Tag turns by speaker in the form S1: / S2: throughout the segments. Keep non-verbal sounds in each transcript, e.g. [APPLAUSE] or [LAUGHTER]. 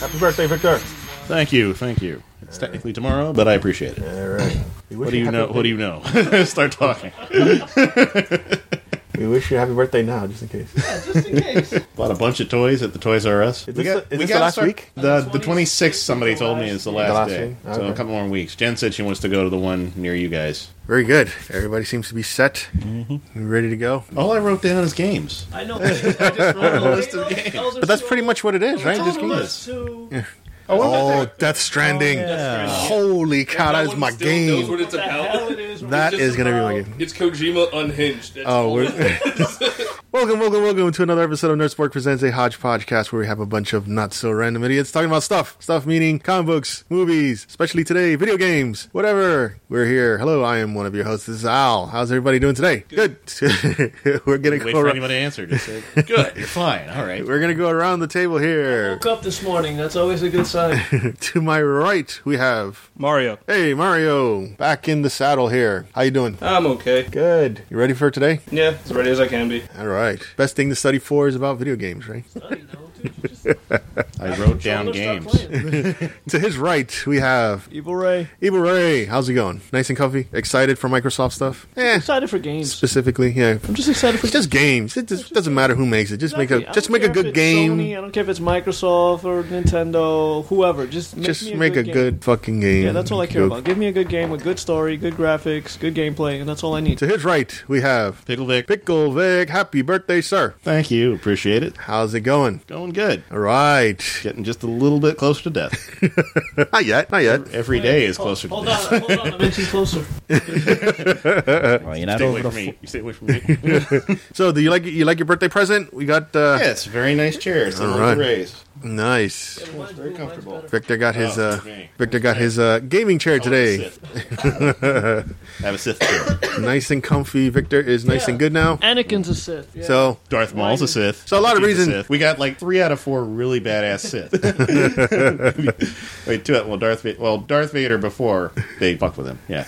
S1: Happy birthday, Victor.
S2: Thank you, thank you. It's technically tomorrow, but I appreciate it.
S1: All right. We wish
S2: What do you
S1: happy-
S2: know? [LAUGHS] What do you know? Start talking.
S1: We wish you a happy birthday now, just in case.
S3: Just in case.
S2: Bought a bunch of toys at the Toys R Us.
S1: this the- is this the
S2: gotta
S1: last week?
S2: The the twenty sixth. Somebody told me is the last,
S1: last
S2: day.
S1: week?
S2: So a
S1: Okay.
S2: couple more weeks. Jen said she wants to go to the one near you guys.
S4: Very good. Everybody seems to be set. and Ready to go.
S2: All I wrote down is games.
S3: I know. I just wrote a list
S2: of games.
S4: But that's pretty much what it is, right?
S2: That's
S4: Just
S2: all it
S4: games.
S2: is.
S3: Two.
S4: Oh, Death Stranding. Holy cow, that is my
S5: still knows
S4: game.
S5: what it's
S3: The
S5: about.
S3: hell it is.
S4: That
S5: just
S4: is going to be
S3: about-
S4: my game.
S5: It's Kojima unhinged. That's
S4: Oh,
S5: all
S4: we're,
S5: it
S4: [LAUGHS] welcome, welcome, welcome to another episode of Nerd Sport Presents a Hodge Podcast where we have a bunch of not so random idiots talking about stuff. Stuff meaning comic books, movies, especially today, video games, whatever. We're here. Hello, I am one of your hosts. This is Al. How's everybody doing today? Good. [LAUGHS] we're gonna
S2: Wait
S4: go
S2: for
S4: around,
S2: anybody to answer. Just say, "Good,
S4: [LAUGHS]
S2: you're fine.
S1: [LAUGHS]
S2: All right."
S4: we're gonna go around the table
S3: [LAUGHS]
S4: here.
S3: Woke up this morning. That's always a
S4: [LAUGHS]
S3: good sign.
S4: To my right, we have
S6: Mario.
S4: Hey Mario, back in the saddle here. How you doing?
S6: I'm okay.
S1: Good.
S4: You ready for today?
S6: Yeah, as ready as I can be.
S4: All right. Best thing to study for is about video games, right? [LAUGHS]
S2: I wrote down games.
S4: to his right, we have [LAUGHS]
S3: Evil Ray.
S4: Evil Ray, how's it going? Nice and comfy? Excited for Microsoft stuff? Eh,
S3: Excited for games.
S4: specifically, yeah.
S3: I'm just excited for
S4: Just games. It just doesn't matter who makes it. Just make
S3: Exactly.
S4: a
S3: I
S4: just
S3: don't
S4: make a
S3: care if
S4: good
S3: it's Sony,
S4: game.
S3: I don't care if it's Microsoft or Nintendo, whoever. Just make
S4: Just
S3: me a
S4: make
S3: good
S4: a
S3: game.
S4: good fucking game.
S3: Yeah, that's all I care
S4: Go-
S3: about. Give me a good game with good story, good graphics, good gameplay, and that's all I need.
S4: To his right, we have
S2: Pickle Vic.
S4: Pickle Vic. Happy birthday, sir.
S2: Thank you. Appreciate it.
S4: How's it going?
S2: Going good.
S4: All right.
S2: Getting just a little bit closer
S1: [LAUGHS]
S2: to death.
S4: Not yet. Not yet.
S2: Every day is closer to
S3: Hold
S2: death.
S3: on, hold on, I'm inching closer.
S7: Well, you're not
S2: Stay
S7: over
S2: away
S7: the
S2: from me. You stay away from me.
S7: [LAUGHS]
S4: So, do you like you like your birthday present? We got uh
S2: Yeah, it's a very nice chair. It's a
S4: All right.
S2: right. raise.
S4: nice.
S2: Very comfortable.
S4: Victor got his
S2: Oh,
S4: uh
S2: it's me. Oh,
S4: Victor got his uh gaming chair today.
S2: I have a Sith chair.
S4: Nice and comfy. Victor is nice
S3: Yeah.
S4: and good now.
S3: Anakin's a Sith. Yeah.
S4: So,
S2: Darth Maul's a Sith.
S4: So a lot of
S2: He's
S4: reason-
S2: Sith. we got like three out of four really badass Sith. Wait, two. out- Well, Darth. Va- Well, Darth Vader before they fucked with him. Yeah.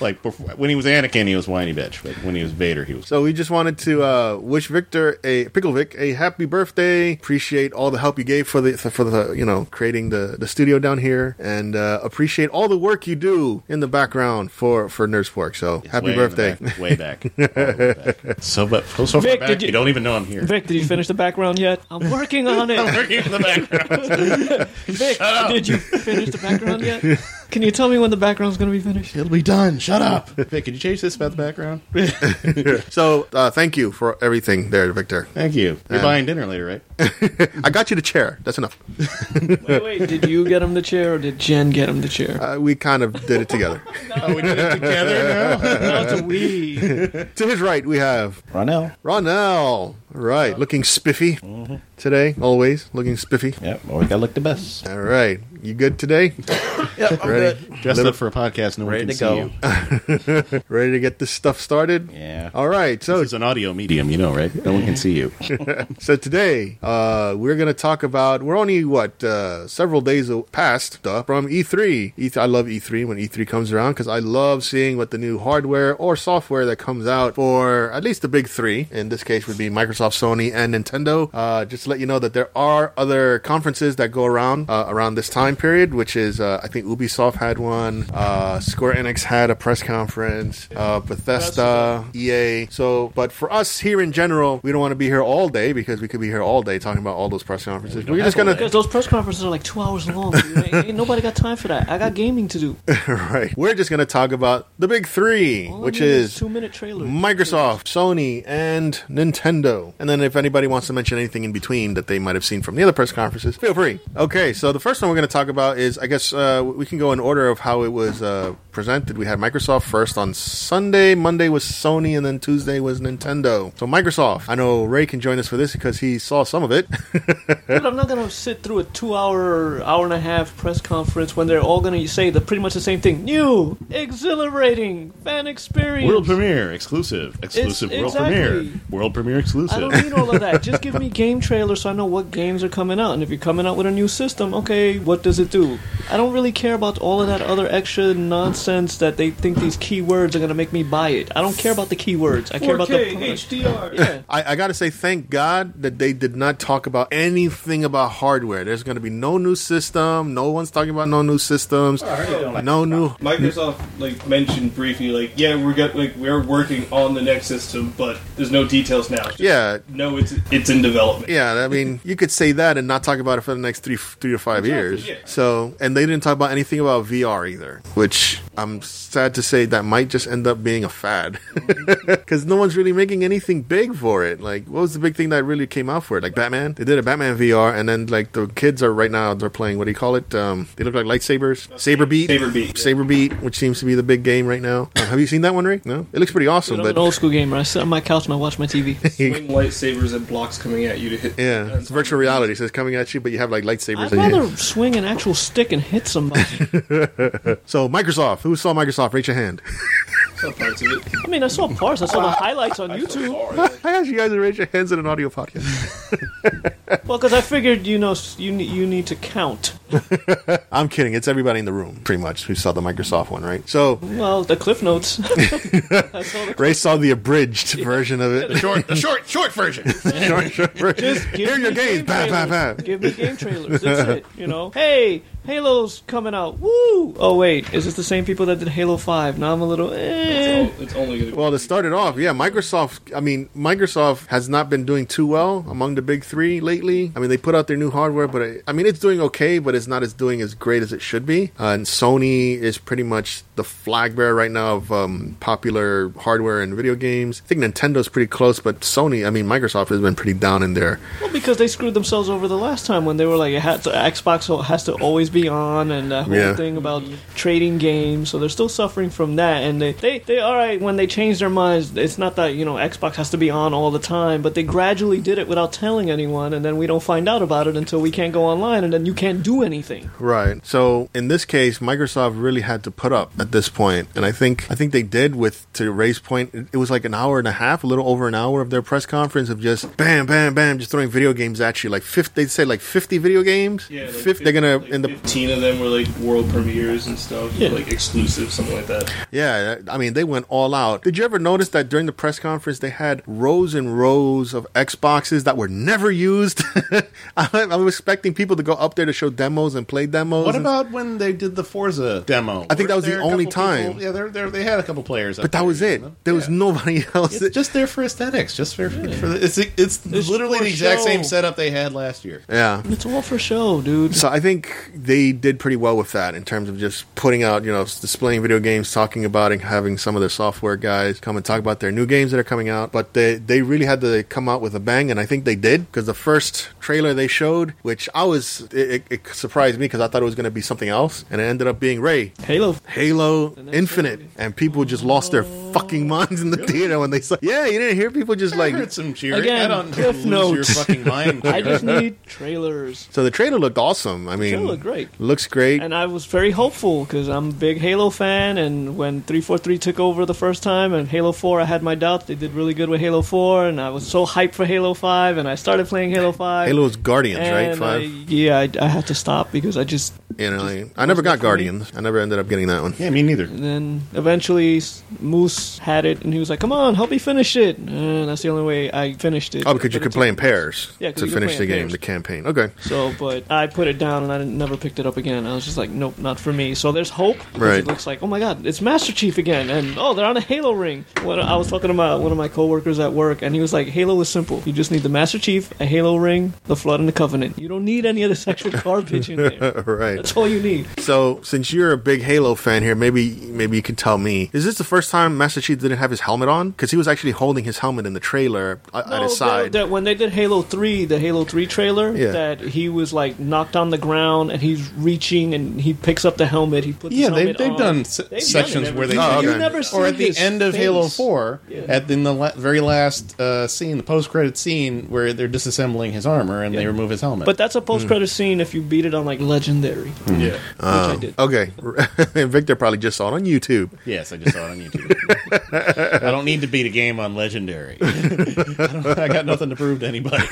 S2: like before, when he was Anakin, he was whiny bitch. But when he was Vader, he was.
S4: So we just wanted to uh, wish Victor a Picklevic a happy birthday. Appreciate all the help you gave for the for the you know creating the, the studio down here, and uh, appreciate all the work you do in the background for for Nurse Work. So
S2: way
S4: happy
S2: in the
S4: birthday!
S2: back- way back. All the way back. So, but so far
S3: Vic,
S2: back,
S3: did
S2: you,
S3: you-
S2: don't even know I'm [LAUGHS] here.
S3: Vic, did you finish the background yet? I'm working
S4: [LAUGHS]
S3: on it.
S2: Working in the background.
S3: Vic, did you finish the background yet? Can you tell me when the background's gonna be finished?
S2: It'll be done. Shut up. Vic, could you change this about the background?
S4: [LAUGHS] So uh, thank you for everything there, Victor.
S2: Thank you. You're buying dinner later, right?
S4: I got you the chair. That's enough.
S3: Wait, wait, did you get him the chair or did Jen get him the chair?
S4: Uh, we kind of did it
S7: [LAUGHS]
S4: together.
S2: Oh, we did it together now?
S3: Not to we.
S4: to his right, we have
S7: Ronell.
S4: Ronell. Right, looking spiffy
S7: Mm-hmm.
S4: today. Always looking spiffy.
S7: Yep, always gotta look the best.
S4: All right, you good
S7: [COUGHS]
S4: today?
S7: Yep, I'm
S4: Ready?
S2: Dressed up for a podcast, no
S7: Ready
S2: one can
S7: to
S2: see you.
S7: go.
S4: Ready to get this stuff started?
S7: Yeah.
S4: All right, so
S2: Oh, It's an audio medium, you know, right? No one can see you.
S4: so today uh, we're going to talk about we're only what uh, several days o- past duh, from E E3. E3. I love E3 when E3 comes around because I love seeing what the new hardware or software that comes out for at least the big three. In this case, would be Microsoft, Sony, and Nintendo. Uh, just to let you know that there are other conferences that go around uh, around this time period, which is uh, I think Ubisoft had one, uh, Square Enix had a press conference, uh, Bethesda, EA. So, but for us here in general, we don't want to be here all day because we could be here all day talking about all those press conferences. [LAUGHS] We're just gonna
S3: [LAUGHS] Because those press conferences are like two hours long. dude. Ain't ain't nobody got time for that. I got gaming to do.
S4: right. We're just gonna [LAUGHS] talk about the big three,
S3: All I
S4: which
S3: need
S4: is.
S3: two minute trailer.
S4: Microsoft, Sony, and Nintendo. And then if anybody wants to mention anything in between that they might have seen from the other press conferences, feel free. Okay, so the first one we're going to talk about is, I guess, uh, we can go in order of how it was uh, presented. We had Microsoft first on Sunday, Monday was Sony, and then Tuesday was Nintendo. So Microsoft. I know Ray can join us for this because he saw some of it. [LAUGHS]
S3: Dude, I'm not gonna sit through a two-hour, hour and a half press conference when they're all gonna say the pretty much the same thing: new, exhilarating fan experience.
S2: World premiere, exclusive, exclusive world
S3: exactly.
S2: premiere, world premiere
S3: I
S2: exclusive.
S3: don't need all of [LAUGHS] that. Just give me game trailers so I know what games are coming out. And if you're coming out with a new system, okay, what does it do? I don't really care about all of that other extra nonsense sense that they think these keywords are going to make me buy it. I don't care about the keywords. I care about the
S5: 4K
S3: product.
S5: HDR.
S3: Yeah.
S4: I, I gotta say, thank God that they did not talk about anything about hardware. There's gonna be no new system. No one's talking about no new systems. no new.
S5: Microsoft like mentioned briefly, like yeah, we're got like we're working on the next system, but there's no details now. It's just,
S4: Yeah,
S5: no, it's it's in development.
S4: yeah. I mean, you could say that and not talk about it for the next three, three or five years.
S5: yeah.
S4: So, and they didn't talk about anything about VR either, which I'm sad to say that might just end up being a fad [LAUGHS] because no one's really making anything big for it. Like, what was the big thing that really came out for it? Like Batman, they did a Batman VR, and then like the kids are right now they're playing what do you call it? Um, they look like lightsabers, saber beat,
S5: Saber Beat, Uh, yeah.
S4: saber beat, which seems to be the big game right now. Uh, Have you seen that one, Rick? No, it looks pretty awesome,
S3: Dude, I'm an
S4: but.
S3: old school gamer. I sit on my couch and I watch my [LAUGHS] TV.
S5: Swing lightsabers and blocks coming at you to hit.
S4: Yeah, it's virtual reality, so it's coming at you, but you have like lightsabers.
S3: I'd
S4: in your hand.
S3: rather swing an actual stick and hit somebody.
S4: So Microsoft, who saw Microsoft? Raise your hand.
S5: Some parts of it.
S3: I mean, I saw parts. [LAUGHS] I saw the highlights on YouTube.
S4: [LAUGHS] I asked you guys to raise your hands in an audio podcast.
S3: Well, because I figured, you know, s- you ne- you need to count.
S4: I'm kidding. It's everybody in the room, pretty much, who saw the Microsoft one, right? So
S3: Well, the Cliff Notes. I saw the
S4: Ray saw the [LAUGHS] abridged version of it.
S2: Short, the short,
S4: [LAUGHS]
S2: short version.
S4: Short, short version.
S3: Just give
S4: Here
S3: me
S4: your games.
S3: game
S4: Bah, bah,
S3: trailers.
S4: bah.
S3: Give me game trailers. That's it.
S4: [LAUGHS]
S3: You know, hey, Halo's coming out. Woo! Oh wait, is this the same people that did Halo Five? Now I'm a little. Eh.
S5: It's, all, it's only gonna.
S4: Well, to start it off, yeah, Microsoft. I mean, Microsoft has not been doing too well among the big three lately. I mean, they put out their new hardware, but I, I mean, it's doing okay, but it's not as doing as great as it should be. Uh, and Sony is pretty much the flag bearer right now of um, popular hardware and video games. I think Nintendo's pretty close, but Sony, I mean, Microsoft has been pretty down in there.
S3: Well, because they screwed themselves over the last time when they were like, it had to, Xbox has to always be on, and that whole
S4: Yeah.
S3: thing about trading games. So they're still suffering from that. And they, they, they, all right, when they changed their minds, it's not that, you know, Xbox has to be on all the time, but they gradually did it without telling anyone, and then we don't find out about it until we can't go online, and then you can't do anything.
S4: Right. So in this case, Microsoft really had to put up at this point, and I think I think they did with to Ray's point. It it was like an hour and a half, a little over an hour of their press conference of just bam, bam, bam, just throwing video games at you. Like fifty, they say like fifty video games.
S5: Yeah, like
S4: Fif- they're gonna
S5: like
S4: end up.
S5: fifteen of them were like world premieres and stuff, like exclusive, something like that.
S4: Yeah, I mean they went all out. Did you ever notice that during the press conference they had rows and rows of Xboxes that were never used? [LAUGHS] I, I was expecting people to go up there to show demos and play demos.
S2: What
S4: and-
S2: about when they did the Forza demo?
S4: I think that was the
S2: Weren't there a
S4: only
S2: couple
S4: time.
S2: people- yeah, they're, they're, they had a couple players,
S4: But that was it. There was nobody [LAUGHS] else.
S2: It's just there for aesthetics, just for, for the, it's it's literally
S3: for
S2: the exact
S3: show.
S2: same setup they had last year.
S4: yeah.
S3: It's all for show, dude.
S4: So I think they did pretty well with that in terms of just putting out, you know, displaying video games, talking about and having some of their software guys come and talk about their new games that are coming out. But they they really had to come out with a bang, and I think they did because the first trailer they showed, which I was it, it, it surprised me because I thought it was going to be something else, and it ended up being Ray.
S3: Halo.
S4: Halo
S3: next
S4: Infinite,
S3: movie.
S4: and people just lost their fucking
S3: Oh.
S4: minds in the theater when they saw. Yeah, you didn't hear people just
S2: I
S4: like
S2: heard some cheering. I
S3: Again,
S2: don't
S3: Cliff
S2: lose your
S3: Notes.
S4: [LAUGHS]
S2: fucking mind.
S3: I just need trailers.
S4: So the trailer looked awesome. I mean,
S3: trailer looked great.
S4: Looks great.
S3: And I was very hopeful because I'm a big Halo fan. And when 343 took over the first time and Halo 4, I had my doubts. They did really good with Halo 4, and I was so hyped for Halo 5. And I started playing Halo 5.
S4: Halo's Guardians, right?
S3: and I- yeah, I, I had to stop because I just
S4: You know, I- I never got
S3: for me.
S4: Guardians. I never ended up getting that one.
S2: yeah, me neither.
S3: And then eventually S- Moose had it, and he was like, "Come on, help me finish it." And that's the only way I finished it.
S4: Oh, because you
S3: But
S4: could
S3: it
S4: play in
S3: took-
S4: pairs
S3: Yeah, 'cause
S4: to
S3: you could
S4: finish
S3: play
S4: the
S3: in
S4: game,
S3: pairs.
S4: the campaign. Okay, [LAUGHS]
S3: So, but I put it down and I didn't- never picked it up again. I was just like, nope, not for me. So there's hope. because
S4: Right.
S3: It looks like, oh my god, it's Master Chief again, and oh, they're on a Halo ring. When I was talking to my one of my coworkers at work, and he was like, Halo is simple. You just need the Master Chief, a Halo ring, the Flood, and the Covenant. You don't need any of this extra garbage in there.
S4: all [LAUGHS] right.
S3: That's all you need.
S4: So, since you're a big Halo fan here, maybe maybe you can tell me: Is this the first time Master Chief didn't have his helmet on? Because he was actually holding his helmet in the trailer a- at his
S3: No, that-
S4: side.
S3: Oh, that when they did Halo Three, the Halo Three trailer,
S4: Yeah.
S3: that he was like knocked on the ground and he's reaching and he picks up the helmet. He puts his
S2: Yeah, they've,
S3: helmet
S2: they've
S3: on.
S2: done se-
S3: oh, They've done
S2: sections
S3: it.
S2: where they
S4: Oh,
S3: You
S4: okay.
S3: never
S2: or at
S3: see
S2: the
S3: his
S2: end of Halo
S3: face.
S2: Four,
S3: Yeah.
S2: at in the la- very last uh, scene, the post credit scene where they're disassembling his armor and they remove his helmet.
S3: But that's a
S4: Hmm.
S3: post credit scene if you beat it on like legendary, which
S5: Yeah,
S3: I
S4: Oh.
S3: did.
S4: okay, [LAUGHS] and Victor probably just saw it on YouTube.
S2: yes, I just saw it on YouTube. I don't need to beat a game on Legendary. I, don't- I got nothing to prove to anybody.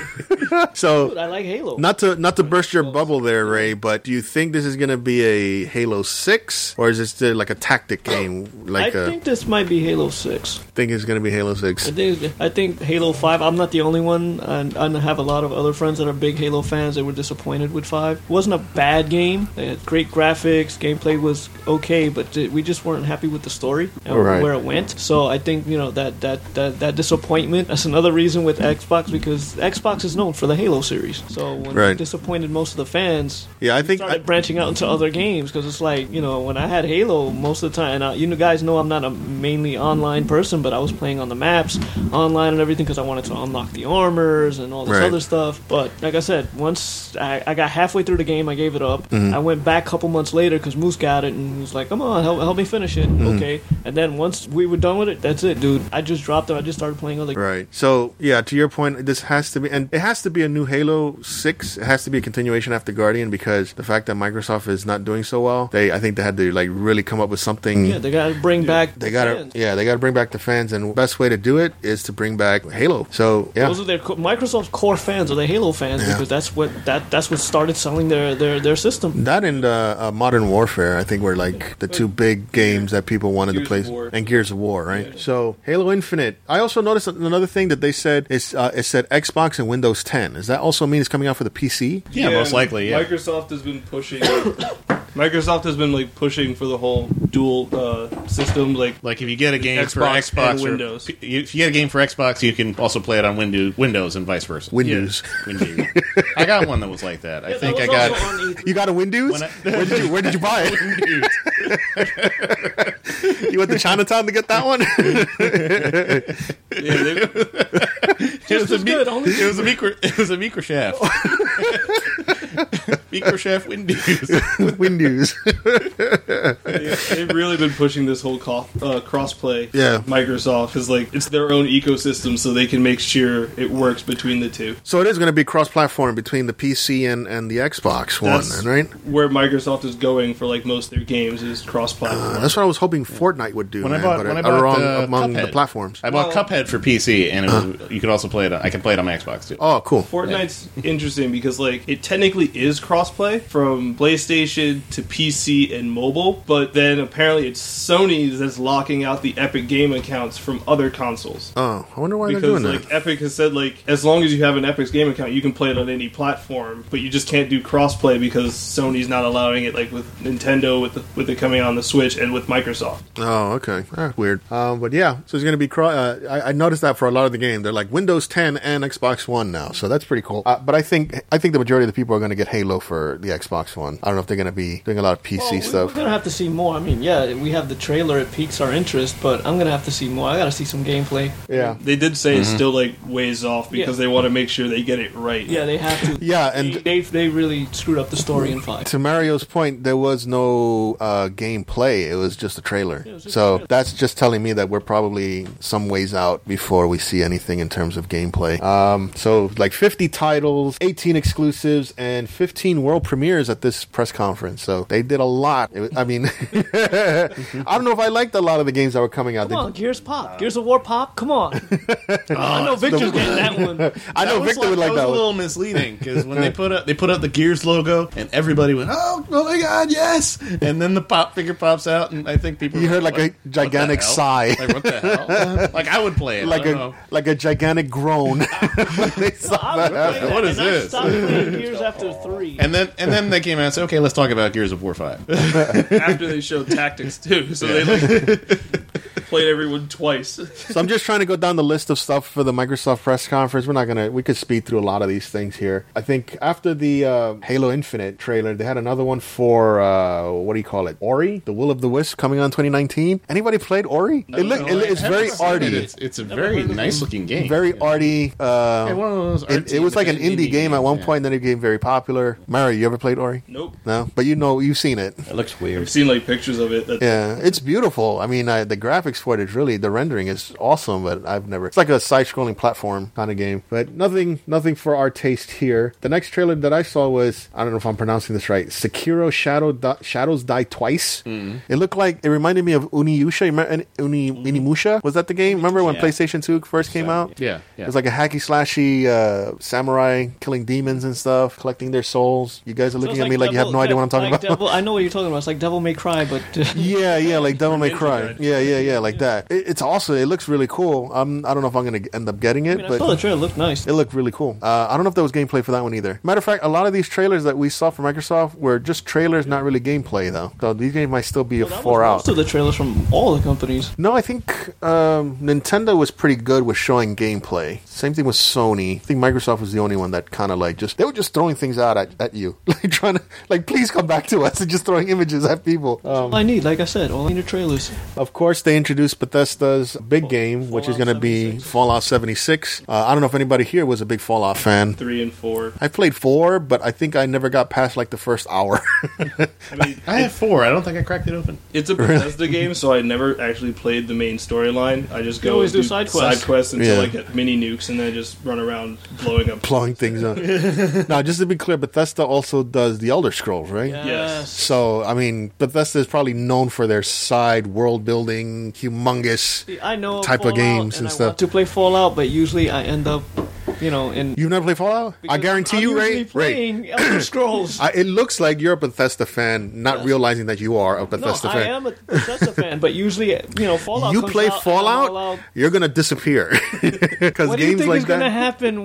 S4: So
S3: I like Halo.
S4: not to not to burst your bubble there, Ray, but do you think this is going to be a Halo Six or is this still like a tactic game?
S3: I
S4: Like uh, I
S3: think this might be Halo Six.
S4: think it's going to be Halo
S3: I
S4: Six.
S3: think I think Halo Five. I'm not the only one, and I have a lot of other friends that are big Halo fans. They were disappointed with Five. It wasn't a bad game. They had great graphics. Gameplay was okay, but th- we just weren't happy with the story and
S4: Right.
S3: where it went. So I think you know that that that that disappointment. That's another reason with Xbox because Xbox is known for the Halo series. So when they
S4: Right.
S3: disappointed most of the fans,
S4: Yeah, I think
S3: started branching out into other games because it's like you know when I had Halo most of the time. And I, you guys know I'm not a mainly online person, but I was playing on the maps online and everything because I wanted to unlock the armors and all this
S4: Right.
S3: other stuff. But like I said, once I, I got halfway through the game, I gave it up.
S4: Mm-hmm.
S3: I went back a couple months later because Moose got it and he was like, "Come on, help, help me finish it."
S4: Mm-hmm.
S3: Okay, and then once we were done with it, that's it, dude. I just dropped it. I just started playing other.
S4: Right. So yeah, to your point, this has to be, and it has to be a new Halo Six. It has to be a continuation after Guardian because the fact that Microsoft is not doing so well, they I think they had to like really come up with something.
S3: Yeah, they gotta bring back.
S4: they
S3: the
S4: gotta,
S3: fans.
S4: yeah, they gotta bring back the fans, and best way to do it is to bring back Halo. So yeah,
S3: Those are their co- Microsoft's core fans, or the Halo fans, because that's what that that's what started selling their their, their system.
S4: That and uh, uh, Modern Warfare, I think, were like the two big games that people wanted to
S5: Gears
S4: play,
S5: of War.
S4: and Gears of War, right? So Halo Infinite. I also noticed another thing that they said is uh, it said Xbox and Windows 10. Does that also mean it's coming out for the PC?
S2: Yeah, most
S5: and
S2: likely, yeah.
S5: Microsoft has been pushing. [COUGHS] Microsoft has been like pushing for the whole dual uh, system, like
S2: Like if you get a game for
S5: Xbox
S2: Xbox
S5: and
S2: or
S5: Windows.
S2: P- if you get a game for Xbox, you can also play it on Windows, Windows and vice versa.
S4: Windows.
S2: Windows. I got one that was like that. I think I got.
S3: E
S4: You got a Windows?
S2: When I-
S4: where, did you, where did you buy
S2: [LAUGHS]
S4: it?
S2: Windows.
S4: You went to Chinatown to get that [LAUGHS] one?
S5: yeah,
S2: [LAUGHS]
S5: they-
S2: It was a
S3: as good, only-
S2: it was a micro. It was a micro [LAUGHS] chef. micro chef Windows.
S4: Windows.
S5: they- they've really been pushing this whole co- uh, crossplay.
S4: Yeah.
S5: Microsoft is like it's their own ecosystem, so they can make sure it works between the two.
S4: so it is going to be cross-platform between the PC and, and the Xbox One,
S5: That's
S4: right?
S5: Where Microsoft is going for like most of their games is
S2: Uh,
S5: cross-platform.
S4: That's what I was hoping Fortnite would do,
S2: When I
S4: man,
S2: bought-
S4: but
S2: when I
S4: uh,
S2: bought
S4: wrong
S2: the
S4: among the
S2: Cuphead.
S4: platforms.
S2: I bought
S5: Well-
S2: Cuphead for PC, and it
S4: Uh.
S2: was, you could also play it. On, I can play it on my Xbox too.
S4: Oh, cool.
S5: Fortnite's interesting because like it technically is crossplay from PlayStation to PC and mobile, but then apparently it's Sony's that's locking out the Epic Game accounts from other consoles.
S4: Oh, I wonder why they're doing
S5: Because
S4: that.
S5: like Epic has said, like as long as you have an Epic's game account, you can play it on any platform, but you just can't do crossplay because Sony's not allowing it. Like with Nintendo, with the, with it coming on the Switch and with Microsoft.
S4: Oh, okay. Ah, weird. Um, but yeah, so it's going to be. Cro- uh, I, I noticed that for a lot of the game, they're like Windows 10 and Xbox One now, so that's pretty cool. Uh, but I think I think the majority of the people are going to get Halo for the Xbox One. I don't know if they're going to be doing a lot of PC
S3: Well, we-
S4: stuff.
S3: We're gonna have to see more. I mean, yeah, we have the trailer; it piques our interest, but I'm gonna have to see more. I gotta see some gameplay.
S4: yeah,
S5: They did say
S4: Mm-hmm.
S5: it's still like ways off because
S3: Yeah.
S5: they want to make sure they get it right.
S3: Yeah, they have to.
S4: [LAUGHS] yeah. And
S3: they they really screwed up the story in
S4: [LAUGHS]
S3: five.
S4: to Mario's point, there was no uh, gameplay; it was just a trailer.
S3: was just a
S4: so
S3: trailer.
S4: that's just telling me that we're probably some ways out before we see anything in terms of gameplay. Um, so like 50 titles, 18 exclusives, and 15 world premieres at this press conference. So they did a lot. It was- I mean, [LAUGHS] I don't know if I liked a lot of the games that were coming out.
S3: Come on,
S4: They-
S3: Gears
S2: Uh,
S3: Pop, Gears of War Pop.
S4: [LAUGHS]
S3: Come on. I
S4: Oh,
S3: know Victor's getting that one.
S4: I know
S2: was
S4: Victor would like
S2: was
S4: that
S2: a
S4: one.
S2: little misleading because
S4: [LAUGHS]
S2: when they put up they put up the Gears logo and everybody went oh oh my god yes and then the pop figure pops out and I think people
S4: You
S2: were
S4: heard, like, a
S2: "What- what the
S4: gigantic
S2: hell?"
S4: sigh.
S2: [LAUGHS] like what
S4: [LAUGHS]
S2: the hell like I would play it
S4: Like
S2: like I
S4: a like a gigantic groan. [LAUGHS] when they saw
S3: I was
S4: that happen.
S3: playing
S2: What
S3: that,
S2: is
S3: and I
S2: this?
S3: stopped
S2: [LAUGHS]
S3: playing Gears after three.
S2: and then and then they came out and said okay let's talk about Gears of War Five
S5: After they showed tactics too, [LAUGHS] so they like
S4: [LAUGHS]
S5: played everyone twice. [LAUGHS]
S4: So I'm just trying to go down the list of stuff for the Microsoft press conference. We're not gonna. We could speed through a lot of these things here. I think after the uh, Halo Infinite trailer, they had another one for uh, what do you call it? Ori, the Will of the Wisp, coming out in 2019. Anybody played Ori? It look,
S5: no,
S4: it, it's
S2: I haven't
S4: very
S2: seen it.
S4: arty.
S2: [LAUGHS] it's, it's a very nice looking game
S4: very arty. Uh,
S2: Yeah, one of those
S4: it,
S2: artsy
S4: it was like an
S2: independent
S4: indie game at one
S2: games,
S4: point, then it became very popular. Mario, you ever played Ori?
S5: Nope.
S4: No, but you know, you've seen it.
S7: It looks
S5: I've
S7: weird.
S5: seen like pictures of it. That
S4: Yeah, it's beautiful. I mean, uh, the graphics graphics for it is really the rendering is awesome, but I've never. It's like a side-scrolling platform kind of game, but nothing, nothing for our taste here. The next trailer that I saw was I don't know if I'm pronouncing this right. Sekiro Shadow Di- Shadows Die Twice. It looked like it reminded me of Uniyusha. You remember- Uni Unimusha was that the game? Remember when
S7: Yeah.
S4: PlayStation Two first came
S7: So,
S4: out?
S2: Yeah, yeah.
S4: It's like a hacky slashy uh, samurai killing demons and stuff, collecting their souls. You guys are looking
S3: Sounds
S4: at me like you have
S3: Devil-
S4: no idea what I'm talking
S3: like
S4: about.
S3: Devil- I know what you're talking about. It's like Devil May Cry, but
S4: [LAUGHS] yeah, yeah, like Devil May
S5: Ninja
S4: Cry.
S5: Gaiden.
S4: Yeah, yeah, yeah, like that. It, it's also it looks really cool. I'm I don't know if I'm gonna end up getting
S3: I
S4: it,
S3: mean, I
S4: but
S3: saw the trailer. It looked nice.
S4: it looked really cool. Uh, I don't know if there was gameplay for that one either. Matter of fact, a lot of these trailers that we saw from Microsoft were just trailers, not really gameplay though. So these games might still be a
S3: Well, that was
S4: four out.
S3: Most of the trailers from all the companies.
S4: No, I think um, Nintendo was pretty good with showing gameplay. Same thing with Sony. I think Microsoft was the only one that kind of like just they were just throwing things out at, at you, [LAUGHS] like trying to like please come back to us and just throwing images at people. Um,
S3: All I need, like I said, all I need are trailers.
S4: of course, they introduced Bethesda's big game, which is
S3: Fallout
S4: going to be
S3: 76.
S4: Fallout 76. Uh, I don't know if anybody here was a big Fallout fan.
S5: Three and four.
S4: I played four, but I think I never got past like the first hour. [LAUGHS]
S5: I mean,
S2: I had four. I don't think I cracked it open.
S5: it's a Bethesda game, so I never actually played the main storyline. I just
S3: You
S5: go
S3: always
S5: and
S3: do side quests.
S5: until
S4: Yeah.
S5: I get mini nukes, and then I just run around blowing up.
S4: Blowing things
S3: [LAUGHS]
S4: up. now, just to be clear, Bethesda also does the Elder Scrolls, right?
S3: Yes.
S4: So, I mean, Bethesda is probably known for their side world building, humongous.
S3: See, I know
S4: Type of
S3: Fallout,
S4: games
S3: and
S4: and
S3: I
S4: stuff.
S3: Want to play Fallout, but usually I end up, you know, in.
S4: You've never played Fallout? I
S3: because
S4: guarantee
S3: I'm
S4: you,
S3: usually
S4: Ray. Ray. [COUGHS]
S3: Playing Elder Scrolls.
S4: I, it looks like you're a Bethesda fan, not realizing that you are a
S3: no,
S4: Bethesda
S3: I
S4: fan.
S3: am a Bethesda fan, but usually, you know, Fallout.
S4: you
S3: comes
S4: play
S3: out and I'm all
S4: Fallout,
S3: out.
S4: you're gonna disappear [LAUGHS] because
S3: What do you
S4: games
S3: think
S4: like
S3: is going to
S4: that,
S3: happen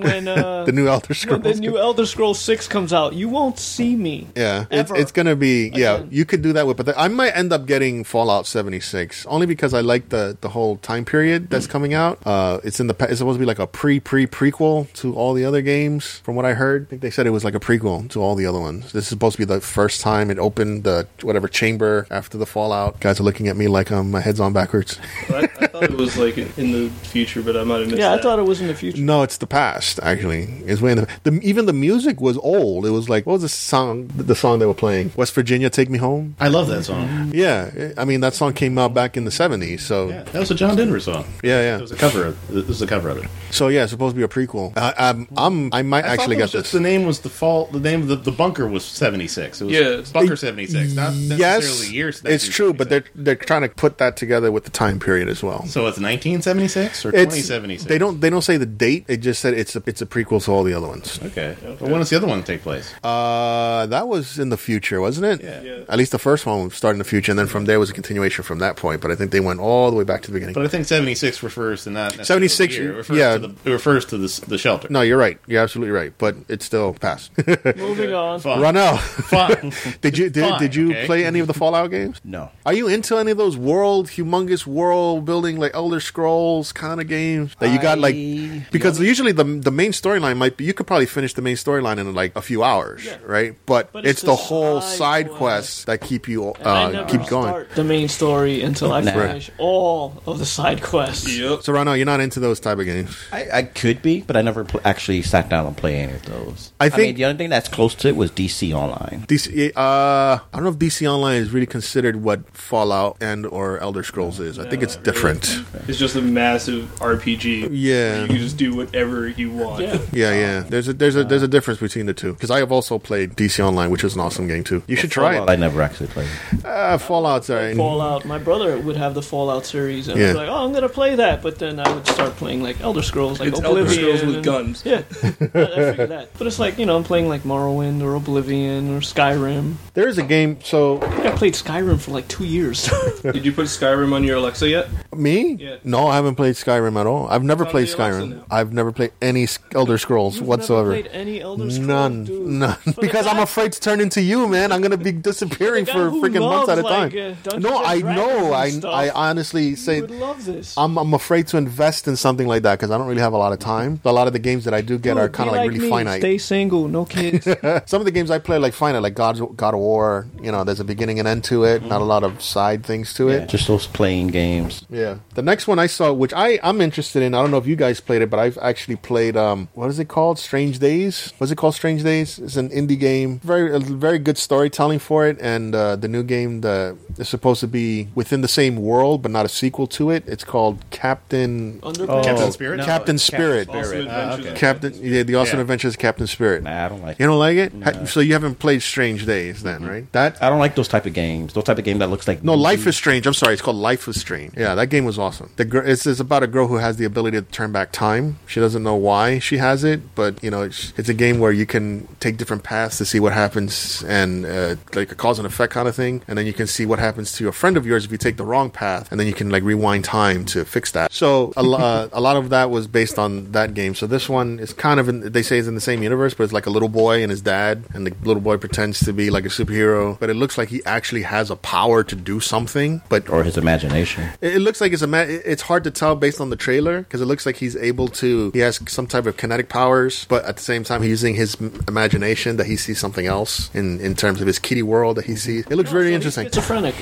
S4: [LAUGHS]
S3: when uh,
S4: the new Elder
S3: when
S4: Scrolls,
S3: [LAUGHS] the new Elder Scrolls Six comes out? You won't see me.
S4: yeah, it's,
S3: ever.
S4: it's gonna be yeah.
S3: Again.
S4: You could do that with, but I might end up getting Fallout 76 only because I like the the whole time period that's coming out. Uh, it's in the pa- it's supposed to be like a pre pre prequel to all the other games, from what I heard. I think they said it was like a prequel to all the other ones. This is supposed to be the first time it opened the whatever chamber after the Fallout. Guys are looking at me like um, my head's on backwards.
S5: I, I thought it was like in, in the future, but I might have missed.
S3: Yeah, I
S5: that.
S3: thought it was in the future.
S4: No, it's the past. Actually, it's way in the, the even the music was old. It was like what was the song? The song they were playing, West Virginia, "Take Me Home."
S2: I love that song.
S4: Yeah, I mean that song came out back in the seventies. So
S2: Yeah,
S4: yeah,
S2: that was a John Denver song.
S4: yeah.
S2: It was a cover. Of, this is a cover of it.
S4: So yeah, it's supposed to be a prequel. I, I'm, I'm, I might
S2: I thought
S4: actually
S2: it was
S4: get this.
S2: just The name was the fault. The name of the, the bunker was seventy six. It was
S5: Yeah.
S2: bunker seventy six. Not necessarily
S4: yes,
S2: years.
S4: it's true, but
S2: 1976.
S4: they're they're trying to put that together with the time period as well.
S2: so it's nineteen seventy six or twenty
S4: It's
S2: seventy six.
S4: they don't they don't say the date. It just said it's a it's a prequel to all the other ones.
S2: Okay. Well, when does the other one take place?
S4: Uh, that was in the future, wasn't it?
S2: Yeah.
S5: Yeah.
S4: At least the first one was starting in the future, and then from there was a continuation from that point. But I think they went all the way back to the beginning.
S2: But I think seventy six refers to not necessarily
S4: 76
S2: the year. It refers
S4: yeah.
S2: To the, it refers to the, s- the shelter.
S4: no, you're right. You're absolutely right. But it's still past. [LAUGHS]
S3: Moving on.
S2: Fine.
S4: Ronell, [LAUGHS]
S2: Fine.
S4: did you did,
S2: Fine,
S4: did you
S2: okay.
S4: play any of the Fallout games?
S7: No.
S4: Are you into any of those world, humongous world building, like Elder Scrolls kind of games that you got? Like
S7: I-
S4: because usually the the main storyline might be you could probably finish the main storyline in like a few hours, right? But,
S3: But
S4: it's,
S3: it's
S4: the,
S3: the
S4: whole
S3: side
S4: side quests that keep you
S3: And I
S4: uh,
S3: never
S4: keep going.
S3: start the main story until I
S7: Nah.
S3: finish all of the side quests.
S5: Yep.
S4: So Rano, you're not into those type of games.
S7: I, I could be, but I never pl- actually sat down and played any of those.
S4: I
S7: mean,
S4: think-
S7: the only thing that's close to it was DC Online.
S4: DC, uh, I don't know if DC Online is really considered what Fallout and or Elder Scrolls is. I think it's different.
S5: It's just a massive RPG.
S4: Yeah.
S5: You can just do whatever you want.
S3: Yeah.
S4: Yeah, yeah. There's a there's a there's a difference between the two because I have also played DC Online, which is an awesome game too. You should try
S7: Fallout, I
S4: it.
S7: never actually played.
S4: Uh, Fallout's alright.
S3: Fallout. My brother would have the Fallout series, and I
S4: Yeah.
S3: was like, "Oh, I'm gonna play that," but then I would start playing like Elder Scrolls, like
S5: [LAUGHS] It's Elder
S3: Oblivion,
S5: Scrolls with
S3: and-
S5: guns.
S3: [LAUGHS] Yeah, I, I figured that. But it's like you know, I'm playing like Morrowind or Oblivion or Skyrim.
S4: There is a game. So
S3: I, think I played Skyrim for like two years. [LAUGHS]
S5: Did you put Skyrim on your Alexa yet?
S4: me?
S5: Yeah.
S4: No, I haven't played Skyrim at all. I've never
S5: on
S4: played
S5: the Alexa
S4: Skyrim.
S5: now.
S4: I've never played any S- Elder Scrolls
S3: You've
S4: whatsoever.
S3: Never played any Elder Scrolls?
S4: None,
S3: dude.
S4: none.
S3: For
S4: [LAUGHS]
S3: the
S4: Because I'm
S3: guy-
S4: afraid to turn into you, man. I'm gonna be
S3: [LAUGHS]
S4: disappearing
S3: guy
S4: for
S3: who
S4: freaking months at a
S3: loves,
S4: time.
S3: like, uh, Dungeons
S4: no,
S3: and
S4: I
S3: Dragons
S4: know.
S3: and
S4: I
S3: stuff.
S4: I honestly
S3: You
S4: say
S3: would love this.
S4: I'm I'm afraid to invest in something like that because I don't really have a lot of time. A lot of of the games that I do get
S3: Dude,
S4: are
S3: be
S4: kind of like,
S3: me.
S4: really finite. Oh.
S3: Stay single, no
S4: [LAUGHS]
S3: kids.
S4: Some of the games I play like finite, like God, God of War. You know, there's a beginning and end to
S3: Mm-hmm.
S4: it. Not a lot of side things to
S7: Yeah,
S4: it.
S7: just those playing games.
S4: Yeah. The next one I saw, which I I'm interested in. I don't know if you guys played it, but I've actually played. Um, what is it called? Strange Days. What's it called? Strange Days. It's an indie game. Very a very good storytelling for it, and uh, the new game that is supposed to be within the same world, but not a sequel to it. It's called Captain.
S3: Underpants.
S2: Captain Spirit?
S7: no,
S4: Oh, Captain
S7: Captain
S4: Spirit.
S3: uh,
S5: Awesome
S2: Ah,
S5: Adventures.
S2: okay.
S4: Captain. Yeah, the Awesome
S2: Yeah.
S4: Adventures of Captain Spirit.
S7: Ah, Nah, I don't like.
S4: You don't like it? Ha- So you haven't played Strange Days then, right? That
S7: I don't like those type of games. Those type of game that looks like
S4: no, Life is Strange. I'm sorry, it's called Life is Strange. Yeah, that game was awesome. The gr- it's, it's about a girl who has the ability to turn back time. She doesn't know why she has it, but you know, it's, it's a game where you can take different paths to see what happens and uh, like a cause and effect kind of thing, and then you can see what happens to a friend of yours if you take the wrong path, and then you can like rewind time to fix that. So a, lo- uh, a lot of that was based on that game. So this one is kind of in, they say it's in the same universe, but it's like a little boy and his dad, and the little boy pretends to be like a superhero, but it looks like he actually has a power to do something, but
S7: or his imagination.
S4: it it looks like it's a ma- it- it's hard to tell based on the trailer because it looks like he's able to he has some type of kinetic powers, but at the same time he's using his m- imagination that he sees something else in in terms of his kitty world that he sees. It looks
S3: So
S4: very
S3: he's
S4: interesting.
S3: Schizophrenic.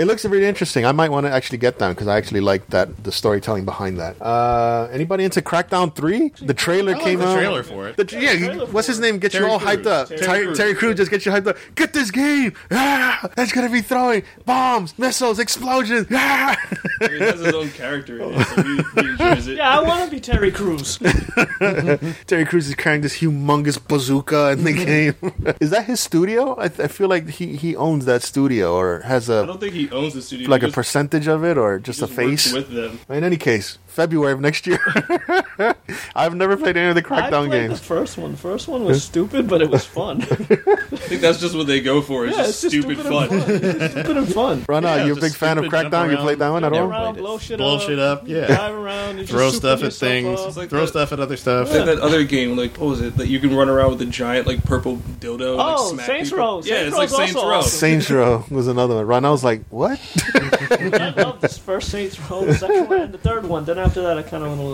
S4: It looks really interesting. I might want to actually get that because I actually like that the storytelling behind that. Uh, anybody into Crackdown Three? The trailer
S2: I
S4: came
S2: like the
S4: out.
S2: trailer for it.
S4: The tr- yeah,
S3: the trailer
S4: what's
S3: for
S4: his
S3: it.
S4: name? Get you
S2: Terry
S4: all
S2: Crews.
S4: hyped up.
S2: Terry
S4: Terry,
S2: Crews.
S4: Terry Crews just get you hyped up. Get this game! Ah, that's gonna be throwing bombs, missiles, explosions. Ah! [LAUGHS]
S5: I mean, it has his own character in it, so he, he enjoys it.
S3: Yeah, I want to be Terry
S2: [LAUGHS]
S3: Crews.
S4: Terry Crews is carrying this humongous bazooka in the game. is that his studio? I, th- I feel like he, he owns that studio or has
S5: I
S4: a
S5: don't think he owns the studio.
S4: like
S5: he
S4: a
S5: just-
S4: percentage of it or
S5: he
S4: just, a
S5: just works
S4: face.
S5: with them.
S4: In any case, February of next year. [LAUGHS] I've never played any of the
S3: I
S4: Crackdown
S3: played
S4: games.
S3: the first one. The first one was stupid, but it
S2: [LAUGHS]
S3: was fun.
S5: I think that's just what they go for. It's
S3: yeah,
S5: just
S3: it's just
S5: stupid, fun.
S3: It's just stupid
S2: [LAUGHS]
S3: and fun.
S4: Rana,
S2: Yeah,
S4: you a
S2: just
S4: big fan of
S2: stupid jump
S4: Crackdown? You
S2: around,
S4: played that one at
S7: jump
S3: [LAUGHS]
S4: all?
S7: around.
S3: Around,
S7: played it.
S3: blow shit
S2: Blow
S3: up,
S2: shit up, yeah.
S3: drive around, you're just
S2: Throw
S3: souping
S2: stuff at
S3: yourself
S2: things.
S3: up.
S5: like
S2: throw
S5: that-
S2: stuff at other stuff.
S5: Like that other game, like what was it? That you can run around with a giant like purple dildo. and, like,
S3: Oh,
S5: smack
S3: Saints
S5: people.
S3: Row. Saints
S5: Yeah, it's like
S3: Row's
S5: Saints
S3: also
S5: Row.
S3: awesome.
S4: Saints Row was another one. Rana was like, what?
S3: I love this first Saints Row, the second one, and the third one. Then after that, I kind of went a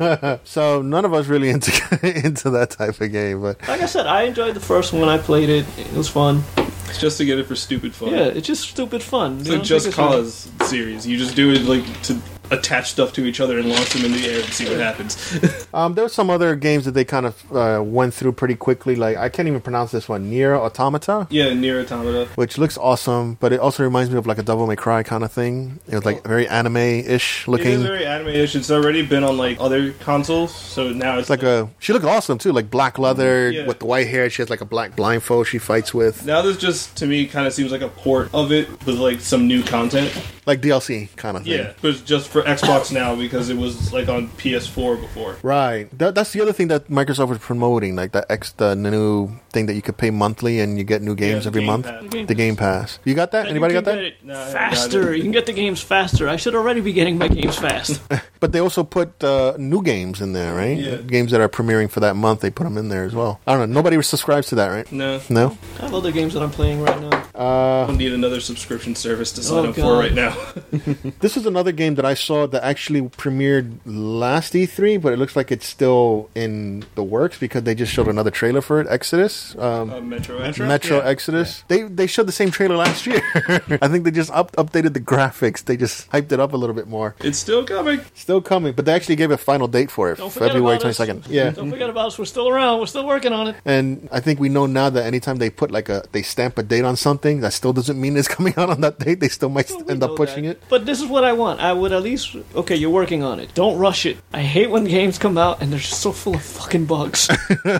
S3: little.
S4: So none of us really [LAUGHS] into into that type of game, but
S3: Like I said, I enjoyed the first one. I played it. It was fun.
S5: It's just to get it for stupid fun.
S3: Yeah, it's just stupid fun.
S5: It's
S3: You
S5: like
S3: know,
S5: Just
S3: it's
S5: Cause series. You just do it like to attach stuff to each other and launch them in the air and see what happens. [LAUGHS]
S4: Um, there were some other games that they kind of uh, went through pretty quickly. Like I can't even pronounce this one, Nier Automata,
S5: yeah, Nier Automata.
S4: which looks awesome, but it also reminds me of like a Devil May Cry kind of thing. It was like very anime-ish
S5: It is
S4: looking.
S5: very anime-ish. It's already been on like other consoles, so now it's
S4: It's like a she looked awesome too, like black leather
S5: Yeah.
S4: with the white hair. She has like a black blindfold she fights with,
S5: now this just to me kind of seems like a port of it with like some new content.
S4: like DLC kind of thing.
S5: Yeah, but it's just for Xbox now because it was like on PS4 before.
S4: Right. That, that's the other thing that Microsoft was promoting, like the ex, the new thing that you could pay monthly and you get new games
S5: the
S4: every
S5: Game
S4: month.
S5: Pass.
S4: The Game Pass. You got that? Anybody
S3: you
S4: got
S3: can
S4: that?
S3: get it
S5: No, I haven't got
S3: faster.
S5: it.
S3: You can get the games faster. I should already be getting my
S2: [LAUGHS]
S3: games fast.
S4: But they also put uh, new games in there, right?
S5: Yeah.
S4: Games that are premiering for that month, they put them in there as well. I don't know. Nobody subscribes to that, right?
S5: No,
S4: No.
S3: I have other games that I'm playing right now.
S5: I don't need another subscription service to sign
S3: Oh,
S5: up for
S3: God.
S5: right now.
S4: This is another game that I saw that actually premiered last E3, but it looks like it's still in the works because they just showed another trailer for it, Exodus. [LAUGHS] Um,
S5: Uh, Metro
S2: Metro?
S4: Metro
S2: Yeah.
S4: Exodus. They they showed the same trailer last
S3: [LAUGHS]
S4: year. I think they just up, updated the graphics. They just hyped it up a little bit more.
S5: It's still coming.
S4: Still coming, but they actually gave a final date for it,
S3: Don't forget
S4: February
S3: about us.
S4: 22nd. Yeah.
S3: Don't forget about us. We're still around. We're still working on it.
S4: And I think we know now that anytime they put like a they stamp a date on something, that still doesn't mean it's [LAUGHS] coming out on that date. They still might
S3: Well, we
S4: end up
S3: know
S4: pushing
S3: that.
S4: it.
S3: But this is what I want. I would at least okay. You're working on it. Don't rush it. I hate when games come out and they're just so full of fucking
S4: [LAUGHS]
S3: bugs.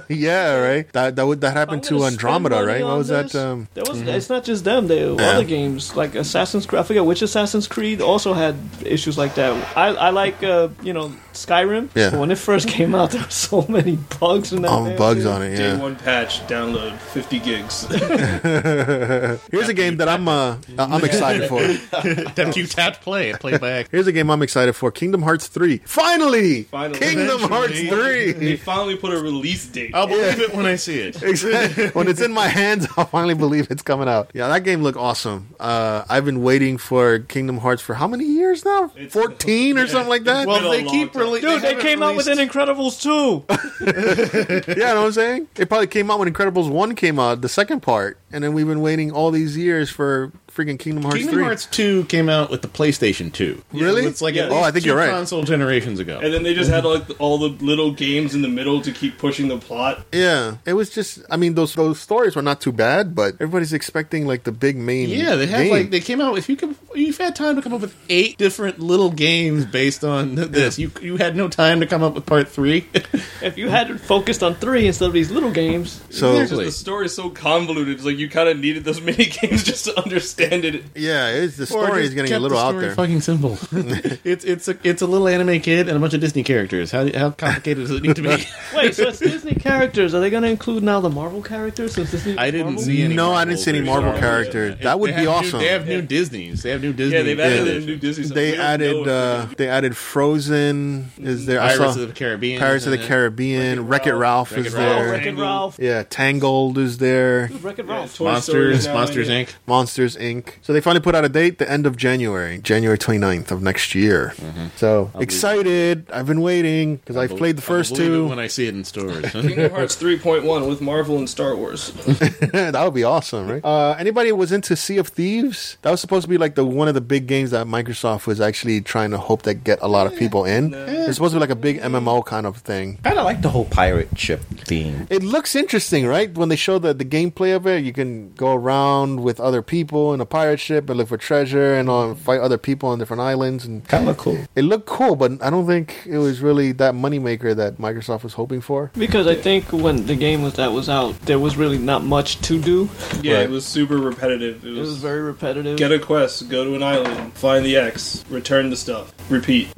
S4: yeah, right. That that would that
S3: I'm
S4: happened
S3: gonna
S4: to
S3: spend
S4: Andromeda,
S3: money
S4: right? What
S3: on
S4: was
S3: this.
S4: that? Um,
S3: There was. It's not just them. There were other games like Assassin's Creed. I forget which Assassin's Creed also had issues like that. I, I like uh, you know Skyrim.
S4: Yeah.
S3: But when it first [LAUGHS] came out, there were so many bugs in that.
S4: um
S3: damn
S4: bugs
S3: thing.
S4: on it.
S5: Day
S4: Yeah.
S5: one patch, download 50 gigs.
S4: Here's a game that I'm uh, I'm excited
S3: [LAUGHS]
S4: for.
S2: That you tapped play. It played back.
S4: Here's a game I'm excited for: Kingdom Hearts three. Finally,
S5: Finally.
S4: Kingdom Hearts
S5: Eventually. [LAUGHS]
S4: [LAUGHS]
S5: They
S4: three.
S5: finally put a release date.
S4: Oh.
S2: I'll believe it when I see it.
S4: Exactly. [LAUGHS] when it's in my hands, I'll finally believe it's coming out. Yeah, that game looked awesome. Uh, I've been waiting for Kingdom Hearts for how many years now?
S5: It's-
S4: Fourteen or
S5: yeah,
S4: something like that.
S5: Well,
S2: Well,
S5: they
S2: they
S5: a keep
S2: keep
S5: long rele-
S2: really.
S3: Dude, they came out with an Incredibles 2.
S4: yeah, you know what I'm saying? It probably came out when Incredibles 1 came out, the second part. And then we've been waiting all these years for freaking Kingdom Hearts
S2: Kingdom
S4: 3.
S2: Hearts 2 came out with the PlayStation 2.
S4: Really?
S2: It's like
S5: Yeah.
S2: at
S5: Oh,
S2: least
S4: I think
S2: two
S4: you're right.
S2: console generations ago.
S5: and then they just had like all the little games in the middle to keep pushing the plot.
S4: Yeah. It was just, I mean, those those stories were not too bad, but everybody's expecting like the big main.
S2: yeah, they had
S4: game.
S2: like they came out with you. Could, you've had time to come up with eight different little games based on th- this. You you had no time to come up with part three. [LAUGHS]
S3: If you had focused on three instead of these little games,
S4: so.
S2: there's-
S5: Just the story is so convoluted. It's like you kind of needed those [LAUGHS] many games just to understand it.
S4: Yeah, it's, the
S2: Or
S4: story
S2: just
S4: is getting a
S2: kept
S4: little
S2: the
S4: out
S2: story
S4: there. [LAUGHS]
S2: Fucking simple. it's it's a it's a little anime kid and a bunch of Disney characters. How how complicated does it need to be?
S3: wait, so it's Disney characters. Are they going to include now the Marvel characters? Since
S2: [LAUGHS]
S3: Disney
S2: I didn't
S3: Marvel?
S2: see any.
S4: No, I didn't see any
S2: versions.
S4: Marvel
S2: Sorry.
S4: characters.
S2: Yeah.
S4: That
S2: They
S4: would be
S2: have new-
S4: awesome.
S2: They have new Disney's. They have new Disney.
S5: Yeah, they've added
S2: versions.
S5: a new Disney. so we
S4: They
S5: don't know
S4: added
S5: if-
S4: uh, they added Frozen. Is there? I
S2: Pirates
S4: saw
S2: of the Caribbean.
S4: Pirates of the
S2: Yeah.
S4: Caribbean. Wreck It Ralph
S2: Wreck-It
S4: is
S2: Ralph.
S3: Oh,
S4: there.
S3: Wreck-It Ralph.
S4: Yeah, Tangled is there.
S3: Wreck-It
S5: Yeah,
S3: Ralph.
S5: Toy Story
S2: Monsters,
S5: is now
S2: Monsters
S5: in it.
S2: Inc.
S4: Monsters Inc. So they finally put out a date, the end of January, January 29th of next year.
S2: Mm-hmm.
S4: So excited! I've been waiting because I've played the first
S2: I'll believe it
S4: two.
S2: when I see it in stores.
S4: [LAUGHS]
S5: Kingdom Hearts 3.1 with Marvel and Star Wars.
S4: [LAUGHS] that would be awesome, right? Uh, anybody was into Sea of Thieves? That was supposed to be like the one of the big games that Microsoft was actually trying to hope that get a lot of people in. It's supposed to be like a big MMO kind of thing.
S7: Kind of like the whole pirate ship theme.
S4: It looks interesting, right? When they show the, the gameplay of it, you can go around with other people in a pirate ship and look for treasure and uh, fight other people on different islands and
S7: Kind of cool.
S4: It looked cool, but I don't think it was really that moneymaker that Microsoft was hoping for.
S3: Because I think when the game was that was out, there was really not much to do.
S5: Yeah,
S4: Right.
S5: it was super repetitive. It
S3: It
S5: was,
S3: was very repetitive.
S5: get a quest, go to an island, find the X, return the stuff, repeat.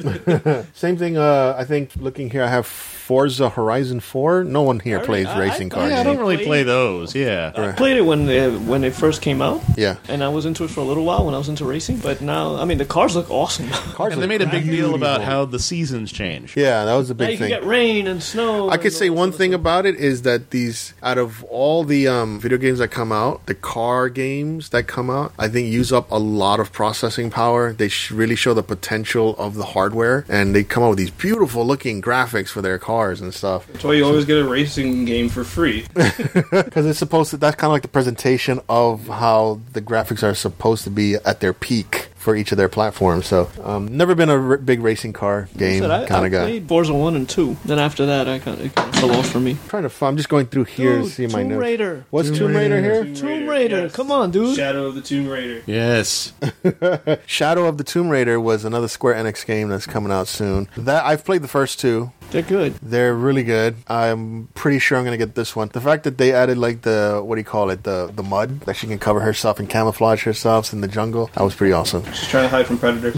S4: Same thing, uh, I think, looking here, I have Forza Horizon 4. No one here
S3: I-
S4: plays
S3: I-
S4: racing
S3: I-
S4: car
S2: yeah, I
S4: games.
S2: don't really play those. Yeah.
S3: I played it when they, when it first came out,
S4: Yeah.
S3: and I was into it for a little while when I was into racing. But now, I mean, the cars look awesome. [LAUGHS]
S4: Cars
S2: And
S4: are
S2: they made a big deal about
S4: beautiful.
S2: how the seasons change.
S4: Yeah, that was a
S3: now
S4: big
S3: you can
S4: thing.
S3: get rain and snow.
S4: I
S3: and
S4: could say
S3: all
S4: one
S3: sorts of
S4: thing
S3: stuff.
S4: about it is that these, out of all the um, video games that come out, the car games that come out, I think use up a lot of processing power. They sh- really show the potential of the hardware, and they come out with these beautiful looking graphics for their cars and stuff. [LAUGHS]
S5: That's why you always get a racing game for free.
S4: Because it's supposed to, that's kind of like the presentation of how the graphics are supposed to be at their peak for each of their platforms. So, um, never been a r- big racing car game
S3: Said, I,
S4: kind
S3: I
S4: of guy.
S3: played Forza One and Two. Then after that, I kind of, it kind of fell off for me.
S4: trying to, find, I'm just going through here
S3: Dude,
S4: to see my
S3: Tomb
S4: notes.
S3: Raider.
S4: What's Tomb, Raider, here?
S3: Tomb Raider, come on, dude.
S5: Shadow of the Tomb Raider.
S2: Yes.
S4: Shadow of the Tomb Raider was another Square Enix game that's coming out soon. That I've played the first two.
S3: They're good.
S4: They're really good. I'm pretty sure I'm gonna get this one. The fact that they added like the what do you call it the the mud that she can cover herself and camouflage herself in the jungle. That was pretty awesome.
S5: She's trying to hide from Predator.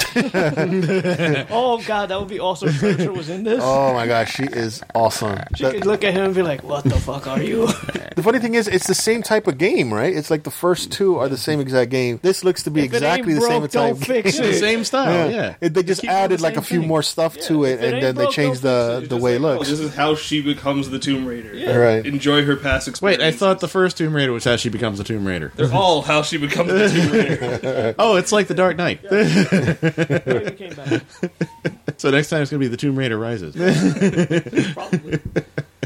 S3: Oh god, that would be awesome. if Predator was in this.
S4: Oh my gosh, she is awesome.
S3: she
S4: That-
S3: could look at him and be like, "What the fuck are you?"
S4: the funny thing is, it's the same type of game, right? It's like the first two are the same exact game. This looks to be
S3: If it
S4: exactly
S3: ain't
S4: the same
S3: broke,
S4: type.
S3: Don't
S4: [LAUGHS]
S3: fix
S2: the
S3: it.
S2: same style. Oh, Yeah.
S4: It- they just
S2: keep doing the
S4: added like a
S2: same
S4: few
S2: thing.
S4: more stuff to
S3: Yeah,
S4: it,
S3: if it
S4: and
S3: ain't
S4: then they
S3: broke,
S4: changed
S3: don't
S4: the
S5: It's
S4: the
S5: just
S4: way it
S5: like, oh,
S4: looks.
S5: this is how she becomes the Tomb Raider.
S4: Right.
S5: Enjoy her past
S2: Wait,
S5: experience.
S2: I thought the first Tomb Raider was how she becomes a Tomb Raider.
S4: [LAUGHS]
S5: They're all how she becomes the Tomb Raider.
S2: Oh, it's like the Dark Knight.
S3: Wait, we came back.
S2: so next time it's gonna be the Tomb Raider Rises,
S3: Probably.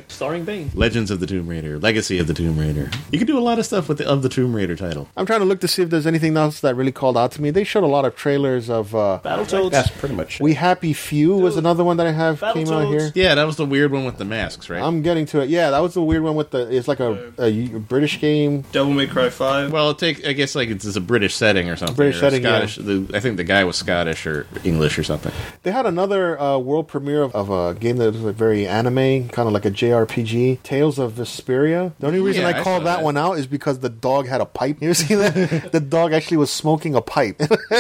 S3: Starring Bane.
S2: Legends of the Tomb Raider, Legacy of the Tomb Raider. You can do a lot of stuff with the of the Tomb Raider title.
S4: I'm trying to look to see if there's anything else that really called out to me. They showed a lot of trailers of uh,
S3: Battletoads.
S7: That's pretty much.
S4: We Happy Few was
S3: Dude.
S4: another one that I have came out
S3: Battletoads.
S4: here.
S2: Yeah, that was the weird one with the masks, right?
S4: I'm getting to it. Yeah, that was the weird one with the. It's like a, a U- British game.
S5: Devil May Cry 5.
S2: well, it take I guess like it's, it's a British setting or something.
S4: British
S2: or
S4: setting,
S2: Scottish.
S4: yeah.
S2: The, I think the guy was Scottish or English or something.
S4: They had another uh, world premiere of, of a game that was like very anime, kind of like a JRPG, Tales of Vesperia. The only reason
S2: Yeah,
S4: I
S2: I
S4: called
S2: saw
S4: that,
S2: that.
S4: one out is because the dog had a pipe. You ever see
S2: [LAUGHS]
S4: that? the dog actually was smoking a pipe. [LAUGHS]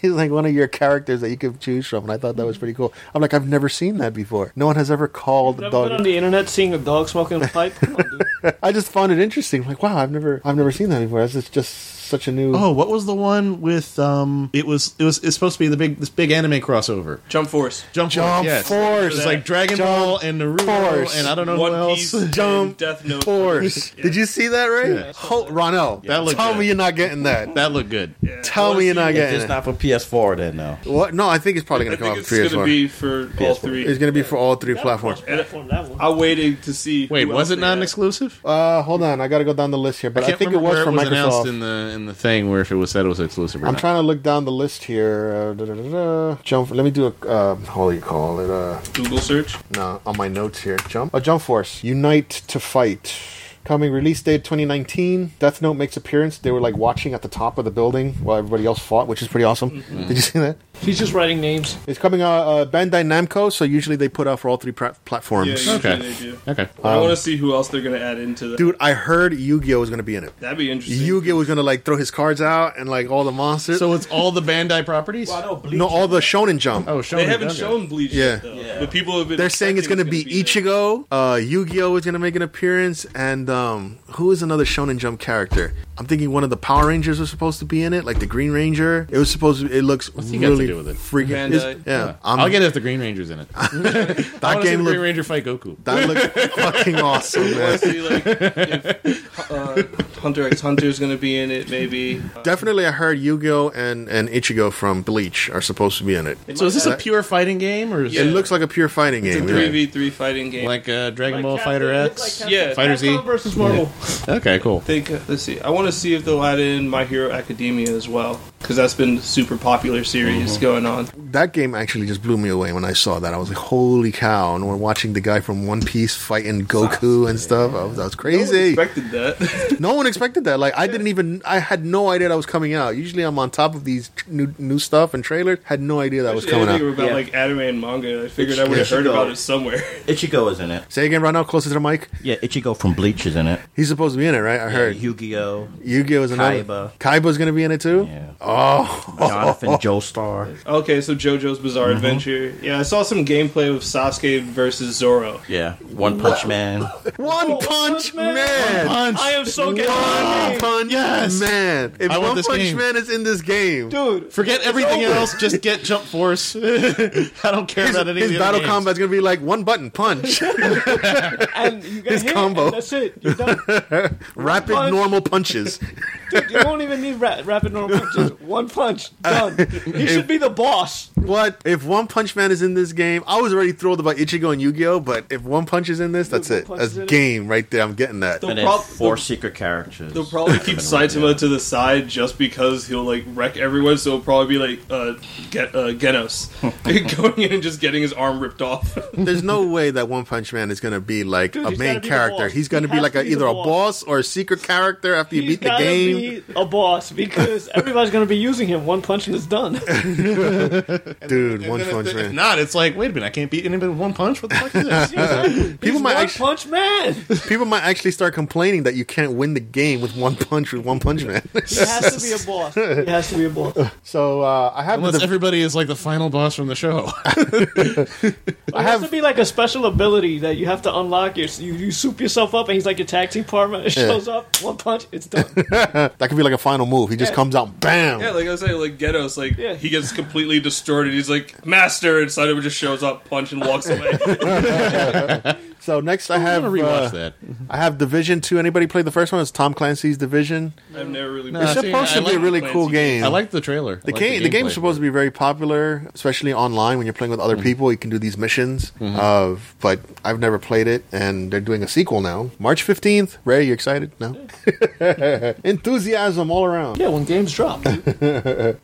S4: He's like one of your characters that you could choose from, and I thought that was pretty cool. I'm like, I've never seen that before. No one has ever called a
S3: Never
S4: dog.
S3: been on the internet seeing a dog smoking a pipe. Come on, dude.
S4: [LAUGHS] I just found it interesting. Like, wow, I've never, I've never seen that before. It's just, just such a new.
S2: Oh, what was the one with um? It was it was it's supposed to be the big this big anime crossover.
S5: Jump Force.
S2: Jump,
S4: Jump Force.
S2: It's like Dragon
S4: Jump
S2: Ball and Naruto
S4: Force.
S2: and I don't know
S5: One
S2: who else. [LAUGHS]
S5: Piece and
S4: Jump
S5: Death Note.
S4: Force. [LAUGHS] Did you see that, Ray?
S2: Yeah.
S4: Ho- Ronell,
S2: That looked
S4: tell
S2: good.
S4: me you're not getting
S2: [LAUGHS]
S4: that.
S2: That looked good.
S4: Tell me you're not
S7: If
S4: getting
S7: it's
S4: it.
S7: not for PS4, then no.
S4: what? No, I think it's probably
S5: I
S4: going to come
S5: think
S4: out
S5: it's
S4: for PS4.
S5: going to be for all
S7: PS4.
S5: three.
S4: it's going to be for all three
S3: That
S4: platforms.
S3: Platform, that one.
S5: I waited to see.
S2: Wait,
S5: who
S2: was
S5: else
S2: it
S5: they
S2: non
S5: had.
S2: exclusive?
S4: Uh, hold on, I got to go down the list here, but I, think it was
S2: where
S4: for
S2: it was announced
S4: Microsoft.
S2: in the in the thing where if it was said it was exclusive or
S4: I'm
S2: not.
S4: trying to look down the list here. Uh, da, da, da, da. Jump. Let me do a. Uh, what do you call it? Uh,
S5: Google search.
S4: no, on my notes here. Jump. A Jump Force. Unite to fight. Coming release date 2019. Death Note makes appearance. They were like watching at the top of the building while everybody else fought, which is pretty awesome.
S2: Mm-hmm.
S4: Did you see that?
S3: He's just writing names.
S4: It's coming out uh, Bandai Namco, so usually they put out for all three pra-
S5: Yeah,
S4: platforms.
S5: usually
S2: Okay.
S5: they do.
S2: Okay.
S5: I want to see who else they're going to add into that.
S4: Dude, I heard Yu-Gi-Oh was gonna be in it.
S5: That'd be interesting.
S4: Yu-Gi-Oh was gonna like throw his cards out and like all the monsters.
S2: So it's all the Bandai properties?
S4: no, all the Shonen Jump.
S2: Oh, show
S5: They
S2: me
S5: haven't
S2: Duggan.
S5: shown Bleach
S4: Yeah.
S5: yet, though. But people have been.
S4: They're saying it's gonna
S5: expecting
S4: be
S5: gonna [LAUGHS] there.
S4: Ichigo. Uh, Yu-Gi-Oh is gonna make an appearance, and um, who is another Shonen Jump character? I'm thinking one of the Power Rangers was supposed to be in it, like the Green Ranger. It was supposed. to It looks
S2: he got to
S4: really
S2: do with it?
S4: freaking.
S5: Bandai.
S4: it's- Yeah, I'm,
S2: I'll get it if the Green Ranger's in it. I
S4: that
S2: want to see
S4: game
S2: the Green
S4: look.
S2: Ranger fight Goku.
S4: That
S2: [LAUGHS]
S4: looked fucking awesome, man.
S5: See,
S4: [LAUGHS]
S5: like, if, uh, Hunter x Hunter's going to be in it, maybe. Uh,
S4: Definitely, I heard Yu-Gi-Oh and and Ichigo from Bleach are supposed to be in it.
S5: it
S2: So is
S5: might
S2: this a
S5: have
S2: pure fighting game or is
S5: Yeah.
S4: It
S2: it
S4: looks like a pure fighting
S5: a
S4: game. yeah.
S5: 3v3 fighting game?
S2: like uh, Dragon
S3: Like
S2: Ball
S3: Captain-
S2: Fighter
S3: it
S2: X?
S3: looked like Captain-
S5: Yeah.
S2: Fighter Z.
S3: Capcom versus Marvel.
S2: Okay, cool.
S5: Think, let's see. I want to see if they'll add in My Hero Academia as well, because that's been a super popular series
S7: Mm-hmm.
S5: going on.
S4: That game actually just blew me away when I saw that. I was like, "Holy cow!" And we're watching the guy from One Piece fighting Goku and stuff. I was, that was crazy. [LAUGHS]
S5: Expected that.
S4: No one expected that. Like, I didn't even. I had no idea that was coming out. Usually, I'm on top of these tr- new new stuff and trailers. Had no idea
S5: [LAUGHS]
S4: that was
S5: Actually, I
S4: coming
S5: think
S4: out.
S5: about
S7: Yeah.
S5: like anime and manga. I figured I would have
S7: Yeah.
S5: heard about it somewhere. [LAUGHS]
S7: Ichigo is in it.
S4: Say again, right now, closer to the mic.
S7: Yeah, Ichigo from Bleach is in it.
S4: He's supposed to be in it, right? I heard
S7: Yu-Gi-Oh,
S4: Yu-Gi-Oh is another.
S7: Kaiba.
S4: Kaiba's gonna be in it too.
S7: Yeah.
S4: Oh,
S7: Jonathan Joestar.
S5: Okay, so JoJo's Bizarre
S7: Mm-hmm.
S5: Adventure. Yeah, I saw some gameplay of Sasuke versus Zoro.
S7: Yeah, One Punch
S4: [LAUGHS]
S7: Man.
S4: One
S5: Oh,
S3: One
S4: Punch
S3: Punch Man.
S4: Man.
S2: Punch.
S3: I am so getting
S4: One Punch
S2: Yes.
S4: Man. If
S2: I want
S4: One
S2: this
S4: Punch
S2: game.
S4: Man is in this game,
S3: Dude,
S2: Forget everything else. Just get Jump [LAUGHS] Force. I don't care
S4: his,
S2: about any
S4: his
S2: of the
S4: battle
S2: other games.
S4: combat's gonna be like one button
S3: [LAUGHS]
S4: punch,
S3: and you get
S4: His
S3: hit,
S4: combo.
S3: and that's it. You're done.
S4: rapid
S3: Punch.
S4: normal punches.
S3: Dude, you don't even need ra- rapid normal punches. One punch,
S4: [LAUGHS]
S3: done. He should be the boss.
S4: what if One Punch Man is in this game? I was already thrilled about Ichigo and Yu-Gi-Oh, but if One Punch is in this, that's
S3: One
S4: it.
S3: Punch
S4: That's
S3: is in it.
S4: game right there. I'm getting that.
S5: The
S7: And then
S5: prob-
S7: four
S5: the-
S7: secret characters.
S5: They'll
S7: [LAUGHS]
S5: probably keep Saitama to the side just because he'll like wreck everyone. So it'll probably be like uh, get uh,
S7: [LAUGHS]
S5: Genos [LAUGHS] going in and just getting his arm ripped off. [LAUGHS]
S4: There's no way that One Punch Man is gonna be like
S3: Dude,
S4: a
S3: he's
S4: main
S3: gotta be the
S4: character.
S3: boss.
S4: He's gonna
S3: He
S4: be
S3: has
S4: like
S3: to
S4: a,
S3: be the
S4: either a
S3: boss.
S4: boss or a secret character after you
S3: He's
S4: beat the
S3: gotta
S4: game.
S3: be a
S4: [LAUGHS]
S3: boss because everybody's gonna be using him. One punch and it's done.
S4: Dude,
S2: And
S4: One
S2: then if-
S4: Punch
S2: if,
S4: Man.
S2: not, it's like, wait a minute, I can't beat anybody with one punch? What the [LAUGHS] fuck is this?
S4: People
S3: He's
S4: might
S3: one
S4: actu-
S3: punch man.
S4: People might actually start complaining that you can't win the game with one punch with One Punch Man.
S3: He has to be a boss. He has to be
S4: [LAUGHS]
S3: a boss.
S4: so uh, I have the,
S2: Unless everybody is like the final boss from the show. [LAUGHS]
S3: It has to be like a special ability that you have to unlock. Your, you you soup yourself up, and he's like your tag team partner. It shows up, one punch, it's
S4: [LAUGHS]
S3: done.
S4: that could be like a final move. He just
S3: Yeah.
S4: comes out, bam.
S5: yeah, like I was saying, like Genos, like
S3: Yeah.
S5: he gets completely distorted. He's like master, and Saitama just shows up, punch, and walks away.
S4: So next I
S2: I'm
S4: have
S2: going to rewatch
S4: uh,
S2: that.
S4: I have Division Two. Anybody play the first one? It's Tom Clancy's Division.
S5: I've never really.
S2: Nah,
S4: It's
S2: I've seen it.
S4: supposed
S2: Uh, I
S4: to be
S2: like
S4: a really
S5: Tom
S4: cool
S5: Clancy.
S4: game.
S2: I like the trailer.
S4: the game. the game's supposed to be very popular, especially online when you're playing with other
S2: Mm-hmm.
S4: people. You can do these missions. Uh, but I've never played it, and they're doing a sequel now, March fifteenth. Ray, you excited? No. [LAUGHS] Enthusiasm all around.
S3: Yeah, when games drop,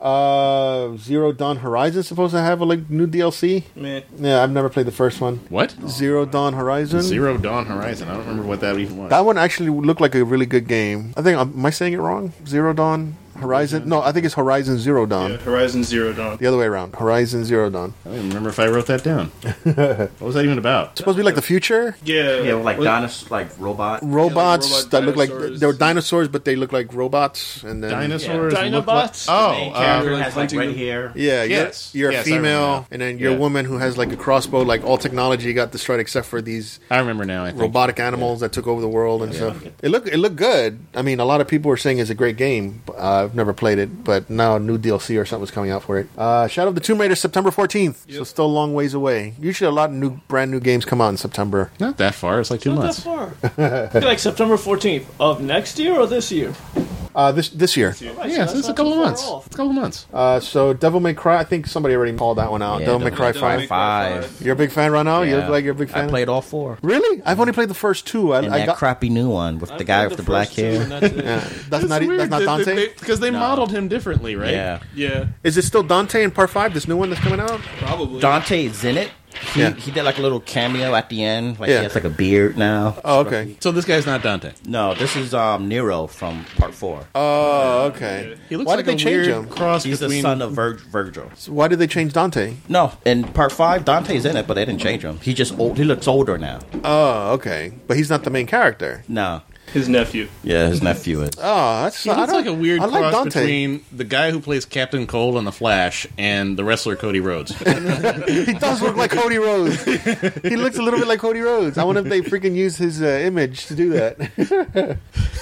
S4: Uh, Zero Dawn Horizon supposed to have a like new DLC.
S5: Man,
S4: Yeah, I've never played the first one.
S2: What?
S4: Zero Dawn Horizon.
S2: Zero Dawn Horizon. I don't remember what that even was.
S4: um, That one actually looked like a really good game. I think, am I saying it wrong? Zero Dawn Horizon? No, I think it's Horizon Zero Dawn.
S5: Yeah, Horizon Zero Dawn.
S4: The other way around. Horizon Zero Dawn.
S2: I don't even remember if I wrote
S4: [LAUGHS]
S2: that down. what was that even about?
S4: It's supposed to be like the future.
S5: Yeah,
S7: Yeah, like
S5: Well,
S7: dinosaur, like robot.
S4: Robots
S5: robot
S4: that look like
S5: dinosaurs.
S4: they were dinosaurs, but they look like robots. And then
S2: Dinosaurs.
S3: Yeah.
S2: look like-
S3: Dinobots?
S2: oh, uh,
S7: character
S5: like
S7: has like
S5: hunting
S7: red
S5: them.
S7: hair.
S4: Yeah,
S2: Yes.
S4: you're, you're
S2: Yes, I
S4: a
S2: remember
S4: female,
S2: now.
S4: and then you're
S2: Yeah.
S4: a woman who has like a crossbow. Like all technology got destroyed except for these
S2: I remember now. I think.
S4: robotic animals that took over the world and stuff. It looked it looked good. I mean, a lot of people were saying it's a great game. Uh, I've never played it, but now a new DLC or something's coming out for it. Uh, Shadow of the Tomb Raider September 14th, so still a long ways away. Usually, a lot of new brand new games come out in September.
S2: Not that far. It's like two
S3: Not that
S2: months.
S4: [LAUGHS]
S3: far. Be like September 14th of next year or this year?
S4: Uh, this this year.
S3: Right,
S2: Yeah, so it's
S3: so that's
S2: a
S3: not
S2: couple
S3: too
S2: of
S3: far
S2: months.
S3: off.
S2: It's a couple of months.
S4: Uh, so Devil May Cry. I think somebody already called that one out.
S7: Yeah,
S4: Devil May Cry
S7: Devil
S5: Devil May
S4: Five.
S5: Cry
S7: Five.
S5: Five.
S4: You're a big fan right now. You
S7: Yeah.
S4: look like you're a big fan.
S7: I played all four.
S4: Really? I've only played the first two. I,
S7: And
S4: I
S7: that
S4: got
S7: crappy new one with
S3: I
S7: the guy
S3: played
S7: with the, black
S3: first two
S7: hair.
S3: and that's it.
S4: Yeah, that's not e- that's not Dante.
S2: because they modeled him differently, right?
S7: Yeah.
S5: Yeah,
S4: Is it still Dante in part five? This new one that's coming out?
S5: probably.
S7: Dante is in it. He,
S4: Yeah.
S7: he did like a little cameo at the end. Like
S4: Yeah.
S7: he has like a beard now.
S4: Oh, okay.
S2: So this guy's not Dante.
S7: No, this is um, Nero from part four.
S4: Oh, okay.
S2: He looks
S4: Why
S2: like
S4: did they
S2: a
S4: change him?
S2: weird cross
S7: He's the
S2: between
S7: son of Vir- Virgil.
S4: Why did they change Dante?
S7: No, in part five, Dante's in it, but they didn't change him. He just old. He looks older now.
S4: Oh, okay. But he's not the main character.
S7: No.
S5: His nephew.
S7: Yeah, his nephew is.
S4: Oh, that's
S2: He
S4: I
S2: looks
S4: don't-
S2: like a weird
S4: I like
S2: cross
S4: Dante.
S2: between the guy who plays Captain Cole on The Flash and the wrestler Cody
S4: [LAUGHS]
S2: Rhodes. [LAUGHS]
S4: He does look like Cody Rhodes. he looks a little bit like Cody Rhodes. I wonder if they freaking use his uh, image to do that. [LAUGHS]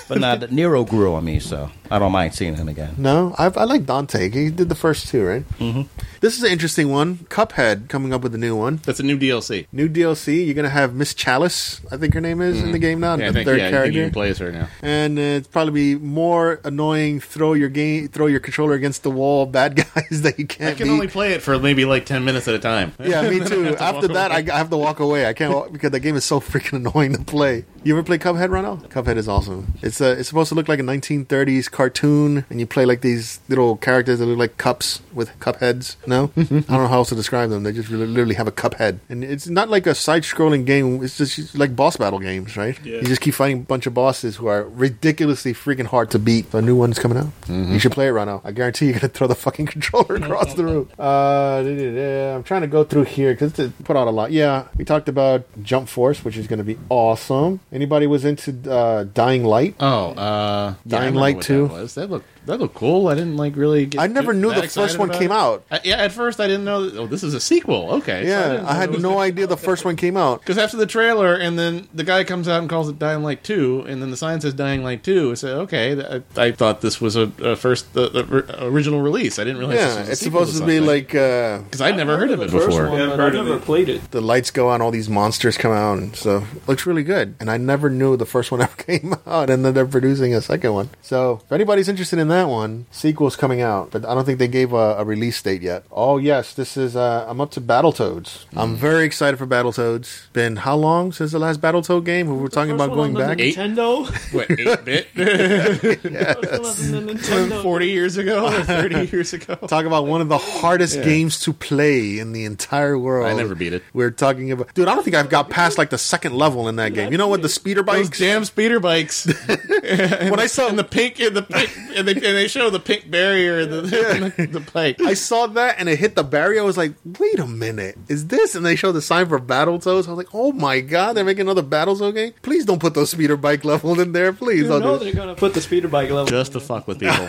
S7: But now that Nero grew on me, so I don't mind seeing him again.
S4: No, i I like Dante. He did the first two, right? Mm-hmm. This is an interesting one. Cuphead coming up with a new one.
S2: That's a new DLC.
S4: New DLC. You're gonna have Miss Chalice, I think her name is, in the game now.
S2: Mm-hmm. Yeah, I
S4: the
S2: think,
S4: third
S2: yeah, I think
S4: character.
S2: you can play as her now.
S4: and uh, it's probably be more annoying. Throw your game, throw your controller against the wall. Bad [LAUGHS] guys that you
S2: I
S4: can't
S2: can
S4: beat.
S2: only play it for maybe like 10 minutes at a time.
S4: yeah, me too.
S2: [LAUGHS] to
S4: After
S2: walk
S4: that, I,
S2: away.
S4: I have to walk away. I can't walk, because the game is so freaking annoying to play. You ever play Cuphead, Ronald? Cuphead is awesome. It's uh, it's supposed to look like a 1930s cartoon, and you play like these little characters that look like cups with cup heads. [LAUGHS] No, I don't know how else to describe them. They just really, literally have a cup head, and it's not like a side-scrolling game. It's just like boss battle games, right?
S5: Yeah.
S4: You just keep fighting a bunch of bosses who are ridiculously freaking hard to beat. So a new one's coming out. You should play it right now. I guarantee you're gonna throw the fucking [LAUGHS] controller across the room. Uh, da-da-da. I'm trying to go through here because it put out a lot. Yeah, we talked about Jump Force, which is gonna be awesome. Anybody was into uh, Dying Light?
S2: Oh, uh, yeah, I
S4: Dying
S2: remember
S4: Light
S2: what
S4: 2.
S2: That, was. that looked that looked cool. I didn't like really. Get
S4: I never
S2: too-
S4: knew
S2: that
S4: the
S2: excited
S4: first one
S2: about
S4: came
S2: it.
S4: out.
S2: I, yeah, at first I didn't know. That, oh, this is a sequel. Okay,
S4: Yeah, I had no idea the first one came out.
S2: Because after the trailer, and then the guy comes out and calls it Dying Light Two, and then the sign says Dying Light Two. I said, okay, th- I, I thought this was a, a first the, the or- original release. I didn't realize.
S4: Yeah, it's supposed to be like uh,
S2: because I'd never heard of it
S3: The first
S2: before.
S3: one,
S5: Yeah, I've
S3: but
S5: heard
S3: I've
S5: of
S3: never
S5: it.
S3: played it.
S4: the lights go on, all these monsters come out, and so looks really good. And I never knew the first one [LAUGHS] ever came out, and then they're producing a second one. So if anybody's interested in that one, sequel's coming out, but I don't think they gave a, a release date yet. Oh yes, this is uh, I'm up to Battletoads. I'm very excited for Battletoads. Been how long since the last Battletoad game? We were talking
S3: First
S4: about
S3: one
S4: going
S3: on the
S4: back.
S2: Eight.
S3: Nintendo.
S2: What eight [LAUGHS] bit
S3: First one on
S4: [LAUGHS]
S3: the Nintendo.
S2: forty years ago or thirty years ago?
S4: Talk about one of the hardest games to play in the entire world.
S2: I never beat it.
S4: We're talking about, dude. I don't think I've got past like the second level in that game. You know what? The speeder
S2: Those
S4: bikes.
S2: damn speeder bikes.
S4: When I saw
S2: and the pink and the pink and they and they show the pink barrier and the [LAUGHS] the, the plate.
S4: I saw that and it hit the barrier. I was like, wait a minute, is this? And they showed the sign for Battletoads. I was like, oh my god, they're making another Battletoad game? Please don't put those speeder bike [LAUGHS] levels in there, please.
S3: You
S4: don't do
S3: know
S4: it.
S3: they're gonna put the speeder bike level.
S2: Just to fuck with [LAUGHS] people.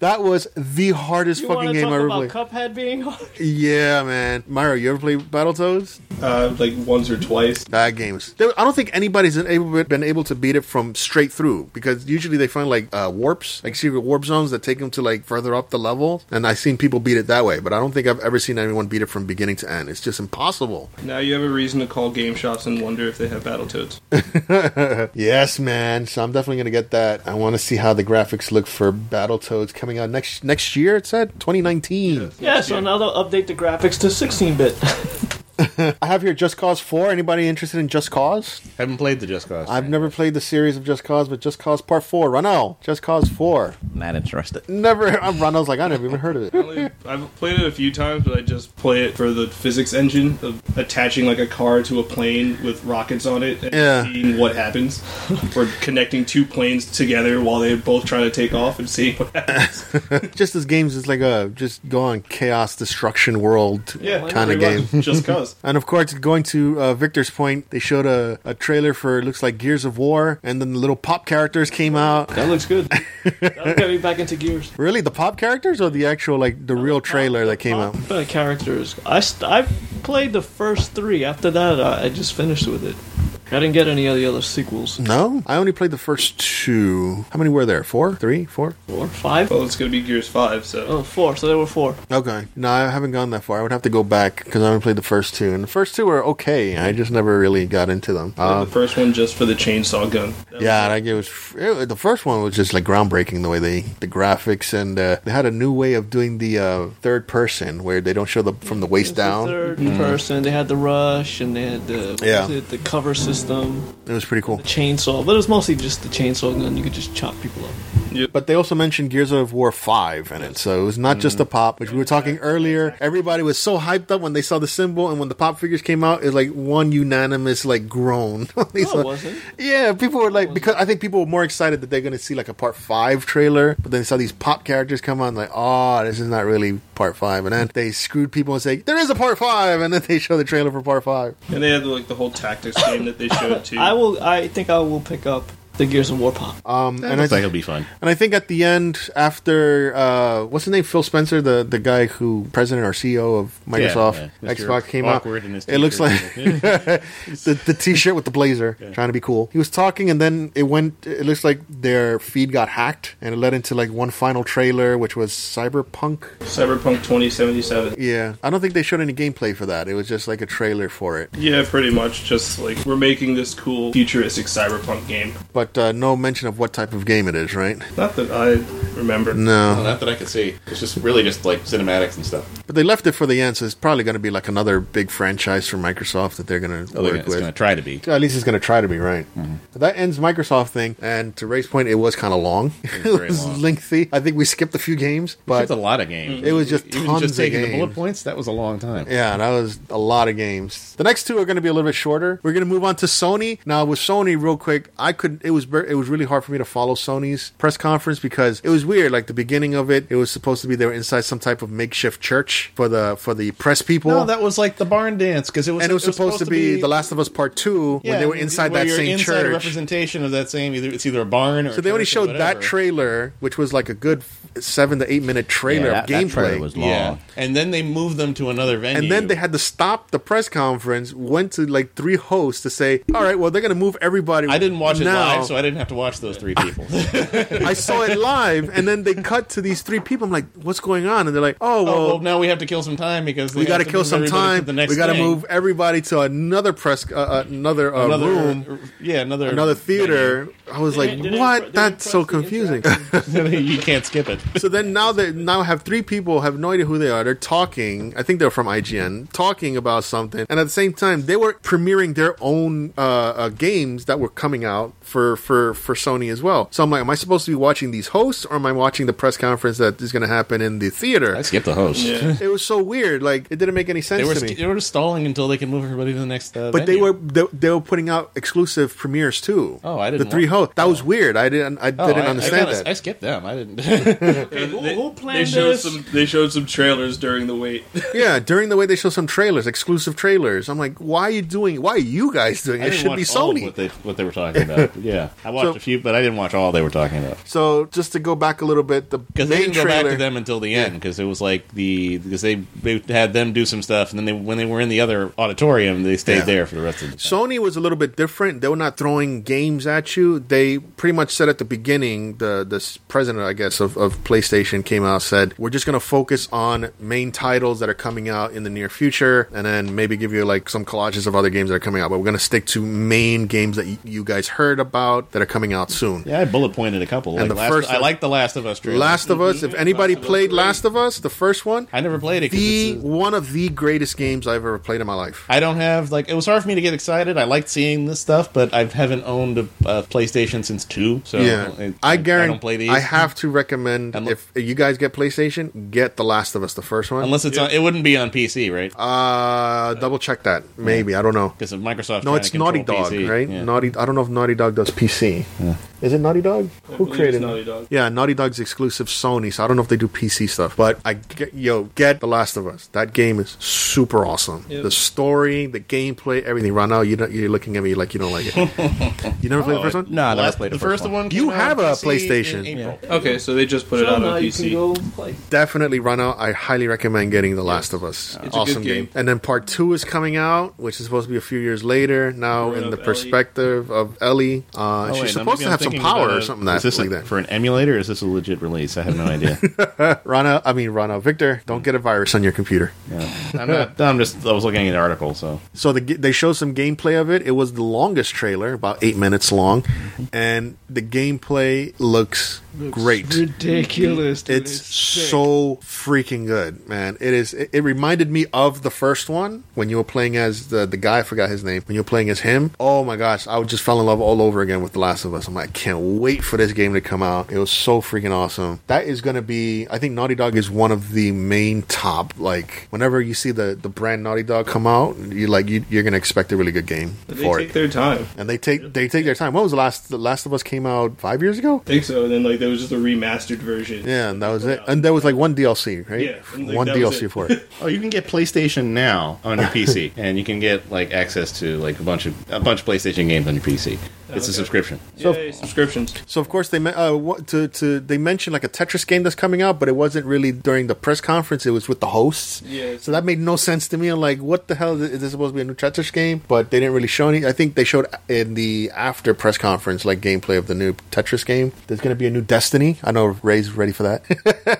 S4: That was the hardest
S3: you
S4: fucking
S3: wanna
S4: game
S3: talk
S4: I ever
S3: about
S4: played.
S3: Cuphead being
S5: [LAUGHS]
S3: hard?
S4: yeah, man. Mario, you ever play Battletoads?
S5: Uh, like once or twice.
S4: That game's. there- I don't think anybody's been able, been able to beat it from straight through because usually they find like uh, warps, like secret warp zones that take them to like further up the level. And I've seen people beat it that way, but I don't think I've ever seen anyone beat it from beginning to end. It's just impossible.
S5: Now you have a reason to call game shops and wonder if they have Battletoads.
S4: Yes, man. So I'm definitely gonna get that. I want to see how the graphics look for Battletoads coming out next next year. It said 2019.
S3: Yeah, so now they'll update the graphics to 16 bit.
S4: I have here Just Cause 4. Anybody interested in Just Cause?
S2: Haven't played the Just Cause.
S4: I've never played the series of Just Cause, but Just Cause Part 4. Ronell, Just Cause 4.
S7: Not interested.
S4: Never. [LAUGHS] I'm Ronell's like, I never even heard
S5: [LAUGHS]
S4: of it.
S5: Only- I've played it a few times, but I just play it for the physics engine of attaching like a car to a plane with rockets on it and
S4: Yeah.
S5: seeing what happens, or connecting two planes together while they're both trying to take off and seeing what happens.
S4: Just as games is like a just go on chaos destruction world
S5: Yeah,
S4: kind of game.
S5: Just cause.
S4: And of course, going to uh, Victor's point, they showed a, a trailer for it looks like Gears of War, and then the little pop characters came out.
S5: That
S4: [LAUGHS]
S5: looks good.
S3: That'll get me back into gears.
S4: Really, the pop characters or the actual like the real trailer that came out?
S3: Uh, characters. I st- I played the first three. After that, I, I just finished with it. I didn't get any of the other sequels.
S4: No, I only played the first two. How many were there? Four, three, four.
S3: Four, five.
S5: Well, it's gonna be Gears Five, so
S3: Oh, four. So there were four.
S4: Okay. No, I haven't gone that far. I would have to go back because I only played the first two, and the first two were okay. I just never really got into them.
S5: the
S4: Um,
S5: first one just for the chainsaw gun.
S4: yeah, and I it was it, the first one was just like groundbreaking the way they the graphics and uh, they had a new way of doing the uh, third person where they don't show the from the waist
S3: It's the
S4: down. Mm-hmm.
S3: third person. They had the rush and they had the what
S4: Yeah.
S3: was it, the cover system,
S4: It was pretty cool.
S3: the chainsaw. But it was mostly just the chainsaw gun. You could just chop people up.
S4: But they also mentioned Gears of War 5 in it. So it was not just the
S3: Mm.
S4: pop, which we were talking earlier. Everybody was so hyped up when they saw the symbol, and when the pop figures came out, it was like one unanimous like groan. [LAUGHS] They
S3: No,
S4: saw-
S3: it wasn't.
S4: Yeah, people were like, because I think people were more excited that they're going to see like a part 5 trailer, but then they saw these pop characters come on, like, oh, this is not really part 5. And then they screwed people and say, there is a part 5. And then they show the trailer for part 5.
S5: And they had like the whole tactics game that they showed
S3: [LAUGHS]
S5: too.
S3: I will. I think I will pick up the Gears of War pop.
S4: Um, and
S2: And I
S4: I
S2: think
S4: think.
S2: it'll be fun.
S4: And I think at the end, after uh, what's his name, Phil Spencer, the, the guy who president or CEO of Microsoft
S2: yeah. Mr.
S4: Xbox came
S2: Awkward in his
S4: out. It looks like [LAUGHS]
S2: t-shirt.
S4: the the t shirt with the blazer, trying to be cool. He was talking, and then it went. It looks like their feed got hacked, and it led into like one final trailer, which was Cyberpunk.
S5: Cyberpunk 2077.
S4: Yeah, I don't think they showed any gameplay for that. It was just like a trailer for it,
S5: Yeah, pretty much. Just like we're making this cool futuristic cyberpunk game.
S4: but uh, no mention of what type of game it is, right?
S5: Not that I remember.
S4: No,
S2: Not that I can see. It's just really just like cinematics and stuff.
S4: but they left it for the end, so it's probably going to be like another big franchise for Microsoft that they're going to
S2: Oh,
S4: work
S2: they're gonna, Mm-hmm. it's
S4: with.
S2: going to try to be.
S4: at least it's going to try to be right. But That ends Microsoft thing. And to Ray's point, it was kind of long. [LAUGHS] It
S2: was
S4: was,
S2: very long.
S4: lengthy. I think we skipped a few games, but
S2: It's a lot of games.
S4: It was just
S2: Even
S4: tons
S2: just
S4: of
S2: taking the bullet
S4: games.
S2: points. That was a long time.
S4: yeah, that was a lot of games. The next two are going to be a little bit shorter. We're going to move on to Sony now. With Sony, real quick, I could. It was ver- it was really hard for me to follow Sony's press conference because it was weird. Like the beginning of it, it was supposed to be they were inside some type of makeshift church for the for the press people.
S2: No, that was like the barn dance because it was.
S4: and it was, supposed, to be, The Last of Us Part Two when they were inside
S2: where
S4: that
S2: you're
S4: same
S2: inside A
S4: church.
S2: representation of that same. Either it's either a barn or.
S4: So they only showed that
S2: trailer.
S4: trailer, which was like a good seven to eight minute trailer
S7: Yeah, that,
S4: of
S7: that
S4: gameplay.
S7: trailer was long.
S2: Yeah, and then they moved them to another venue.
S4: and then they had to stop the press conference, went to like three hosts to say, all right, well, they're going to move everybody.
S2: I didn't watch it
S4: now."
S2: live, so I didn't have to watch those [LAUGHS] three people.
S4: I saw
S2: [LAUGHS]
S4: it live, and then they cut to these three people. I'm like, what's going on? And they're like, oh, well,
S2: oh, well, now we have to kill some time because
S4: we got to kill
S2: move
S4: some
S2: everybody
S4: time.
S2: To the next
S4: we got to
S2: thing.
S4: move everybody to another press, uh, uh, another, uh,
S2: another
S4: room,
S2: Yeah, another
S4: another theater. I was like,
S3: Didn't- didn't
S4: what?
S3: it pre- didn't
S4: That's so
S3: press the
S4: confusing. [LAUGHS]
S2: venue. [LAUGHS] you can't skip it.
S4: so then now they now have three people have no idea who they are. They're talking. I think they're from IGN, talking about something, and at the same time they were premiering their own uh, uh, games that were coming out for for for Sony as well. So I'm like, am I supposed to be watching these hosts or am I watching the press conference that is going to happen in the theater?
S2: skipped the host.
S5: Yeah.
S4: it was so weird. Like it didn't make any sense
S2: They were
S4: to me.
S2: sk- they were stalling until they could move everybody to the next. Uh,
S4: But they were
S2: venue.
S4: they, they were putting out exclusive premieres too.
S2: Oh, I didn't
S4: The three
S2: want-
S4: hosts. That was weird. I didn't. I
S2: Oh,
S4: didn't
S2: I- I
S4: understand
S2: kinda-
S4: that.
S2: I skipped them. I didn't. [LAUGHS]
S3: who-
S5: They-
S3: who planned
S5: they showed
S3: this?
S5: Some, they showed some trailers during the wait.
S4: Yeah, during the way they show some trailers, exclusive trailers. I'm like, why are you doing? Why are you guys doing?
S2: I
S4: it? It
S2: didn't
S4: should
S2: watch
S4: be
S2: all of
S4: Sony.
S2: What they, what they were talking
S4: [LAUGHS]
S2: about. yeah, I watched
S4: So-
S2: a few, but I didn't watch all they were talking about
S4: So just to go back a little bit, the
S2: because
S4: main
S2: they didn't go
S4: trailer.
S2: back to them until the end because it was like the because they they had them do some stuff and then they when they were in the other auditorium they stayed
S4: Yeah.
S2: there for the rest of the. Time.
S4: Sony was a little bit different. They were not throwing games at you. They pretty much said at the beginning, the the s- president, I guess, of, of PlayStation came out said, "We're just going to focus on main titles that are coming out in the near future, and then maybe give you like some collages of other games that are coming out. But we're going to stick to main games that y- you guys heard about that are coming out soon."
S2: Yeah, I bullet pointed a couple.
S4: And
S2: Like
S4: the
S2: last,
S4: first-
S2: I liked the Last of Us trailer.
S4: Last of Us. If anybody played Last of Us, the first one,
S2: I never played it. 'cause
S4: the
S2: it's a-
S4: one of the greatest games I've ever played in my life.
S2: I don't have like it was hard for me to get excited. I liked seeing this stuff, but I haven't owned a, a PlayStation since two. So
S4: yeah,
S2: it-
S4: I guarantee. I,
S2: don't play these.
S4: have to recommend
S2: Unle-
S4: if you guys get PlayStation, get The Last of Us, the first one.
S2: unless it's on, it wouldn't be on PC, right?
S4: uh, double check that. Maybe I don't know.
S2: Because of Microsoft.
S4: No,
S2: trying
S4: it's
S2: to control
S4: Naughty Dog,
S2: PC.
S4: right?
S2: Yeah.
S4: Naughty. I don't know if Naughty Dog does PC. Is it Naughty Dog?
S5: I
S1: Who
S5: believe it's
S1: created it?
S5: Naughty Dog?
S4: Yeah, Naughty Dog's exclusive Sony, so I don't know if they do PC stuff. But I get, yo get The Last of Us. That game is super awesome.
S5: Yeah.
S4: The story, the gameplay, everything. Right now, you don't- you're looking at me like you don't like it.
S2: [LAUGHS]
S4: you never
S2: Oh,
S4: played the first one?
S7: No, I never
S2: Last-
S7: played
S2: the first one.
S4: You
S2: came out
S4: have
S2: on
S4: a
S2: PC in
S4: PlayStation.
S2: April. Oh,
S5: Okay, so they just put it out
S3: now
S5: on
S3: you can
S5: PC.
S3: go play.
S4: Definitely run out. I highly recommend getting The Last of Us.
S5: It's a
S4: awesome
S5: good game.
S4: And then part two is coming out, which is supposed to be a few years later. Now
S5: Bring
S4: in
S5: up
S4: the
S5: Ellie.
S4: perspective of Ellie, uh,
S2: Oh,
S4: she's
S2: wait, no,
S4: supposed
S2: maybe
S4: to
S2: I'm
S4: have some
S2: thinking
S4: power
S2: about
S4: or
S2: a-
S4: something that,
S2: is this
S4: like
S2: a-
S4: that.
S2: for an emulator. Is this a legit release? I
S4: [LAUGHS]
S2: have no idea.
S4: Rana, I mean Rana, Victor,
S2: Mm.
S4: don't get a virus on your computer.
S2: I'm not. I'm just. I was looking at an article. So
S4: So the, they show some gameplay of it. It was the longest trailer, about eight minutes long, and the gameplay looks, great.
S3: Ridiculous. Dude.
S4: It's
S3: sick.
S4: so freaking good, man. It is. It, it reminded me of the first one when you were playing as the the guy. I forgot his name. When you were playing as him, oh my gosh, I just fell in love all over again with The Last of Us. I'm like, I can't wait for this game to come out. It was so freaking awesome. That is gonna be. I think Naughty Dog is one of the main top. Like whenever you see the the brand Naughty Dog come out, you like you, you're gonna expect a really good game
S5: They
S4: for
S5: take
S4: it.
S5: their time.
S4: and they take they take their time. When was the last The Last of Us came out five years ago?
S5: think so. And then like there was just a remastered version.
S4: Yeah, and that was it. And there was like one DLC, right?
S5: Yeah, and, like,
S4: one
S5: that was
S4: DLC
S5: it.
S4: for
S5: [LAUGHS]
S4: it.
S2: Oh, you can get PlayStation now on your
S4: [LAUGHS]
S2: PC, and you can get like access to like a bunch of a bunch of PlayStation games on your PC. It's a
S5: okay.
S2: subscription.
S5: So subscriptions.
S4: So of course they men- uh, what, to to they mentioned like a Tetris game that's coming out, but it wasn't really during the press conference. It was with the hosts.
S5: Yeah.
S4: So that made no sense to me. I'm like, what the hell is this supposed to be a new Tetris game? But they didn't really show any. I think they showed in the after press conference like gameplay of the new Tetris game. There's going to be a new Destiny. I know Ray's ready for that. [LAUGHS]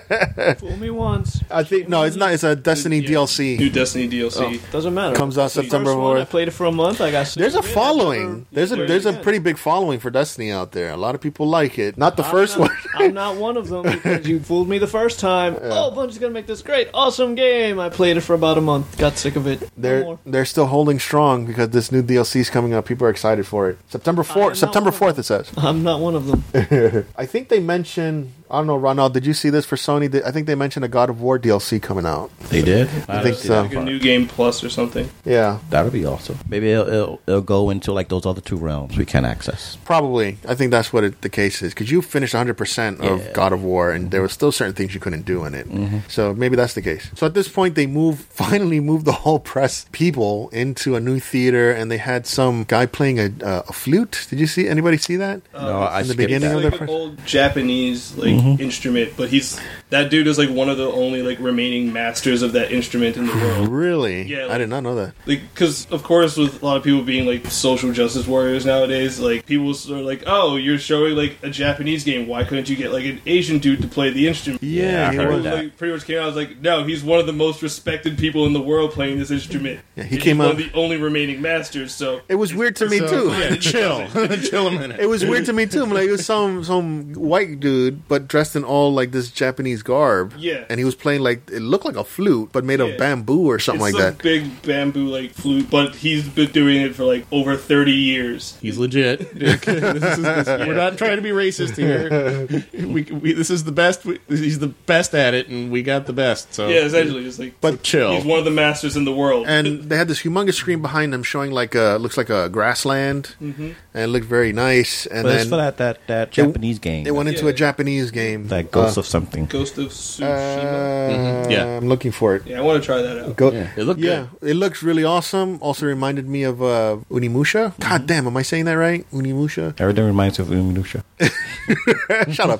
S3: Fool me once.
S4: I think no, it's not. It's a Destiny
S5: Yeah.
S4: DLC.
S5: New Destiny
S3: Oh,
S5: DLC.
S3: Doesn't matter.
S4: Comes out
S3: It's the
S4: September
S3: first one.
S4: 4th.
S3: I played it for a month. I got.
S4: There's a
S3: sick of it.
S4: following. There's a
S3: Yeah,
S4: there's a
S3: yeah.
S4: pretty big following for Destiny out there. A lot of people like it. Not the first
S3: I'm not,
S4: one.
S3: I'm not one of them because you fooled me the first time. Oh, Bungie's gonna make this great, awesome game. I played it for about a month. Got sick of it. No
S4: They're
S3: more.
S4: they're still holding strong because this new DLC is coming up. People are excited for it. September
S3: am
S4: fourth.
S3: not
S4: September
S3: one
S4: fourth. It
S7: [LAUGHS]
S4: says.
S3: I'm not one of them.
S4: I think they mentioned. I don't know, Ronald. Did you see this for Sony? Did- I think they mentioned a God of War DLC coming out.
S7: They did.
S4: I think so.
S5: Like a new game plus or something.
S4: Yeah,
S7: That'll be awesome. Maybe it'll, it'll, it'll go into like those other two realms we can access.
S4: probably. I think that's what it, the case is because you finished 100 percent of
S7: Yeah. Mm-hmm.
S4: God of War, and there were still certain things you couldn't do in it. So maybe that's the case. So at this point, they move [LAUGHS] finally moved the whole press people into a new theater, and they had some guy playing a, uh, a flute. Did you see anybody see that?
S7: no, I
S4: in the
S7: skipped
S4: beginning of
S5: It's
S7: that.
S4: the
S5: like an
S4: first-
S5: old Japanese like
S4: Mm-hmm.
S5: instrument, but he's that dude is like one of the only like remaining masters of that instrument in the world.
S4: Really?
S5: Yeah,
S4: I
S5: like-
S4: did not know that.
S5: Like, because of course, with a lot of people being like social justice warriors nowadays, like people are like, "Oh, you're showing like a Japanese game. Why couldn't you get like an Asian dude to play the instrument?"
S4: Yeah,
S7: I
S4: he
S7: heard
S4: was-
S7: that.
S5: Like, pretty much came out. I was like, "No, he's one of the most respected people in the world playing this instrument.
S4: Yeah, he
S5: And he's
S4: came
S5: one
S4: out-
S5: of the only remaining masters." So
S4: [LAUGHS] It was weird to me
S2: So,
S4: too.
S2: yeah, [LAUGHS] chill, [LAUGHS] chill a minute.
S4: It was weird to me too. I'm like, it was some some white dude, but dressed in all like this Japanese garb.
S5: Yeah.
S4: and he was playing like it looked like a flute, but made of
S5: Yeah.
S4: bamboo or something
S5: it's
S4: like
S5: some
S4: that.
S5: big bamboo like flute, but he's been doing it for like over thirty years.
S2: He's legit. [LAUGHS] This is- this- [LAUGHS] We're not trying to be racist here. [LAUGHS] We, we, this is the best. We, he's the best at it, and we got the best. So
S5: Yeah, essentially, just like
S4: But
S5: he's
S2: chill.
S5: one of the masters in the world.
S4: and they had this humongous screen behind them showing like a looks like a grassland,
S5: Mm-hmm.
S4: and it looked very nice. And
S7: But it's for
S4: then
S7: that, that, that Japanese game.
S4: it went into a
S5: Yeah.
S4: Japanese game.
S7: that Ghost of Mm-hmm. something.
S5: Ghost of
S4: Uh,
S5: Tsushima.
S2: Yeah.
S4: I'm looking for it.
S5: yeah, I want to try that out.
S4: Go.
S2: Yeah, it looked
S4: Yeah, it looks really awesome. Also reminded me of uh, Unimusha. God damn, am I saying that right? Unimusha.
S7: Everything reminds me of Uminusha.
S4: [LAUGHS] Shut up.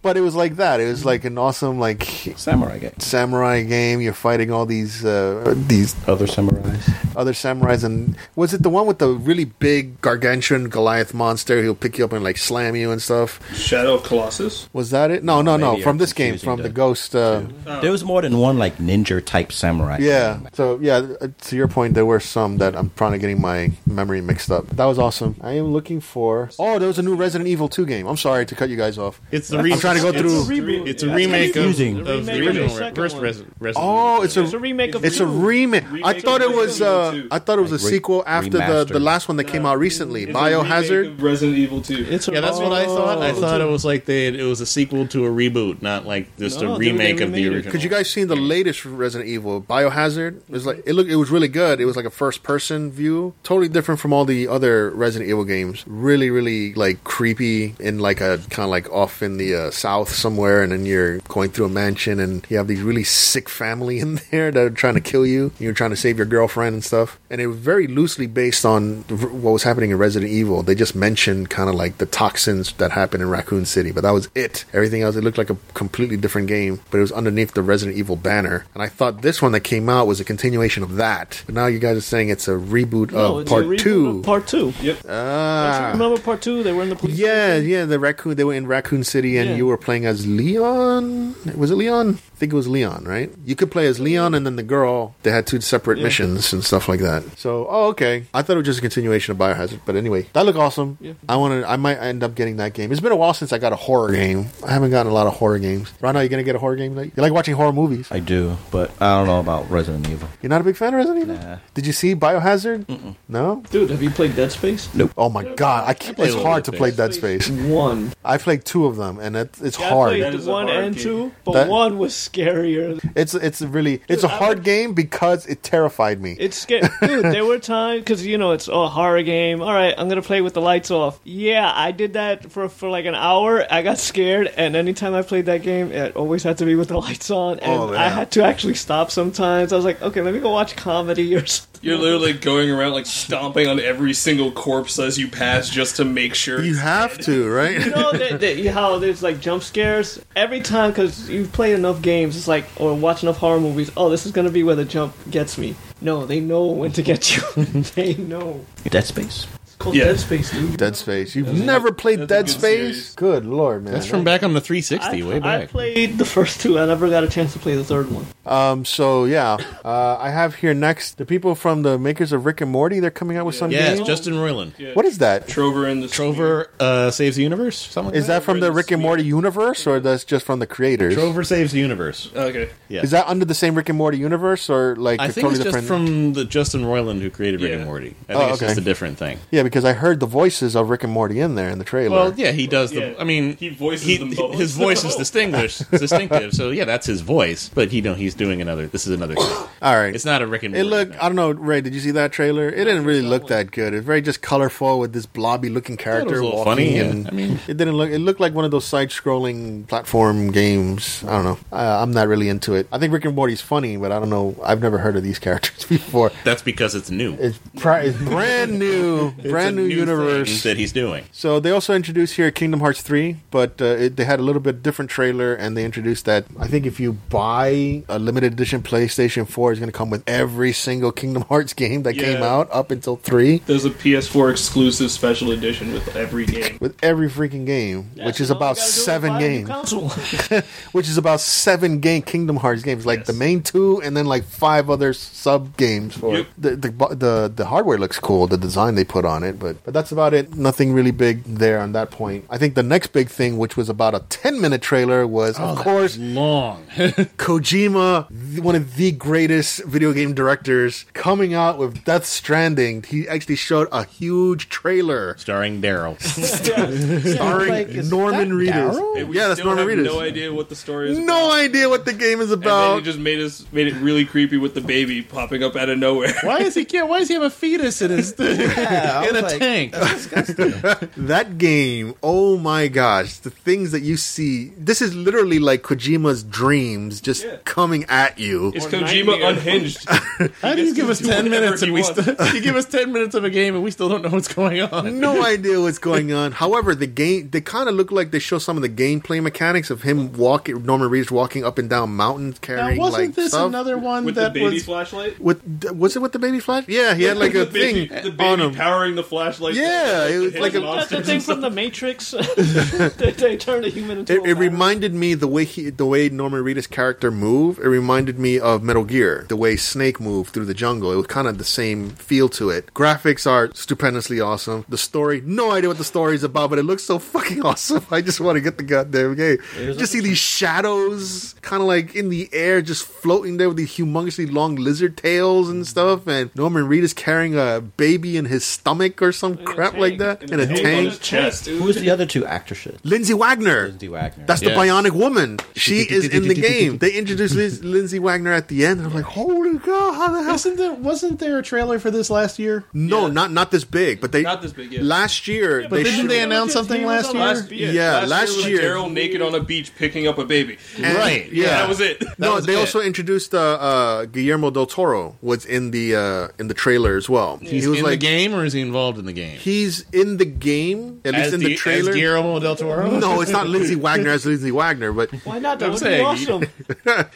S4: [LAUGHS] but it was like that. It was like an awesome like
S7: Samurai game.
S4: samurai game. You're fighting all these uh, these
S7: Other samurais.
S4: other samurais, and was it the one with the really big gargantuan Goliath monster? He'll pick you up and like slam you and stuff.
S5: Shadow of Colossus. Crisis?
S4: Was that it? No, no,
S7: No,
S4: no.
S7: maybe
S4: From
S7: you're
S4: this game,
S7: confusing
S4: from the
S7: the
S4: Ghost. Uh,
S7: There was more than one like ninja type samurai.
S4: yeah. So yeah, uh, to your point, there were some that I'm probably getting my memory mixed up. That was awesome. I am looking for. Oh, there was a new Resident Evil 2 game. I'm sorry to cut you guys off.
S2: It's the re-
S4: I'm trying to go
S2: it's-
S4: through-
S3: Reboot.
S2: It's a
S3: Yeah, it's
S2: remake of,
S7: confusing.
S2: of
S3: The
S2: the
S3: remake of
S2: original
S3: the
S2: re-
S3: second
S2: first
S3: one.
S2: Res- Resident
S4: Oh,
S2: Evil.
S4: it's a
S3: It's a remake of
S4: It's a
S3: two.
S4: remake. I
S5: Remake
S4: thought
S5: of
S4: it was.
S5: Resident Evil
S4: Uh,
S5: 2.
S4: I thought it was a
S7: Like re-
S4: sequel after the, the
S7: remastered.
S4: last one that came out recently,
S5: It's a remake
S4: Biohazard.
S5: of Resident Evil 2.
S3: It's a
S2: yeah, that's what I thought. I
S3: Oh.
S2: thought it was like they it was a sequel to a reboot, not like just
S3: No,
S2: a
S3: they- they
S2: remake of the
S3: remade it.
S2: original.
S4: Because you guys seen the latest Resident Evil, Biohazard? It was like it looked. It was really good. It was like a first-person view, totally different from all the other Resident Evil games. Really, really like creepy in like a kind of like off in the uh, south somewhere, and then you're going through a mansion, and you have these really sick family [LAUGHS] in there that are trying to kill you. And you're trying to save your girlfriend and stuff. And it was very loosely based on r- what was happening in Resident Evil. They just mentioned kind of like the toxins that happened in Raccoon City, but that was it. Everything else, it looked like a completely different game, but it was underneath the Resident Evil banner. And I thought this one that came out was a continuation of that. But now you guys are saying it's a reboot
S3: No,
S4: of
S3: it's a
S4: Oh, part
S3: reboot
S4: two.
S3: of Part two.
S5: yep.
S4: Ah.
S3: Remember part two? They were in the police.
S4: Yeah,
S3: station?
S4: yeah, the raccoon. They were in Raccoon City, and
S3: Yeah.
S4: you were playing as Leon. Was it Leon? I think it was Leon, right? You could play as Leon and then the girl. They had two separate missions and stuff like that. So, oh, okay. I thought it was just a continuation of Biohazard, but anyway, that looked awesome.
S3: Yeah.
S4: I want to. I might end up getting that game. It's been a while since I got a horror game. I haven't gotten a lot of horror games. Right now, you're gonna get a horror game. Like you like watching horror movies.
S7: I do, but I don't know about Resident Evil.
S4: You're not a big fan of Resident Evil.
S7: Nah.
S4: Did you see Biohazard? No.
S3: Dude, have you played Dead Space?
S4: Oh my god! I can't,
S2: played
S4: it's
S2: a
S4: hard to
S2: little
S4: play
S2: bit
S4: Dead Space.
S3: One.
S4: I played two of them, and it, it's
S3: Yeah,
S4: hard.
S3: I
S5: That
S3: played
S5: is a
S3: one
S5: hard
S3: and
S5: game.
S3: two, but
S4: That-
S3: one was scarier.
S4: It's it's really it's a
S3: I
S4: hard game because it terrified me.
S3: It's
S4: [LAUGHS]
S3: scary, dude. There were times because you know it's a horror game. All right, I'm gonna play with the lights off. Yeah, I did that for for like an hour. I got scared, and anytime I played that game, it always had to be with the lights on, and
S4: Oh,
S3: I
S4: yeah.
S3: had to actually stop sometimes. I was like, okay, let me go watch comedy or [LAUGHS] something.
S5: You're literally going around like stomping on every single corpse as you pass just to make sure.
S4: you have to, right?
S5: [LAUGHS]
S3: You know that, that you- how there's like jump scares every time because you've played enough games. It's like or watch enough horror movies. Oh, this is gonna be where the jump gets me. No, they know when to get you. [LAUGHS] they know.
S7: Dead Space.
S3: It's called
S5: Yeah.
S3: Dead Space, dude.
S4: Dead Space. You've never played
S5: that's a
S4: Dead
S5: good
S4: Space?
S5: series.
S4: Good lord, man.
S2: That's from back on the 360,
S3: I,
S2: way
S3: I
S2: back.
S3: played the first two. I never got a chance to play the third one.
S4: Um. So yeah, uh, I have here next the people from the makers of Rick and Morty. They're coming out with some
S2: yes,
S4: game.
S2: Justin Roiland.
S4: What is that?
S5: Trover in the
S2: Trover uh, saves the universe. Something like
S4: Is that from the Rick and Morty universe, or that's just from the creators?
S2: Trover saves the universe?
S5: Okay.
S2: Yeah,
S4: Is that under the same Rick and Morty universe, or like
S2: I
S4: a
S2: think it's just from the Justin Roiland who created Rick
S5: Yeah.
S2: and Morty. I
S4: Oh,
S2: think it's just
S4: okay.
S2: a different thing.
S4: Yeah, because I heard the voices of Rick and Morty in there in the trailer.
S2: Well, yeah, he does the.
S5: Yeah.
S2: I mean,
S5: He voices them both.
S2: His voice
S5: [LAUGHS]
S2: is distinguished, distinctive. So yeah, that's his voice. But he know he's doing another. This is another. thing.
S4: All right.
S2: It's not a Rick and
S4: It
S2: Morty.
S4: looked.
S2: thing.
S4: I don't know, Ray. Did you see that trailer? It didn't really look that good. It's very just colorful with this blobby-looking
S2: It was
S4: character
S2: a little
S4: walking.
S2: funny.
S4: and
S2: yeah. I mean,
S4: it didn't look. It looked like one of those side-scrolling platform games. I don't know. Uh, I'm not really into it. I think Rick and Morty's funny, but I don't know. I've never heard of these [LAUGHS] characters before.
S2: that's because it's new.
S4: It's, pri-
S2: [LAUGHS]
S4: it's brand new,
S2: It's
S4: brand
S2: a
S4: new, universe.
S2: thing that he's doing.
S4: So they also introduced here Kingdom Hearts 3, but uh, it, they had a little bit different trailer, and they introduced that I think if you buy a limited edition PlayStation 4, it's going to come with every single Kingdom [LAUGHS] Hearts game that came
S5: Yeah.
S4: out up until 3,
S5: There's a PS4 exclusive special edition with every game.
S4: with every freaking game, which is about seven games, [LAUGHS] which is about seven game Kingdom Hearts games, like
S5: Yes.
S4: the main two, and then like five other sub games for it.
S5: Yep.
S4: the, the bu- the the hardware looks cool, the design they put on it, but but that's about it. Nothing really big there on that point. I think the next big thing, which was about a ten minute trailer, was of course
S2: long.
S4: Kojima, th- one of the greatest video game directors, coming out with Death Stranding. He actually showed a huge trailer
S2: Starring Daryl.
S4: starring Norman
S7: Daryl?
S4: Reedus.
S5: And we
S4: Yeah, that's
S5: still
S4: Norman
S5: have
S4: Reedus.
S5: No idea what the story is.
S4: No idea what the game is
S5: And then he
S4: about.
S5: just made us made it really creepy with the baby popping up out of nowhere.
S2: [LAUGHS] why is he? care- Why does he have a fetus in his [LAUGHS]
S7: I
S2: in a
S7: was like-
S2: tank?
S4: That game, oh my gosh, the things that you see. This is literally like Kojima's dreams just
S5: Yeah.
S4: coming at you.
S5: It's
S3: Or
S5: Kojima
S2: [LAUGHS]
S3: Nightmare.
S5: unhinged.
S2: How do you give us
S5: do
S2: ten
S5: whatever
S2: minutes
S5: he
S2: and we
S5: wants.
S2: still you give us ten minutes of a game and we still don't know what's going on?
S5: [LAUGHS]
S4: no idea what's going on. However, the game they kind of look like they show some of the gameplay mechanics of him walking Norman Reedus walking up and down mountains
S2: Now,
S4: carrying
S2: wasn't
S4: like
S2: this
S4: stuff.
S2: another one
S5: with the
S2: that
S5: baby
S2: was?
S5: flashlight.
S4: with was it with the baby flash? Yeah, he had like
S5: [LAUGHS] the
S4: a
S5: baby,
S4: thing
S5: the
S4: on
S5: baby
S4: him.
S5: powering the flashlight.
S4: Yeah, it was
S5: Hit
S4: like
S5: the
S4: a-
S3: That's
S5: monster.
S3: the thing from
S2: [LAUGHS]
S3: the Matrix. [LAUGHS] they, they turned a human into
S4: It,
S3: a
S4: it
S3: mouse.
S4: reminded me the way he, the way Norman Reedus' character moved. It reminded me of Metal Gear, the way Snake moved through the jungle. It was kind of the same feel to it. Graphics are stupendously awesome. The story, no idea what the story is about, but it looks so fucking [LAUGHS] awesome. I just want to get the goddamn game. Just see these shadows, kind of like in the air, just floating there with these humongously long lizard tails and stuff. And Norman Reedus carrying a baby in his stomach or some
S3: a
S4: crap like
S3: tank.
S4: that in a
S5: Hit
S4: tank.
S5: his chest. dude.
S7: Who's the other two actresses?
S4: Lindsay Wagner.
S7: Lindsay Wagner.
S4: That's the
S2: Yes.
S4: Bionic Woman.
S2: [LAUGHS]
S4: She is in the game. They introduced Liz- Lindsay Wagner at the end. I'm like, holy god, how the hell?
S2: Isn't there, wasn't there a trailer for this last year?
S4: No,
S5: Yeah.
S4: not not this big. But they
S5: Not this big, yeah.
S4: Last year,
S3: Yeah,
S4: they,
S3: then
S4: showed-
S2: they
S3: look at
S2: announce
S3: his
S2: something
S3: heels
S2: last
S3: on
S2: year?
S3: last
S4: Yeah, last
S5: was
S4: year-
S5: Daryl naked on a beach picking up a baby.
S4: and-
S2: Right,
S4: Eh, Yeah,
S5: that was it.
S4: No,
S2: was
S4: they
S2: it.
S4: also introduced uh, uh, Guillermo del Toro was in the uh, in the trailer as well. he was
S2: in the
S4: like,
S2: game or is he involved in the game?
S4: he's in the game at least in the, trailer.
S2: As Guillermo del Toro?
S4: [LAUGHS] no, it's not Lindsay Wagner as Lindsay Wagner,
S2: [LAUGHS]
S4: but
S3: Why not? That
S2: I'm
S3: would be
S2: saying,
S3: awesome.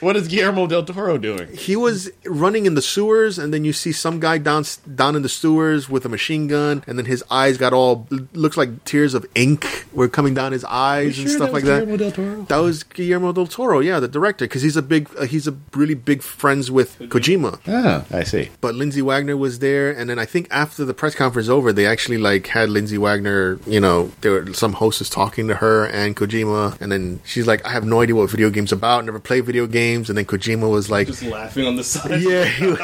S2: What is Guillermo del Toro doing?
S4: he was running in the sewers, and then you see some guy down down in the sewers with a machine gun, and then his eyes got all looks like tears of ink were coming down his eyes and stuff like that.
S2: del Toro?
S4: That was Guillermo del Toro, yeah, the director, because he's a big, uh, he's a really big friends with Kojima.
S2: Ah, I see.
S4: But Lindsay Wagner was there, and then I think after the press conference over, they actually like had Lindsay Wagner. You know, there were some hosts talking to her and Kojima, and then she's like, "I have no idea what video games about. Never played video games." And then Kojima was like,
S5: Just laughing on the side.
S4: yeah, he-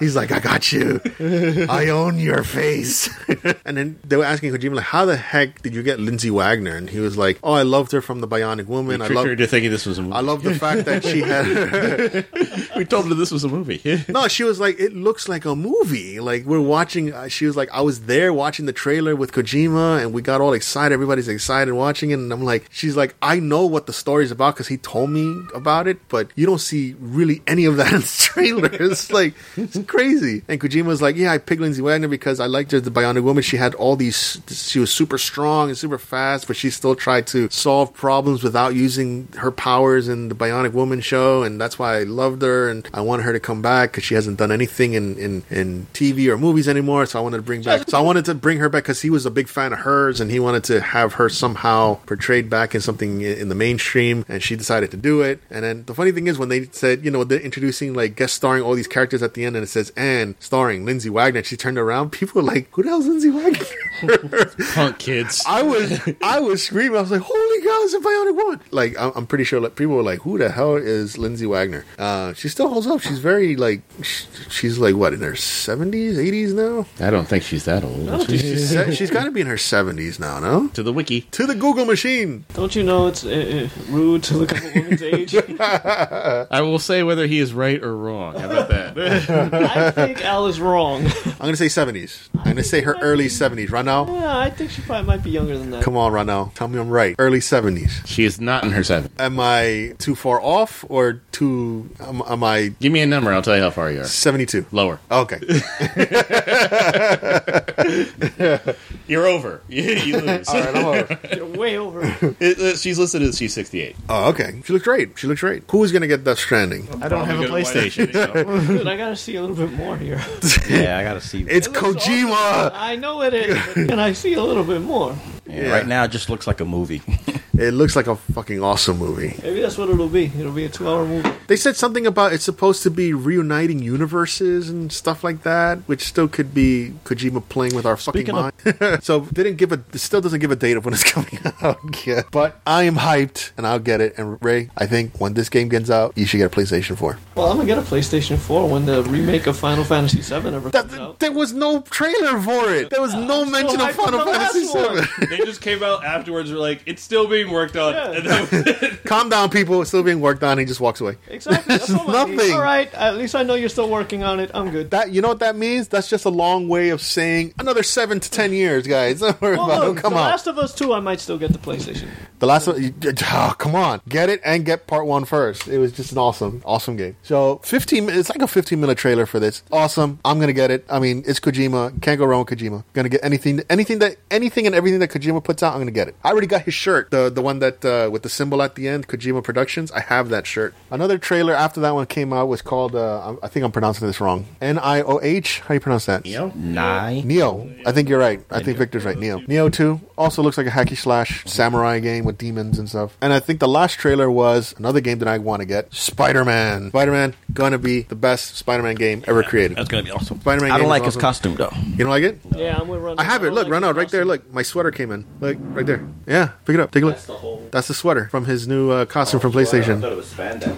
S4: he's like, I got you. I own your face. [LAUGHS] and then they were asking Kojima, like, how the heck did you get Lindsay Wagner? And he was like, Oh, I loved her from The Bionic Woman. I
S2: Tricked her
S4: love,
S2: into thinking this was a movie.
S4: I love the fact that she had.
S2: we told her this was a movie.
S4: no, she was like, it looks like a movie. Like we're watching. Uh, she was like, I was there watching the trailer with Kojima, and we got all excited. Everybody's excited watching it, and I'm like, she's like, I know what the story's about because he told me about it, but you don't see really any of that in the [LAUGHS] trailer. It's like it's crazy. And Kojima's like, yeah, I picked Lindsay Wagner because I liked her. as The Bionic Woman. She had all these. She was super strong and super fast, but she still tried to solve problems without using her powers in the Bionic Woman show, and that's why I loved her and I wanted her to come back because she hasn't done anything in, in in TV or movies anymore. So I wanted to bring back. So I wanted to bring her back because he was a big fan of hers and he wanted to have her somehow portrayed back in something i- in the mainstream. And she decided to do it. And then the funny thing is when they said, you know, they're introducing like guest starring all these characters at the end, and it says and starring Lindsay Wagner. She turned around. People were like, "Who the hell's Lindsay Wagner?"
S2: Punk kids.
S4: I was I was screaming. I was like, "Holy God, it's a bionic woman!" Like I'm, I'm pretty sure like people were like, "Who the hell is Lindsay Wagner?" Uh, she still holds up. She's very like sh- she's like what in her seventies, eighties now.
S2: I don't think she's that old.
S4: She's se- she's got to be in her seventies now, no?
S2: to the wiki.
S4: To the Google machine.
S3: Don't you know it's uh, uh, rude to look up a
S4: [LAUGHS]
S3: woman's age?
S2: I will say whether he is right or wrong. How about [LAUGHS] that?
S3: I think Al is wrong. [LAUGHS]
S4: I'm gonna say seventies. I'm gonna say her early seventies. Right now,
S3: Yeah, I think she probably might be younger than that.
S4: come on, right now, tell me I'm right. Early seventies.
S2: she is not in her seven.
S4: Am I too far off or too? Am, am I
S2: Give me a number. I'll tell you how far you are.
S4: seventy-two?
S2: Lower.
S4: Okay.
S2: You're over. [LAUGHS] you lose.
S4: All right, I'm over.
S3: You're way over.
S2: It- uh, she's listed as she's 68.
S4: Oh, okay. She looked great. She looked great. Who's gonna get Death Stranding?
S2: I don't have a
S5: Probably gonna
S2: PlayStation. so-
S3: Dude, I gotta see a little bit more here.
S7: yeah, I gotta see.
S4: It's
S3: It
S4: [LAUGHS]
S3: looks
S4: Kojima.
S3: awesome. I know it is. but Can I see a little bit more?
S7: Yeah,
S4: Yeah.
S7: Right now, it just looks like a movie.
S4: It looks like a fucking awesome movie.
S3: Maybe that's what it'll be. It'll be a two-hour movie.
S4: They said something about it's supposed to be reuniting universes and stuff like that, which still could be Kojima playing with our
S7: Speaking
S4: fucking mind. [LAUGHS] so they didn't give a it still doesn't give a date of when it's [LAUGHS] coming out yet. But I am hyped and I'll get it. And Ray, I think when this game gets out, you should get a PlayStation 4.
S3: Well, I'm gonna get a PlayStation 4 when the remake of Final Fantasy 7 ever
S4: That,
S3: comes out.
S4: There was no trailer for it. There was no
S3: I'm
S4: mention
S3: still
S4: of
S3: hyped for
S4: Final
S3: the last
S4: Fantasy
S3: one.
S4: 7.
S5: [LAUGHS] They just came out afterwards. Were like, it's still being worked on.
S3: Yeah.
S5: And that was it.
S4: Calm down, people. It's still being worked on. He just walks away.
S3: Exactly. That's all I need.
S4: Nothing.
S3: All right. At least I know you're still working on it. I'm good.
S4: That you know what that means? That's just a long way of saying another seven to ten years, guys. [LAUGHS] Don't worry
S3: Well,
S4: about
S3: look,
S4: it. Come
S3: The
S4: on,
S3: Last of Us 2, I might still get the PlayStation.
S4: the last one. you- oh, come on, get it and get part one first. It was just an awesome, awesome game. So fifteen. It's like a fifteen minute trailer for this. Awesome. I'm gonna get it. I mean, it's Kojima. Can't go wrong with Kojima. Gonna get anything, anything that, anything and everything that Kojima puts out. I'm gonna get it. I already got his shirt, the the one that uh, with the symbol at the end, Kojima Productions. I have that shirt. Another trailer after that one came out was called. Uh, I'm- I think I'm pronouncing this wrong. N I O H. How do you pronounce that?
S2: [LAUGHS] You know?
S7: Nye.
S4: Neo. I think you're right. I think Victor's right. Neo. Neo 2 also looks like a hacky slash samurai game with demons and stuff. And I think the last trailer was another game that I want to get Spider Man. Spider Man, gonna be the best Spider Man game ever created.
S7: That's gonna be awesome.
S4: Spider-Man
S7: I
S4: game
S7: don't like
S4: is
S7: his
S4: awesome.
S7: costume though.
S4: You don't like it?
S3: Yeah, I'm with Ron.
S4: I have it. Look, Ronald, right there. Look, my sweater came in. Like, right there. Yeah, pick it up. Take a look.
S5: That's the whole-
S4: That's the sweater from his new uh, costume from
S7: Oh,
S4: PlayStation.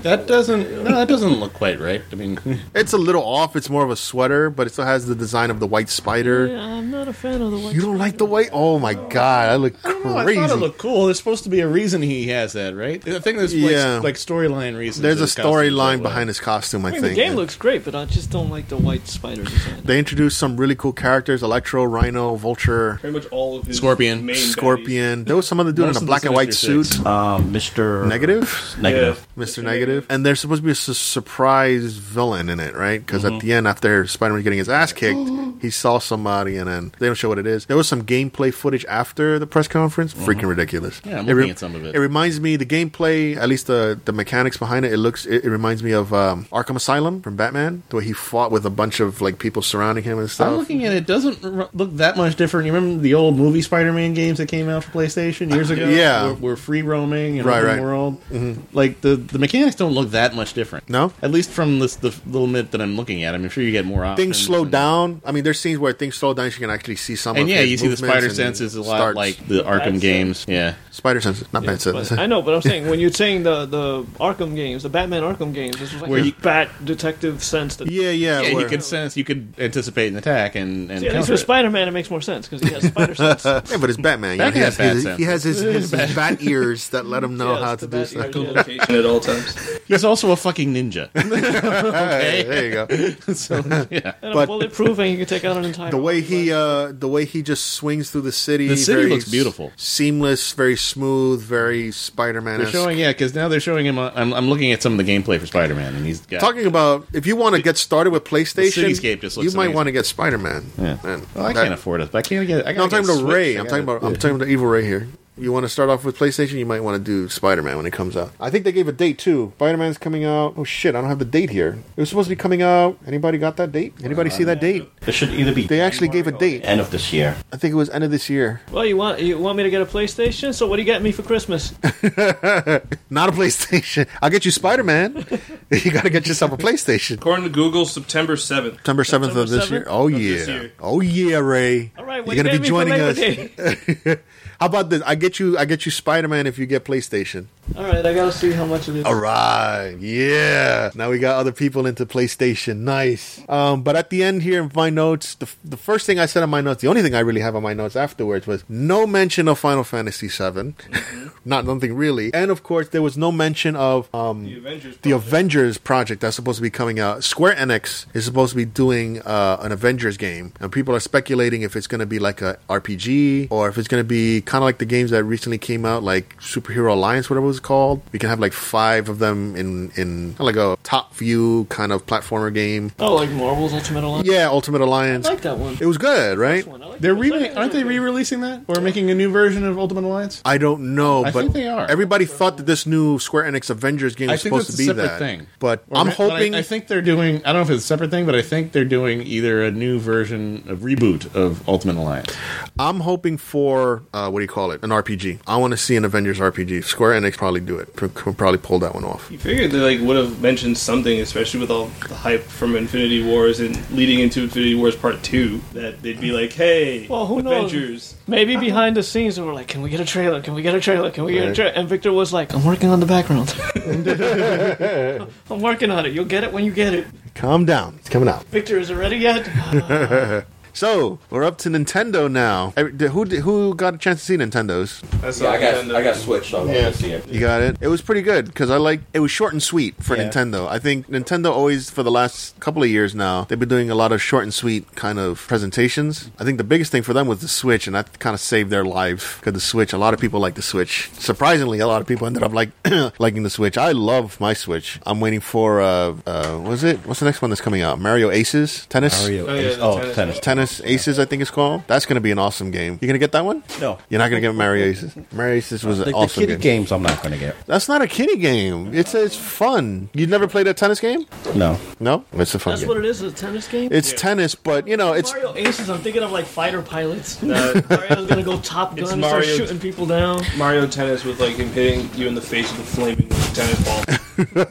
S2: That doesn't. No, that doesn't look quite right. I mean,
S4: It's a little off. It's more of a sweater, but it still has the design of the white spider.
S3: Yeah, I'm not a fan of the white.
S4: You don't like the white? Oh my god, I look crazy.
S2: I thought it looked cool. There's supposed to be a reason he has that, right? I think there's like,
S4: Yeah.
S2: like storyline reasons.
S4: There's a
S2: his costume is that
S4: storyline
S2: way.
S4: behind his costume, I,
S3: I mean, the
S4: think.
S3: game looks great, but I just don't like the white spider
S4: [LAUGHS]
S3: design.
S4: they introduced some really cool characters: Electro, Rhino, Vulture,
S5: Pretty much all of his
S2: Scorpion.
S5: main
S4: Scorpion. There was some other dude
S2: Most
S4: in a
S2: of
S4: black
S2: the
S4: and white
S2: Sinister
S4: suit.
S2: Six.
S7: Um, Mr.
S4: Negative,
S5: baddies.
S7: Negative.
S5: Yeah.
S4: Mister Negative, and there's supposed to be a su- surprise villain in it, right? Because at
S2: Mm-hmm.
S4: the end, after Spider-Man getting his ass kicked, he saw somebody, and then they don't show what it is. There was some gameplay footage after the press conference. Freaking ridiculous.
S2: Mm-hmm. Yeah, I'm
S4: It
S2: looking at some of it.
S4: It reminds me the gameplay, at least the the mechanics behind it. It looks it, it reminds me of um, Arkham Asylum from Batman, the way he fought with a bunch of like people surrounding him and stuff.
S2: I'm looking at it. it Doesn't r- look that much different. You remember the old movie Spider-Man games that came out for PlayStation years ago?
S4: Yeah.
S2: were, were free roaming and
S4: Right,
S2: open
S4: right. Mm-hmm.
S2: world. Like the the mechanics don't look that much different.
S4: No?
S2: at least from this the little bit that I'm looking at. I'm sure you get more options.
S4: things slow
S2: and-
S4: down. I mean, there's scenes where things slow down. so You can actually see some.
S2: And
S4: of
S2: yeah,
S4: his
S2: you see the
S4: movements
S2: spider
S4: and
S2: sense is a lot
S4: starts.
S2: like the Arkham
S3: That's-
S2: games. Yeah,
S4: spider senses, not bad
S3: But-
S4: sense.
S3: I know, but I'm saying when you're saying the the Arkham games, the Batman Arkham games, this was like
S2: Where
S3: a
S2: you-
S3: bat detective sense.
S4: [LAUGHS]
S3: That,
S4: yeah, yeah.
S2: yeah. You
S4: where-
S2: could sense, you could anticipate an attack, and and
S3: See, at least
S2: counter
S3: with
S2: it.
S3: Spider-Man, it makes more sense because he has spider
S4: [LAUGHS]
S3: sense.
S4: Yeah, but it's Batman. You know,
S2: Batman
S4: he, has
S2: has bad
S4: his,
S2: sense.
S4: he has
S2: [LAUGHS]
S4: his, his bat ears that let him know
S3: Yes,
S4: how to
S3: the
S4: do
S3: bat
S4: stuff.
S3: ears.
S5: Location at all times.
S2: He's also a fucking ninja.
S4: [LAUGHS]
S2: [LAUGHS]
S4: Hey,
S2: okay,
S4: there you go.
S2: so yeah.
S3: And
S4: But-
S3: a bulletproof, and you can
S4: [LAUGHS]
S3: take out an entire.
S4: The way he, uh,
S3: army.
S4: the way he just swings through the city.
S2: The city
S4: very
S2: looks beautiful.
S4: seamless, very smooth, very Spider-Man.
S2: They're showing, yeah, because now they're showing him. on- I'm, I'm looking at some of the gameplay for Spider-Man, and he's got.
S4: Talking about if you want to get started with PlayStation,
S2: cityscape just looks
S4: you might
S2: amazing.
S4: want to get Spider-Man.
S2: Yeah.
S4: Man,
S2: well, I
S4: that-
S2: can't afford it, but I can't get. I
S4: No, I'm
S2: gotta
S4: talking
S2: get
S4: about
S2: Switch.
S4: Ray.
S2: I
S4: I'm
S2: gotta-
S4: talking about I'm talking about Evil Ray here. You want to start off with PlayStation? You might want to do Spider Man when it comes out. I think they gave a date too. Spider Man's coming out. Oh shit! I don't have the date here. It was supposed to be coming out. Anybody got that date? Anybody see that date?
S7: It should either be
S4: They actually gave a date.
S7: end of this year.
S4: I think it was end of this year.
S3: well, you want you want me to get a PlayStation? So what do you get me for
S4: [LAUGHS]
S3: Christmas?
S4: Not a PlayStation. [LAUGHS] I'll get you Spider Man. [LAUGHS] you got to get yourself a PlayStation.
S5: According to Google, September 7th.
S4: September seventh of this
S3: 7th?
S4: year. Oh yeah.
S5: this year.
S4: Oh yeah, Ray.
S3: All right, what
S4: You're
S3: do
S4: gonna be
S3: you get me for
S4: joining
S3: Labor
S4: us.
S3: Day?
S4: [LAUGHS] How about this? I get you. I get you Spider Man if you get PlayStation.
S3: All right, I gotta see how much it is.
S4: All right, yeah. Now we got other people into PlayStation. Nice. Um, but at the end here in my notes, the, the first thing I said on my notes, the only thing I really have on my notes afterwards was no mention of Final Fantasy VII,
S5: Mm-hmm.
S4: [LAUGHS] not nothing really, and of course there was no mention of um,
S5: The Avengers
S4: the
S5: project.
S4: Avengers project that's supposed to be coming out. Square Enix is supposed to be doing uh, an Avengers game, and people are speculating if it's going to be like a RPG or if it's going to be kind of like the games that recently came out, like Superhero Alliance, whatever it was called. We can have like five of them in in kinda like a top view kind of platformer game.
S3: Oh, like Marvel's Ultimate Alliance.
S4: Yeah, Ultimate Alliance.
S3: I like that one.
S4: It was good, right?
S3: This one, I like
S2: They're
S3: this.
S2: re- aren't they re-releasing that or making a new version of Ultimate Alliance?
S4: I don't know,
S2: I
S4: but
S2: think they are.
S4: everybody thought that this new Square Enix Avengers game
S2: I
S4: was
S2: think
S4: supposed to
S2: that's
S4: be
S2: a
S4: that.
S2: separate thing.
S4: But
S2: Or
S4: I'm
S2: ma- but I-
S4: hoping
S2: I, think they're doing. I don't know if it's a separate thing, but I think they're doing either a new version, a reboot of Ultimate Alliance.
S4: I'm hoping for uh, what do you call it? An RPG. I want to see an Avengers RPG. Square Enix probably do it. Pro- could probably pull that one off.
S5: You figured they like would have mentioned something, especially with all the hype from Infinity Wars and leading into Infinity Wars Part Two, that they'd be like, "Hey,
S3: Well, who knows?
S5: Avengers."
S3: Maybe behind the scenes, they were like, "Can we get a trailer? Can we get a trailer? Can we get a trailer?" And Victor was like, "I'm working on
S4: [LAUGHS]
S3: the background. [LAUGHS] I'm working on it. You'll get it when you get it."
S4: Calm down. It's coming out.
S3: Victor, is it ready yet?
S4: So we're up to Nintendo now. Every- did- Who did- who got a chance to see Nintendo's?
S5: That's
S7: Yeah, I got
S5: Nintendo.
S7: I got Switch. So I wanted
S4: Yeah.
S7: to see it.
S4: You got it. It was pretty good because I like it was short and sweet for
S7: Yeah.
S4: Nintendo. I think Nintendo always for the last couple of years now they've been doing a lot of short and sweet kind of presentations. I think the biggest thing for them was the Switch, and that kind of saved their life because the Switch. A lot of people like the Switch. Surprisingly, a lot of people ended up like [COUGHS] liking the Switch. I love my Switch. I'm waiting for uh, uh what is it? What's the next one that's coming out? Mario Aces Tennis.
S5: Oh, yeah,
S7: oh,
S5: tennis.
S7: tennis.
S4: Tennis. Aces, Aces, I think it's called. That's going to be an awesome game. You going to get that one?
S7: No.
S4: You're not going to get Mario Aces. Mario Aces was an
S7: The, the
S4: awesome
S7: kitty
S4: game.
S7: games I'm not going to get.
S4: That's not a kiddie game. It's it's fun. You never played a tennis game?
S7: No.
S4: No, it's a fun
S3: That's
S4: game.
S3: what it is, a tennis game?
S4: it's tennis, but you know, it's
S3: Mario Aces, I'm thinking of like fighter pilots. [LAUGHS] Mario's gonna go Top Gun
S5: It's
S3: and start
S5: Mario-
S3: shooting people
S4: [LAUGHS]
S3: down.
S5: Mario Tennis with like him hitting you in the face with a flaming tennis
S7: [LAUGHS]
S5: ball.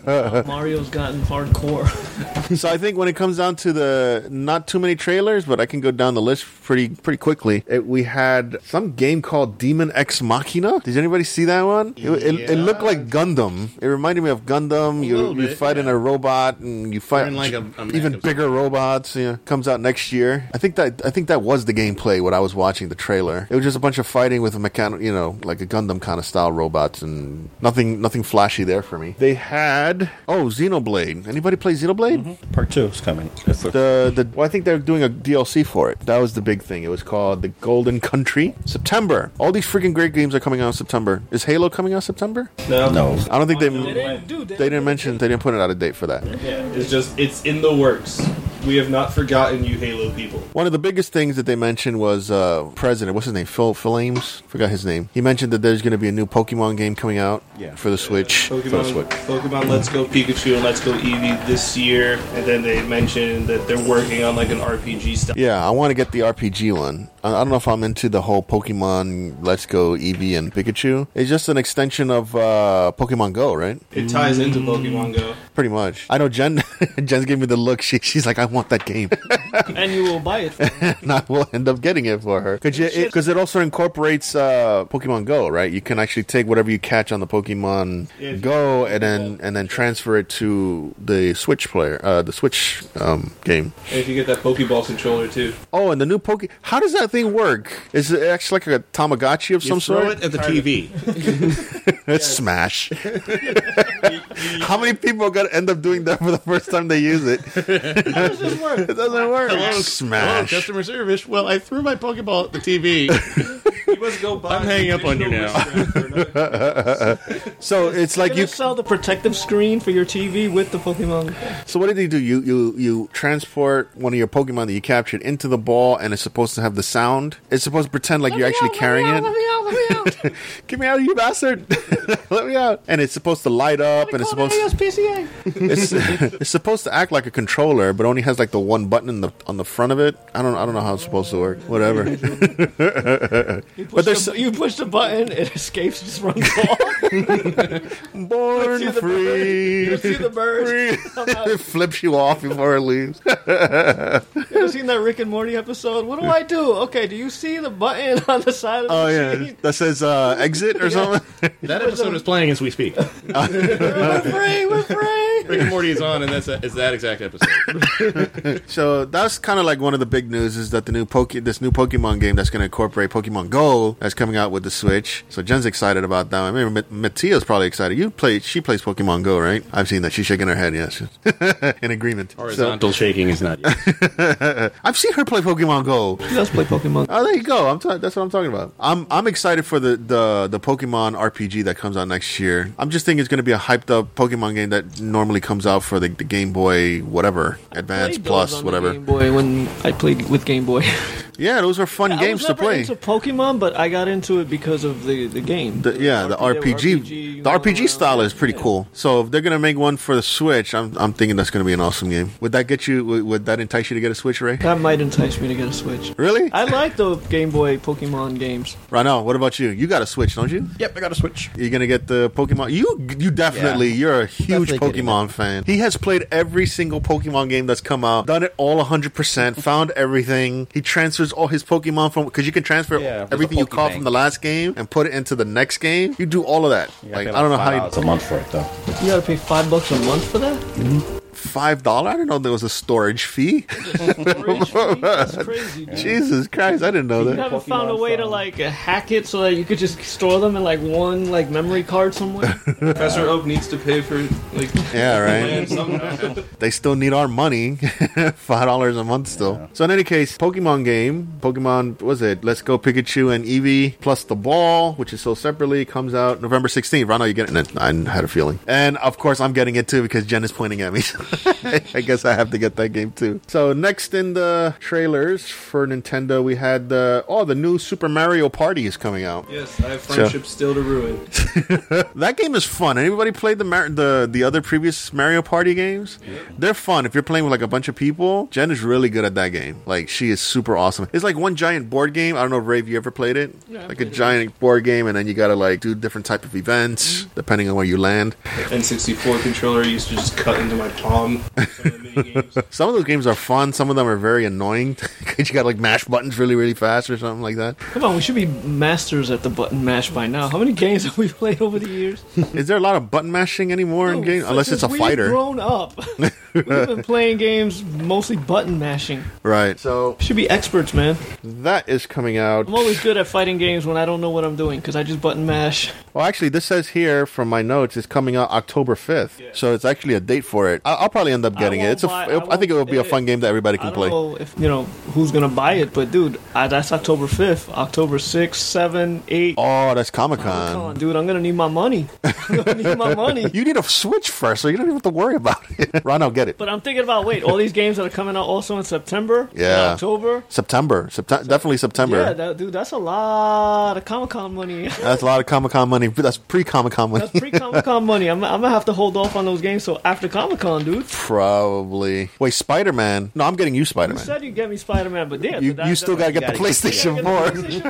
S3: Mario's gotten hardcore. [LAUGHS]
S4: [LAUGHS] so I think when it comes down to the not too many trailers, but I can go down the list pretty pretty quickly. It, we had some game called Demon Ex Machina. Did anybody see that one? It, it, it looked like Gundam. It reminded me of Gundam. you
S2: little
S4: you
S2: bit,
S4: fight in
S2: yeah.
S4: a robot and you fight
S2: in like a- a mech
S4: even
S2: or
S4: bigger robots. Yeah, comes out next year. I think that I think that was the gameplay. What I was watching the trailer, it was just a bunch of fighting with a mechanic, you know, like a Gundam kind of style robots and nothing nothing flashy there for me. They had oh Xenoblade. Anybody play Xenoblade?
S2: Mm-hmm.
S7: Part two is coming. That's the-
S4: the the well, I think they're doing a DLC for it. That was the big thing. It was called the Golden Country. September. All these freaking great games are coming out in September. Is Halo coming out in September?
S5: No,
S7: no.
S4: I don't think they
S5: They
S4: they
S5: didn't
S3: Dude,
S4: didn't mention they didn't put it out a date for that.
S5: Yeah, it's just it's in the works. We have not forgotten you, Halo people.
S4: One of the biggest things that they mentioned was uh, President. What's his name? Phil Phil Ames. Forgot his name. He mentioned that there's going to be a new Pokemon game coming out
S7: Yeah.
S4: for the Switch. For the
S5: Pokemon,
S4: Switch.
S5: Pokemon Let's Go Pikachu and Let's Go Eevee this year, and then they mentioned that they're working on like an RPG stuff.
S4: Yeah, I want to get the RPG one. I I don't know if I'm into the whole Pokemon Let's Go Eevee and Pikachu. It's just an extension of uh, Pokemon Go, right?
S5: It ties into Pokemon Go.
S4: Pretty much. I know Jen. [LAUGHS] Jen's giving me the look. She, she's like, I want that game, [LAUGHS]
S3: and you will buy it. For
S4: and I will end up getting it for her because it, 'cause it also incorporates uh, Pokemon Go, right? You can actually take whatever you catch on the Pokemon
S5: Yeah.
S4: Go and then and then transfer it to the Switch player, uh, the Switch um, game.
S5: And if you get that Pokeball controller too,
S4: Oh, and the new Poke. How does that thing work? Is it actually like a Tamagotchi of some
S2: throw
S4: sort?
S2: it at the TV.
S4: It's [LAUGHS] Smash. How many people are gonna end up doing that for the first time they use it?
S3: How does this work?
S4: It doesn't work.
S2: [LAUGHS] Hello,
S4: Smash.
S2: customer service. Well, I threw my Pokeball at
S4: [LAUGHS]
S2: the TV.
S5: you must go buy.
S2: I'm hanging
S5: the
S2: up on you
S5: original
S2: now.
S5: wristband for another-
S4: so it's like
S3: Can you
S4: you
S3: sell the protective screen for your TV with the Pokemon?
S4: So what did you do? You you you transport one of your Pokemon that you captured into the ball, and it's supposed to have the sound. It's supposed to pretend like you're actually carrying it. [LAUGHS] Get me out, you bastard! [LAUGHS] let me out! And it's supposed to light up, and it's supposed
S3: USPCA.
S4: it's, [LAUGHS] it's supposed to act like a controller, but only has like the one button in the on the front of it. I don't I don't know how it's supposed to work. [LAUGHS] Whatever.
S3: You
S4: But
S3: push,
S4: there's-
S3: the, you push the button, it escapes, just runs
S4: [LAUGHS]
S3: off.
S4: Born
S3: the
S4: free.
S3: you see the
S4: [LAUGHS]
S3: birds. [LAUGHS] come out.
S4: it flips you off before it leaves.
S3: You ever seen that Rick and Morty episode? What do I do? Okay, do you see the button [LAUGHS] on the side of
S4: [LAUGHS]
S3: the
S4: Oh [LAUGHS] yeah,
S3: machine?
S4: that says uh, exit or something.
S2: That episode is playing as we speak.
S3: We're free, we're free. [LAUGHS]
S2: Rick and Morty is on, and that's a, is that
S4: [LAUGHS]
S2: exact episode.
S4: So that's kind of like one of the big news is that the new Poke, this new Pokemon game that's going to incorporate Pokemon Go that's coming out with the Switch. So Jen's excited about that. I mean, Ma- Mattia's probably excited. You play, she plays Pokemon Go, right? I've seen that. She's shaking her head. Yes, [LAUGHS] in agreement. So,
S2: Horizontal shaking is
S4: [LAUGHS]
S2: not. Yet.
S4: I've seen her play Pokemon Go.
S3: Let's play Pokemon.
S4: Oh, there you go. I'm ta- that's what I'm talking about. I'm I'm excited for the, the the Pokemon RPG that comes out next year. I'm just thinking it's going to be a hyped up Pokemon game that normally comes out for the, the Game Boy, whatever, Advance
S3: Played those on
S4: Plus,
S3: the
S4: whatever.
S3: Game Boy when I played with Game Boy.
S4: Yeah, those are fun
S3: I was
S4: [LAUGHS] games to
S3: never
S4: play.
S3: into Pokemon, but I got into it because of the the game.
S4: The, yeah, the RPG,
S3: you
S4: the
S3: roll around.
S4: RPG style is pretty
S3: Yeah.
S4: cool. So if they're gonna make one for the Switch, I'm, I'm thinking that's gonna be an awesome game. Would that get you? Would, would that entice you to get a Switch, Ray?
S3: That might entice me to get a Switch.
S4: Really?
S3: I like the Game Boy Pokemon games.
S4: Right now, what about you? You got a Switch, don't you?
S7: Yep, I got a Switch.
S4: You're gonna get the Pokemon. You you definitely
S7: Yeah.
S4: you're a huge
S7: Definitely getting
S4: Pokemon fan. He has played every single Pokemon game that's come out, done it all 100,
S7: [LAUGHS]
S4: percent found everything. He transfers all his Pokemon from because you can transfer
S7: Yeah, there's a
S4: everything you caught
S7: Pokebank.
S4: from the last game and put it into the next game. You do all of that. like I don't know how you
S7: It's a month for it though.
S3: You gotta pay five bucks a month for that.
S4: [LAUGHS] five dollar. I didn't know there was a storage fee.
S3: Storage fee? That's crazy. Dude.
S4: Jesus Christ, I didn't know
S3: You [LAUGHS]
S4: that.
S3: haven't found a way to like hack
S4: [LAUGHS]
S3: it so that you could just store them in like one like memory card somewhere.
S5: Professor Oak needs to pay for Like,
S4: Yeah,
S5: man,
S4: right.
S5: somehow.
S4: they still need our money, [LAUGHS] five dollars a month still. So in any case, Pokemon game, Pokemon what was it? Let's go Pikachu and Eevee plus the ball, which is sold separately, comes out November sixteenth. Rano, you getting it? I had a feeling, and of course I'm getting it too because Jen is pointing at me. [LAUGHS] I guess I have to get that game too. So next in the trailers for Nintendo, we had the oh the new Super Mario Party is coming out.
S5: yes, I have friendships still to ruin.
S4: That game is fun. Anybody played the Mar- the the other previous Mario Party games? They're fun if you're playing with like a bunch of people. Jen is really good at that game. Like she is super awesome. It's like one giant board game. I don't know, Ray, if you ever played it?
S3: I
S4: like a
S3: played it.
S4: giant board game, and then you gotta like do different type of events
S3: Mm-hmm.
S4: depending on where you land.
S5: N64 controller used to just cut into my palm. Some of the mini games.
S4: Some of those games are fun. Some of them are very annoying [LAUGHS] 'cause you gotta like mash buttons really really fast or something like that.
S3: Come on, we should be masters at the button mash by now. How many games have we played over the years?
S4: is there a lot of button mashing anymore in
S3: No,
S4: games?
S3: since-
S4: Unless it's a
S3: since we've
S4: fighter, [LAUGHS]
S3: grown up. We've been playing games mostly button mashing.
S4: right? So
S3: Should be experts, man.
S4: that is coming out.
S3: I'm always good at fighting games when I don't know what I'm doing because I just button mash.
S4: Well, actually, this says here from my notes it's coming out October fifth, so it's actually a date for it. I- I'll probably end up getting it.
S3: won't
S4: It's a,
S3: buy-
S4: f-
S3: I
S4: it'll- I think it would be a
S3: won't-
S4: fun game that everybody
S3: I
S4: can
S3: don't
S4: play.
S3: know if you know who's gonna buy it, but dude, I, that's October 5th, October 6th, 7th, 8th.
S4: Oh, that's Comic
S3: Come on,
S4: Con.
S3: dude, I'm gonna need
S4: [LAUGHS]
S3: my money. I'm gonna need my money.
S4: You need a Switch first, so you don't even have to worry about it. [LAUGHS] Ron, I'll get it.
S3: But I'm thinking about wait, all these games that are coming out also in September, and
S4: Yeah.
S3: October.
S4: September, September, definitely September.
S3: Yeah, that, dude, that's a lot of Comic Con money. [LAUGHS]
S4: that's a lot of Comic Con money. That's pre Comic Con money,
S3: That's pre Comic Con money. I'm, I'm gonna have to hold off on those games till after Comic Con, dude.
S4: [LAUGHS] probably. Wait, Spider Man? No, I'm getting you Spider
S3: You
S4: Man.
S3: said you get me Spider Man, but yeah,
S4: You,
S3: but that-
S4: you still gotta
S3: that-
S4: get the
S7: gotta get-
S4: PlayStation Four.
S3: I gotta get the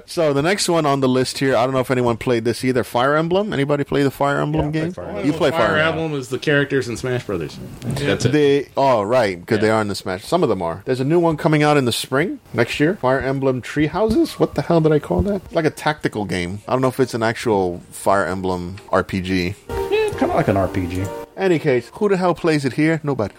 S4: [LAUGHS]
S3: 4.
S4: So the next one on the list here, I don't know if anyone played this either. Fire Emblem. Anybody play the Fire Emblem game? You play Fire,
S2: Fire
S4: Emblem.
S2: Emblem is the characters in Smash Brothers. That's it.
S4: They oh right because they are in the Smash. Some of them are. There's a new one coming out in the spring next year. Fire Emblem Tree Houses. What the hell did I call that? It's like a tactical game. I don't know if it's an actual Fire Emblem RPG.
S7: It's kind of Hmm, like an RPG.
S4: Any case, who the hell plays it here? Nobody.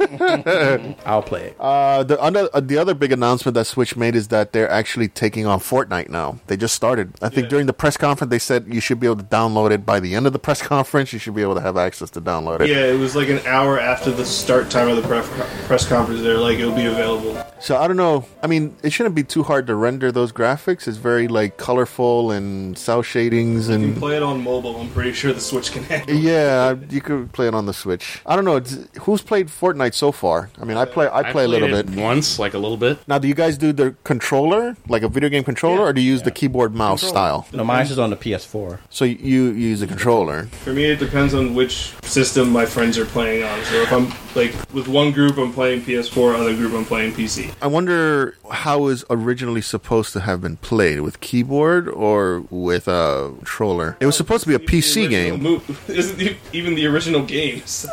S7: [LAUGHS] I'll play it.
S4: uh, the under, uh, the other big announcement that Switch made is that they're actually taking on Fortnite now. They just started. I think during the press conference they said you should be able to download it by the end of the press [LAUGHS] conference. You should be able to have access to download it.
S5: Yeah, it was like an hour after the start time of the pref- press conference. They're like, it'll be available.
S4: So I don't know. I mean, it shouldn't be too hard to render those graphics. It's very like colorful and cell shadings
S5: You
S4: and
S5: play it on mobile. I'm pretty sure the Switch can handle. it.
S4: yeah, you could play it on the Switch. I don't know. It's, who's played Fortnite so far? I mean, I play I play a
S2: played
S4: little
S2: it
S4: bit.
S2: once, like a little bit.
S4: Now, do you guys do the controller, like a video game controller, or do you use the keyboard mouse style?
S7: No, mine's just on the PS4.
S4: So you, you use a controller.
S5: For me, it depends on which system my friends are playing on. So if I'm like with one group, I'm playing PS4, other group, I'm playing PC.
S4: I wonder how it was originally supposed to have been played with keyboard or with a controller. It was supposed to be a PC
S5: The original
S4: game.
S5: move- [LAUGHS] isn't the- even the original game. So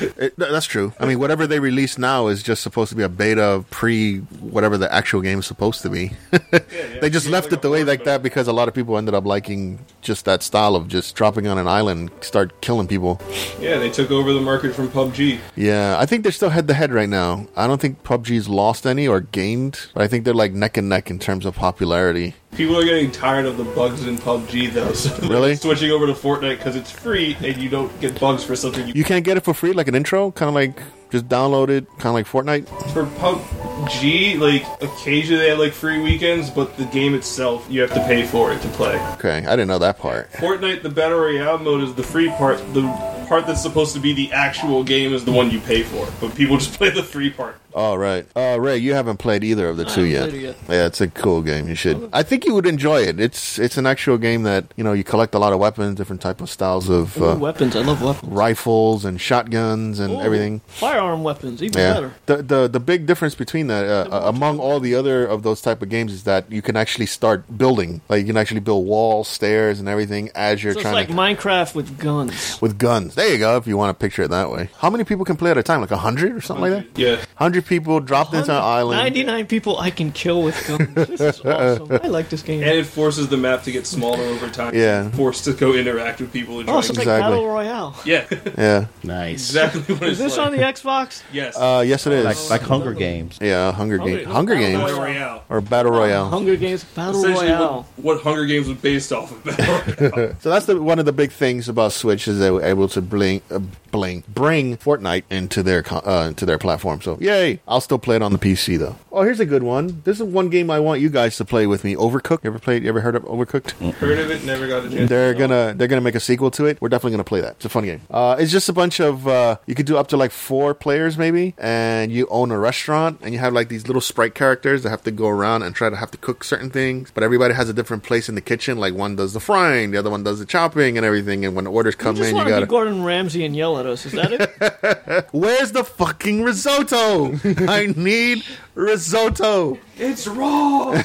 S4: It, th- that's true. I mean, whatever they release now is just supposed to be a beta pre whatever the actual game is supposed to be. [LAUGHS] they just
S5: It's
S4: left
S5: like
S4: it the
S5: a
S4: way
S5: hard
S4: like
S5: mode.
S4: that because a lot of people ended up liking just that style of just dropping on an island, and start killing people.
S5: yeah, they took over the market from PUBG.
S4: Yeah, I think they're still head to head right now. I don't think PUBG's lost any or gained. But I think they're like neck and neck in terms of popularity.
S5: People are getting tired of the bugs in PUBG though. [LAUGHS] So
S4: [LAUGHS]
S5: they're
S4: Really?
S5: switching over to Fortnite because it's free and you don't get bugs for something you
S4: You can't get it for free, like an intro, kind of like just download it, kind of like Fortnite.
S5: For PUBG, like occasionally they have like free weekends, but the game itself you have to pay for it to play.
S4: Okay, I didn't know that part.
S5: Fortnite, the battle royale mode is the free part. The part that's supposed to be the actual game is the one you pay for, but people just [LAUGHS] play the free part.
S4: Oh right, uh, Ray, you haven't played either of the two
S3: haven't
S4: yet.
S3: played it yet.
S4: Yeah, it's a cool game. You should. I think you would enjoy it. It's it's an actual game that you know you collect a lot of weapons, different type of styles of
S3: Ooh,
S4: uh,
S3: weapons, I love weapons.
S4: rifles and shotguns and
S3: Ooh,
S4: everything.
S3: Firearm weapons, even
S4: Yeah.
S3: better.
S4: The, the the big difference between that uh, uh, among all the other of those type of games is that you can actually start building. Like you can actually build walls, stairs, and everything as you're
S3: So it's
S4: trying
S3: like
S4: to.
S3: Minecraft with guns.
S4: with guns. There you go. If you want to picture it that way, how many people can play at a time? Like a hundred or something like that.
S5: Yeah.
S1: hundred
S4: Hundred
S1: people dropped into an island.
S3: 99 people I can kill with guns.
S4: [LAUGHS]
S3: This is awesome. I like this game.
S5: And it forces the map to get smaller over time.
S1: Yeah.
S5: Forced to go interact with people and
S3: oh,
S5: try
S3: it's
S5: to-
S3: like
S1: Exactly.
S3: Battle Royale.
S5: Yeah. [LAUGHS]
S1: Yeah.
S7: Nice.
S5: exactly what
S3: Is
S5: it's
S3: this
S5: like.
S3: on the Xbox?
S5: Yes.
S1: Uh, yes, it is.
S7: Like, like Hunger Games.
S1: yeah, Hunger
S3: Hunger-
S1: Games. Hunger Games
S5: Battle Royale.
S1: or Battle Royale.
S3: Hunger Games Battle
S5: Essentially,
S3: Royale.
S5: What, what Hunger Games was based off of. Battle Royale.
S2: [LAUGHS]
S1: So
S4: So that's the, one of the big things about Switch is they were able to bling, uh, bling, bring Fortnite into their co- uh, into their platform. So yay! I'll still play it on the PC though. Oh, here's a good one. This is one game I want you guys to play with me. Overcooked. You ever played? You ever heard of Overcooked?
S5: Heard of it? Never got a chance.
S4: They're
S5: No.
S4: gonna they're gonna make a sequel to it. We're definitely gonna play that. It's a fun game. Uh, it's just a bunch of uh, you could do up to like four players maybe, and you own a restaurant and you have like these little sprite characters that have to go around and try to have to cook certain things. But everybody has a different place in the kitchen. Like one does the frying, the other one does the chopping and everything. And when the orders
S3: I
S4: come
S3: just
S4: in, you
S3: want to be
S4: gotta
S3: Gordon Ramsay and yell at us.
S4: [LAUGHS]
S3: Is that it?
S4: where's the fucking
S3: [LAUGHS]
S4: risotto? I need risotto.
S5: It's raw.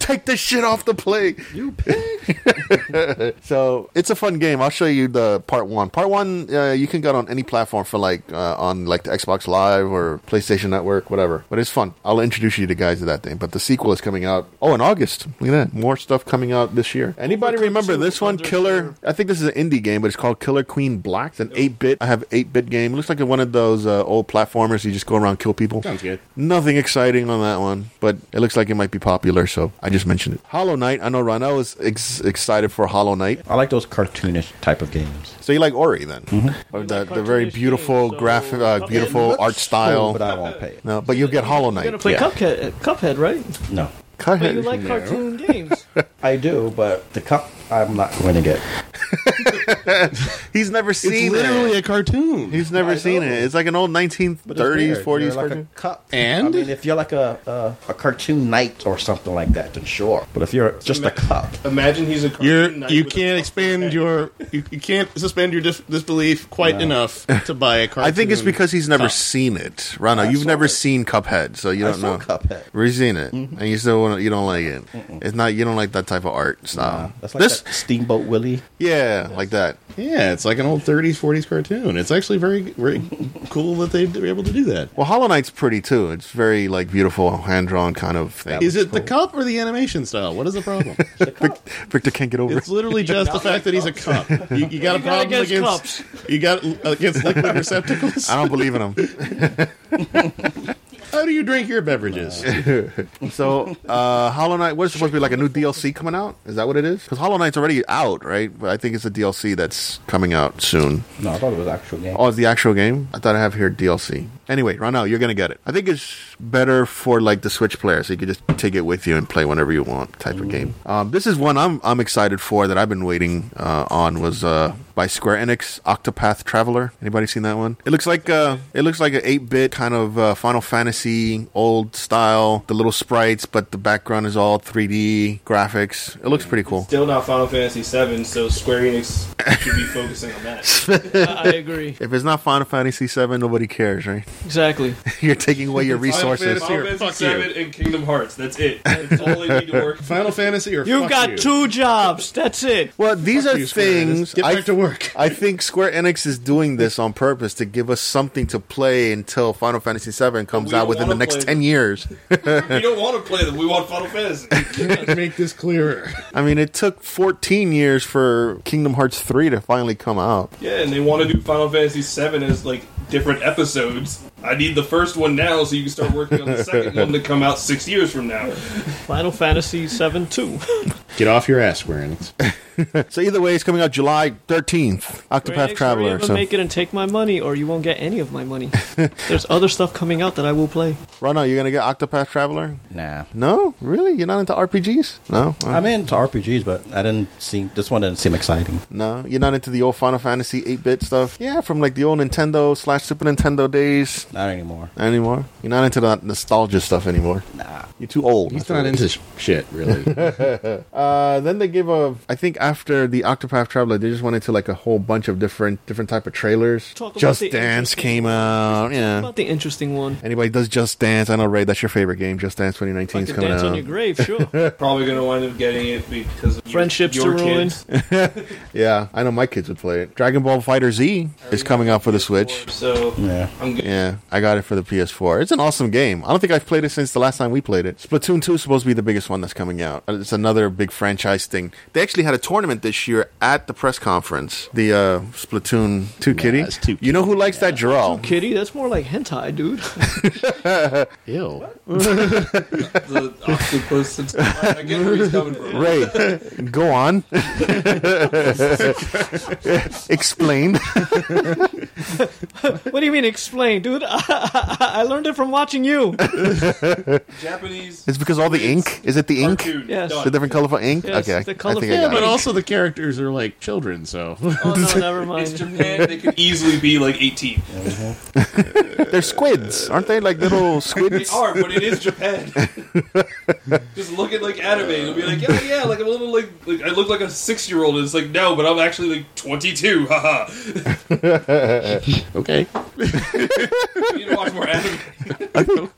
S4: Take this shit off the plate.
S3: you pig.
S4: [LAUGHS] So it's a fun game. I'll show you the part one. Part one, uh, you can get on any platform for like uh, on like the Xbox Live or PlayStation Network, whatever. But it's fun. I'll introduce you to guys to that thing. But the sequel is coming out. Oh, in August. Look at that. More stuff coming out this year. Anybody
S3: Overcooked
S4: remember
S3: two,
S4: this one?
S3: Thunder
S4: Killer. I think this is an indie game, but it's called Killer Queen Black. It's an eight bit. I have eight bit game. It looks like one of those uh, old platformers. You just go around kill people.
S2: Sounds good.
S4: Nothing exciting on that one, but it looks like it might be popular, so I just mentioned it. Hollow Knight. I know Ronell is ex- excited for Hollow Knight.
S7: I like those cartoonish type of games.
S4: So you like Ori then? Or the, the very
S3: cartoonish
S4: beautiful
S3: games, so-
S4: graphic, uh, beautiful art
S7: Cool,
S4: style.
S7: but I won't pay it.
S4: no, but you'll get Hollow
S3: You're
S4: Knight.
S3: gonna play
S7: Yeah.
S3: Cuphead, uh, Cuphead, right?
S7: No.
S4: Cut
S3: But you
S4: it.
S3: like
S4: [LAUGHS]
S3: cartoon games.
S7: I do, but the cup I'm not going to get.
S4: He's never
S2: It's
S4: seen
S2: literally
S4: it.
S2: a cartoon.
S4: He's never seen it. It's like an old 1930s,
S7: But it's weird.
S4: 40s
S7: You're like
S4: cartoon.
S7: a cup.
S2: And?
S7: I mean, if you're like a, a a cartoon knight or something like that, then sure. But if you're just a cup,
S5: Imagine he's a.
S2: You're,
S5: cartoon knight
S2: you
S5: with a
S2: can't
S5: fucking
S2: expand
S5: head.
S2: your you, you can't suspend your dis- disbelief quite enough to buy [LAUGHS] a
S4: I
S2: cartoon.
S4: think it's because he's never
S2: Cup.
S4: seen it. Rana,
S7: I
S4: you've
S7: saw
S4: never
S7: it.
S4: seen Cuphead, so you
S7: I
S4: don't
S7: saw
S4: know.
S7: Cuphead. Mm-hmm.
S4: We've seen it, and you still wanna, you don't like it. It's not you don't like that type of art style.
S7: that's like
S4: this,
S7: that Steamboat Willie.
S4: yeah, like that.
S2: yeah, it's like an old 30s 40s cartoon. It's actually very very cool that they were able to do that.
S4: Well, Hollow Knight's pretty too. It's very like beautiful, hand drawn kind of thing.
S2: Is it the cup or the animation style? What is the [LAUGHS] problem?
S4: Victor can't get over
S2: It's literally just the fact that he's a cup. You, you got a
S3: gotta
S2: problem
S3: guess
S2: against you got uh, against [LAUGHS] liquid receptacles.
S4: I don't believe in him.
S2: [LAUGHS] How do you drink your [LAUGHS] beverages?
S4: So, uh, Hollow Knight, what is supposed to be like a new DLC coming out? Is that what it is? Because Hollow Knight's already out, right? But I think it's a DLC that's coming out soon.
S7: No, I thought it was actual game.
S4: Oh, it's the actual game? I thought I have here DLC. Anyway, right now, you're going to get it. I think it's better for like the Switch player, so you can just take it with you and play whenever you want type of game. Um, this is one I'm, I'm excited for that I've been waiting uh, on was uh, by Square Enix, Octopath Traveler. Anybody seen that one? It looks like uh, it looks like an 8-bit kind of uh, Final Fantasy old style, the little sprites, but the background is all 3D graphics. It looks pretty cool.
S5: Still not Final Fantasy VII, so Square Enix should
S2: [LAUGHS]
S5: be focusing on that.
S3: I, I agree.
S4: If it's not Final Fantasy 7, nobody cares, right? [LAUGHS]
S3: Exactly.
S4: You're taking away your resources.
S2: Fantasy-
S5: Final
S2: Here,
S5: Fantasy
S2: fuck
S5: VII and Kingdom Hearts. That's it. That's all they need to
S2: [LAUGHS]
S5: work.
S2: Final Fantasy or
S3: You've
S2: fuck
S3: got
S2: you.
S3: two jobs. That's it.
S4: Well, these
S2: Fuck
S4: are
S2: you, Square Enix.
S4: things.
S2: Get
S4: I-
S2: back
S4: [LAUGHS]
S2: to work.
S4: I think Square Enix is doing this on purpose to give us something to play until Final Fantasy VII comes
S5: We
S4: out
S5: don't
S4: within the
S5: wanna
S4: next
S5: play
S4: ten years.
S5: We don't want to play them. We want Final Fantasy.
S2: Make this clearer.
S4: I mean, it took fourteen years for Kingdom Hearts three to finally come out.
S5: Yeah, and they want to do Final Fantasy VII as like different episodes. I need the first one now, so you can start working on the second
S4: [LAUGHS]
S5: one to come out six years from now.
S3: Final Fantasy VII 2.
S2: Get off your ass, Square Enix.
S4: So either way, it's coming out July thirteenth. Octopath Traveler. So
S3: make it and take my money, or you won't get any of
S4: [LAUGHS]
S3: my money. There's other stuff coming out that I will play.
S4: right now, you're gonna get Octopath Traveler.
S7: Nah.
S4: No, really, you're not into RPGs. No, Uh,
S7: I'm into RPGs, but I didn't seem this one didn't seem exciting.
S4: no, you're not into the old Final Fantasy eight bit stuff. Yeah, from like the old Nintendo slash Super Nintendo days.
S7: Not anymore.
S4: Anymore, you're not into that nostalgia stuff anymore.
S7: Nah.
S1: You're too old.
S2: He's not into sh- shit, [LAUGHS] really.
S4: Uh, then they give a. I think after the Octopath Traveler, they just went into like a whole bunch of different different type of trailers.
S3: Talk about
S4: Just
S3: the
S4: Dance
S3: interesting-
S4: came out. Yeah.
S3: About the interesting one.
S4: Anybody does Just Dance? I know Ray, that's your favorite game. Just Dance 2019 is
S3: Fucking
S4: coming
S3: dance on
S4: out.
S3: your grave,
S4: [LAUGHS]
S3: sure.
S5: Probably going to wind up getting it because of your-
S3: Friendships
S5: your
S3: to ruin.
S5: kids.
S4: yeah, I know my kids would play it. Dragon Ball Fighter Z is coming out for the Switch.
S5: So
S7: Yeah.
S5: I'm good.
S4: Yeah, I got it for the PS4. It's an awesome game. I don't think I've played it since the last time we played it. Splatoon 2 is supposed to be the biggest one that's coming out. Uh, It's another big franchise thing. They actually had a tournament this year at the press conference. The uh, Splatoon 2 kitty.
S2: it's too
S4: you know who likes that draw?
S3: Kitty, that's more like hentai, dude.
S2: Ew.
S5: The octopus. It's, I get where he's
S4: [LAUGHS]
S5: coming from.
S4: Ray, go on. Explain.
S3: what do you mean explain, dude? [LAUGHS] I, learned it from watching
S4: [LAUGHS]
S3: you.
S5: Japanese.
S4: It's because all the ink. Is it the ink?
S5: cartoon.
S3: Yes.
S5: Done.
S4: The different colorful ink?
S3: Yes,
S4: okay.
S3: the
S4: I
S3: colorful-
S4: think I
S3: Yeah,
S4: got
S2: But
S4: it.
S2: also, the characters are like children, so [LAUGHS]
S3: Oh no, never
S5: It's
S3: mind.
S5: Japan. They could easily be like 18.
S4: They're squids. Aren't they like little
S5: They
S4: squids?
S5: are, but it
S4: [LAUGHS]
S5: is Japan. Just look at like anime. It'll be like, yeah, yeah, like I'm a little like, like I look like a six year old. and It's like no, but I'm actually like 22. [LAUGHS] Haha.
S2: okay.
S5: You need to watch more anime.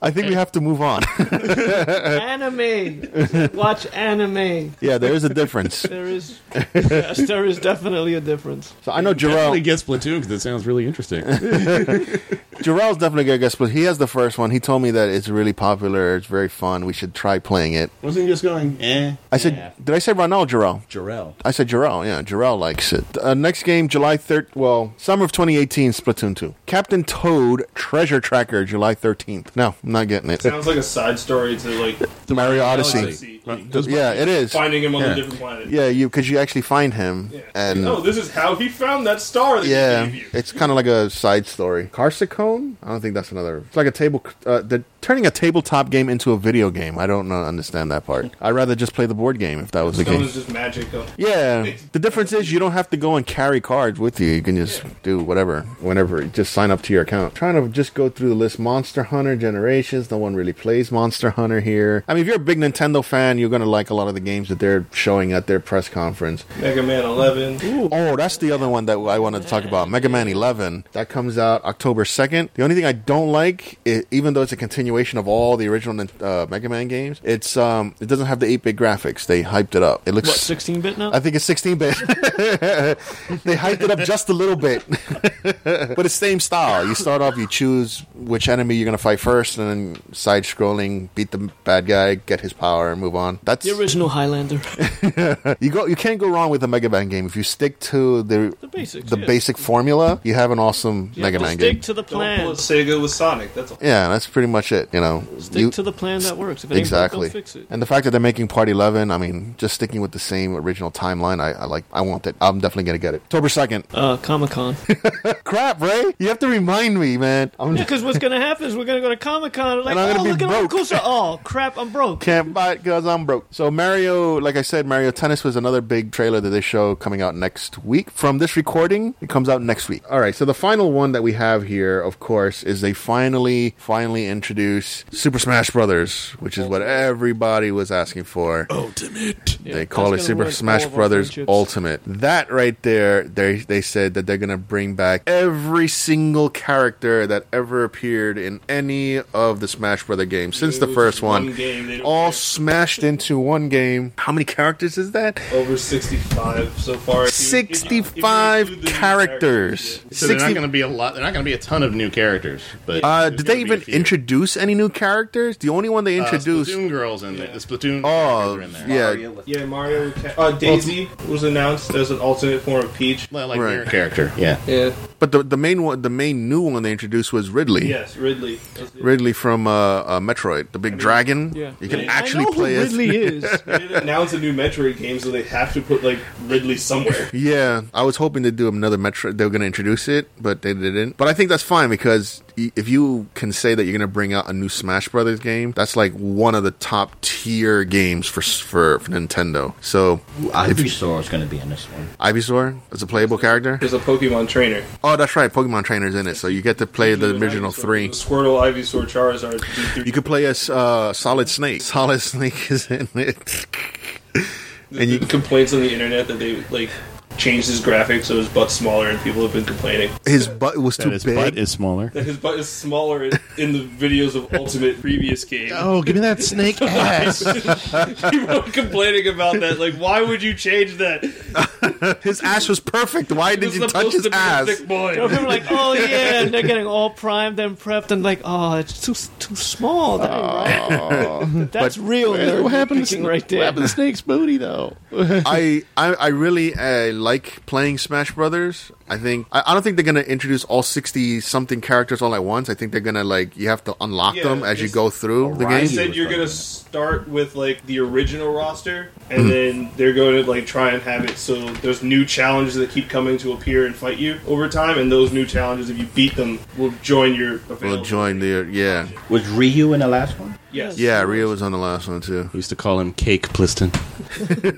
S4: I think we have to move on. [LAUGHS] Uh,
S3: anime. Watch anime.
S4: yeah, there is a difference.
S3: There is, yes, there is definitely a difference.
S4: So I know Jarrell.
S2: Definitely get Splatoon because it sounds really
S4: [LAUGHS]
S2: interesting.
S4: Jarrell's definitely gonna guess, but he has the first one. He told me that it's really popular. It's very fun. We should try playing it.
S2: Wasn't he just going, eh?
S4: I said, did I say Ronald Jarrell?
S7: Jarrell.
S4: I said Jarrell. Yeah, Jarrell likes it. Uh, next game, July third. Well, summer of 2018, Splatoon 2. Captain Toad Treasure Tracker, July 13th. No, I'm not getting it.
S5: Sounds like a side story to like the
S4: Mario Odyssey.
S5: Like,
S4: Yeah, it is.
S5: finding him on
S4: Yeah.
S5: a different planet.
S4: Yeah, you because you actually find him
S5: Yeah.
S4: and.
S5: oh, this is how he found that star that
S4: Yeah,
S5: he gave you.
S4: it's kind of like a side story. Carsicone? I don't think that's another. It's like a table. Uh, they're turning a tabletop game into a video game. I don't know, understand that part.
S5: [LAUGHS]
S4: I'd rather just play the board game if that was the
S5: That
S4: game.
S5: was just magic. uh,
S4: Yeah. The difference is you don't have to go and carry cards with you. You can just do whatever, whenever. Just sign up to your account. Trying to just go through the list. Monster Hunter Generations. No one really plays Monster Hunter here. I mean, if you're a big Nintendo fan, you're going to like a lot of the games that they're showing at their press conference.
S5: Mega Man 11.
S4: Oh, that's the other one that I wanted to talk about. Mega Man 11. That comes out October 2nd. The only thing I don't like, i even though it's a continuation of all the original uh, Mega Man games, it's um, it doesn't have the 8-bit graphics. They hyped it up. It looks
S3: What, 16 bit now?
S4: I think it's 16 bit. [LAUGHS] they hyped it up just a little bit, [LAUGHS] but it's same style. You start off, you choose which enemy you're gonna fight first, and then side scrolling, beat the bad guy, get his power, and move on. That's
S3: the original Highlander.
S4: you go. You can't go wrong with a Mega Man game if you stick to the
S3: The basics,
S4: the
S3: yeah.
S4: basic formula. You have an awesome [LAUGHS]
S3: You
S4: Mega
S3: have to
S4: Man
S3: stick
S4: game.
S3: to the
S5: Don't pull
S3: plan.
S5: a Sega with Sonic. That's all.
S4: yeah, that's pretty much it. You know,
S3: Stick
S4: You-
S3: to the plan that works. If it
S4: exactly.
S3: ain't broke, don't fix it.
S4: And the fact that they're making Part 11, I mean, just sticking with the same original timeline, I, I like. I want it. I'm definitely gonna get it. October 2nd.
S3: Uh,
S4: [LAUGHS]
S3: Comic Con.
S4: crap, Ray. You have to remind me, man. I'm
S3: Because what's gonna happen is we're gonna go to Comic Con like,
S4: And I'm gonna
S3: oh,
S4: be
S3: look at all the
S4: broke." [LAUGHS]
S3: cool stuff. Oh crap, I'm broke.
S4: can't buy it because I'm broke. So Mario, like I said, Mario Tennis was another big trailer that they show coming out next week. From this recording, it comes out next week. All right. So the final one that we have here, of course, is they finally, finally introduce Super Smash Brothers, which is what everybody was asking for.
S3: Yeah,
S4: they
S3: that's
S4: call it
S3: gonna
S4: Super
S3: ruin
S4: Smash
S3: all of our
S4: Brothers
S3: friendships.
S4: Ultimate. That right there, they they said that they're gonna bring back every single character that ever appeared in any of the Smash Brother games since the
S5: It was
S4: first
S5: just one
S4: one.
S5: game, they don't
S4: all
S5: care.
S4: smashed into one game. How many characters is that?
S5: Over 65 so far. If you- if you- if you include
S4: Sixty-five
S5: the new
S4: characters.
S5: yeah.
S2: So they're not going to be a lot. They're not going to be a ton of new characters. But
S4: Uh,
S2: there's
S4: did they
S2: gonna be a
S4: even
S2: few.
S4: introduce any new characters? The only one they
S2: Uh,
S4: introduced.
S2: Splatoon girls in there? The Splatoon.
S4: Oh,
S2: characters are in there.
S4: yeah.
S7: Mario with-
S5: Yeah, Mario. Ca- Uh, Daisy was announced as an alternate form of Peach.
S2: Well, like
S4: Right.
S2: their character. Yeah.
S5: Yeah.
S4: But the, the main one, the main new one they introduced was Ridley.
S5: Yes, Ridley. That's the-
S4: Ridley from uh, uh, Metroid, the big dragon.
S3: Yeah.
S4: You can
S5: Yeah.
S4: actually
S3: I know
S4: play
S3: who
S4: it.
S3: Ridley
S4: [LAUGHS]
S3: is.
S5: [LAUGHS] They didn't announce a new Metroid game, so they have to put like Ridley somewhere.
S4: Yeah, I was hoping to do another Metroid. They were going to introduce it, but they didn't. But I think that's fine because y- if you can say that you're gonna bring out a new Smash Brothers game, that's like one of the top tier games for s- for, for Nintendo. So
S7: Ivysaur is going to be in this one.
S4: Ivysaur is a playable character.
S5: There's a Pokemon trainer.
S4: Oh, that's right, Pokemon Trainer's in it, so you get to play the
S5: There's an
S4: original
S5: Ivysaur.
S4: three.
S5: There's a Squirtle, Ivysaur, Charizard. D3.
S4: You could play as uh, Solid Snake. [LAUGHS] Solid Snake is in it. [LAUGHS]
S5: There's
S4: and you-
S5: been complaints on the internet that they like changed his graphics so his butt's smaller, and people have been complaining
S4: His butt was
S2: That
S4: too
S2: his
S4: big.
S2: butt is smaller.
S5: that his butt is smaller in- in the videos of Ultimate previous game.
S2: Oh, give me
S5: [LAUGHS]
S2: that snake ass.
S5: People are complaining about that. Like, why would you change that?
S4: his ass was perfect. Why did
S5: It's
S4: you touch
S5: supposed
S4: his
S5: to be a
S4: ass?
S5: thick
S3: You know,
S5: boy.
S3: people are like, oh yeah, and they're getting all primed and prepped, and like, oh, it's too too small. That ain't right. [LAUGHS] That's real. nerd
S2: what happened to
S3: picking right there?
S2: What happened to Snake's booty though?
S4: [LAUGHS] I, I I really uh, like playing Smash Brothers. I think I, I don't think they're gonna introduce all sixty something characters all at once. I think they're gonna like you have to unlock
S5: Yeah,
S4: them as you
S5: it's-
S4: go through the
S7: Alright.
S4: game.
S5: They said you're gonna start with like the original roster,
S4: Hmm.
S5: and then they're going to like try and have it so there's new challenges that keep coming to appear and fight you over time, and those new challenges, if you beat them, will join your.
S4: We'll
S5: available-
S4: join the yeah
S7: Was Ryu in the last one?
S5: Yes.
S4: yeah. Rio was on the last one too.
S2: We used to call him Cake
S4: [LAUGHS]
S2: Pliston.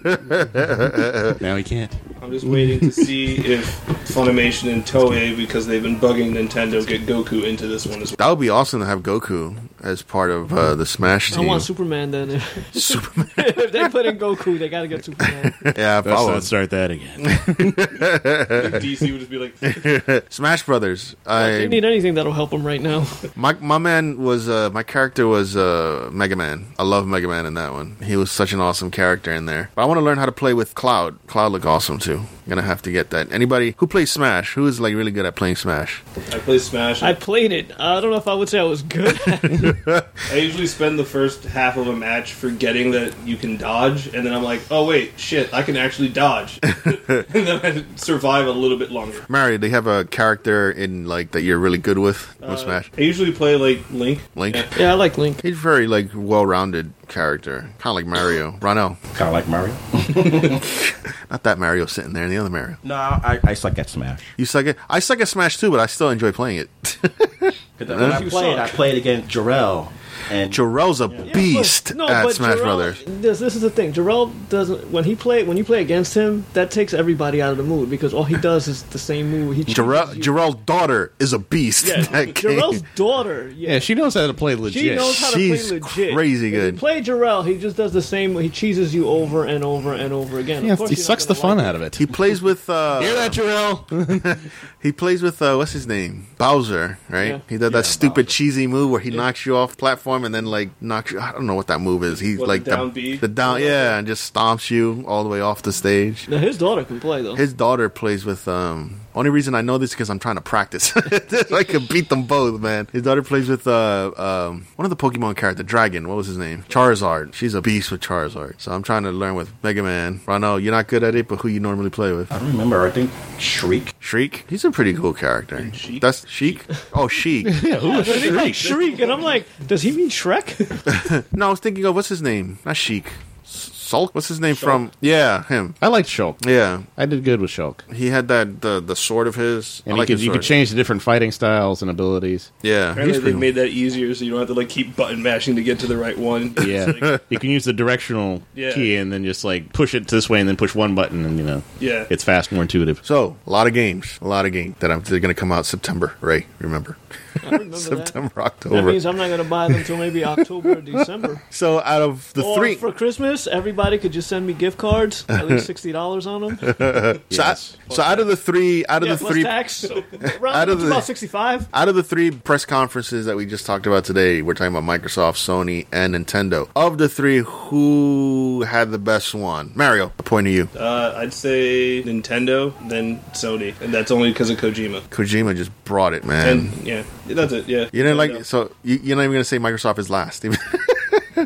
S2: now he can't.
S5: I'm just waiting to see if Funimation and Toei, because they've been bugging Nintendo, get Goku into this one as well.
S4: That would be awesome to have Goku as part of uh, the Smash
S3: I
S4: team.
S3: want Superman then.
S4: [LAUGHS] Superman.
S3: [LAUGHS] if they put in Goku, they gotta get Superman.
S4: [LAUGHS] yeah,
S2: Let's
S4: follow.
S2: not start that again.
S4: [LAUGHS]
S5: DC would just be like,
S4: Smash Brothers. I
S3: They need anything that'll help them right now.
S4: My my man was uh, my character was uh, Mega Man. I love Mega Man in that one. He was such an awesome character in there. But I want to learn how to play with Cloud. Cloud looked awesome too. gonna have to get that. Anybody who plays Smash, who is like really good at playing Smash?
S5: I play Smash.
S3: I
S5: I,
S3: played it. I don't know if I would say I was good. [LAUGHS]
S5: usually spend the first half of a match forgetting that you can dodge, and then I'm like, oh wait, shit, I can actually
S4: [LAUGHS]
S5: dodge. and then I survive a little bit longer.
S4: Mario, do you have a character in like that you're really good with with
S3: Uh,
S4: Smash?
S5: I usually play like Link.
S4: Link.
S5: yeah.
S3: yeah, I like Link.
S4: He's very like well-rounded character, kind of like Mario.
S3: [COUGHS]
S4: Ronell,
S7: Kind of like Mario.
S4: not that Mario sitting there, and the other Mario.
S7: No, I, I suck at Smash.
S4: You suck at I suck at Smash too, but I still enjoy playing it. [LAUGHS]
S7: 'Cause When I
S3: You
S7: played,
S3: suck.
S7: I played against Jarrell. And
S4: Jarrell's a beast
S3: Look, no,
S4: at
S3: but
S4: Smash
S3: Jarrell-
S4: Brothers.
S3: This, this is the thing. Jarrell doesn't. When he play, when you play against him, that takes everybody out of the mood because all he does is the same move. He chooses
S4: Jarrell,
S3: you.
S4: Jarrell's daughter is a beast. in
S3: Yeah, [LAUGHS]
S4: that game.
S3: Jarrell's daughter.
S2: Yeah,
S3: Yeah,
S2: she knows how to play legit.
S3: she knows how to
S4: She's
S3: play legit.
S4: crazy
S3: When you
S4: good.
S3: play Jarrell. He just does the same. He cheeses you over and over and over again.
S2: yeah,
S3: Of course
S2: he
S3: you're not
S2: sucks the
S3: gonna
S2: fun
S3: like
S2: out of it.
S4: He plays with uh,
S2: Hear that, Jarrell?
S4: he plays with uh, what's his name Bowser, right?
S3: Yeah.
S4: He does that stupid cheesy move where he knocks you off platform and then like knocks you. I don't know what that move is. He's
S5: What, the
S4: like
S5: down B?
S4: the down, yeah, and just stomps you all the way off the stage.
S3: Now, his daughter can play though.
S4: His daughter plays with. um Only reason I know this because I'm trying to practice. [LAUGHS] I could beat them both, man. His daughter plays with uh um one of the Pokemon character, Dragon. What was his name? Charizard. She's a beast with Charizard. So I'm trying to learn with Mega Man. Rano, you're not good at it, but who you normally play with?
S7: I remember, I think Shriek.
S4: Shriek. He's a pretty cool character.
S5: Sheik?
S4: That's
S2: [LAUGHS]
S4: Sheik. Oh, Sheik.
S2: yeah, who is
S3: They like shriek, and I'm like, does he mean Shrek? [LAUGHS]
S4: no, I was thinking of what's his name. Not Sheik. S- Sulk. What's his name from? Yeah, him.
S2: I liked Shulk.
S4: Yeah,
S2: I did good with Shulk.
S4: he had that the the sword of his. I
S2: And
S4: like
S2: you,
S4: his
S2: could, you could
S4: sword.
S2: change the different fighting styles and abilities.
S4: Yeah, he's
S5: Apparently
S4: pretty
S5: they
S4: cool.
S5: made that easier, so you don't have to like keep button mashing to get to the
S4: [LAUGHS]
S5: right one.
S2: Yeah,
S5: It's like-
S2: you can use the directional
S5: Yeah.
S2: key and then just like push it this way and then push one button and you know
S5: yeah.
S2: it's fast, more intuitive.
S4: So a lot of games, a lot of games that I'm they're gonna come out September. Ray, remember
S3: I remember that.
S4: September,
S3: That
S4: October.
S3: means I'm not going to buy them until
S4: [LAUGHS]
S3: maybe October or December.
S4: So out of the
S3: or
S4: three,
S3: for Christmas, everybody could just send me gift cards, at
S4: [LAUGHS]
S3: least sixty dollars on them.
S4: so, I- so out of the three, out of
S3: yeah,
S4: the
S3: plus
S4: three,
S3: tax.
S4: [LAUGHS]
S3: So,
S4: Out
S3: round
S4: of
S3: up to
S4: the-
S3: about sixty-five.
S4: out of the three press conferences that we just talked about today, we're talking about Microsoft, Sony, and Nintendo. Of the three, who had the best one? Mario, a point of you.
S5: Uh, I'd say Nintendo, then Sony, and that's only because of Kojima.
S4: Kojima just brought it, man.
S5: And yeah, that's it. Yeah,
S4: you didn't [LAUGHS]
S5: Nintendo.
S4: like so you, you're not even gonna say Microsoft is last. [LAUGHS]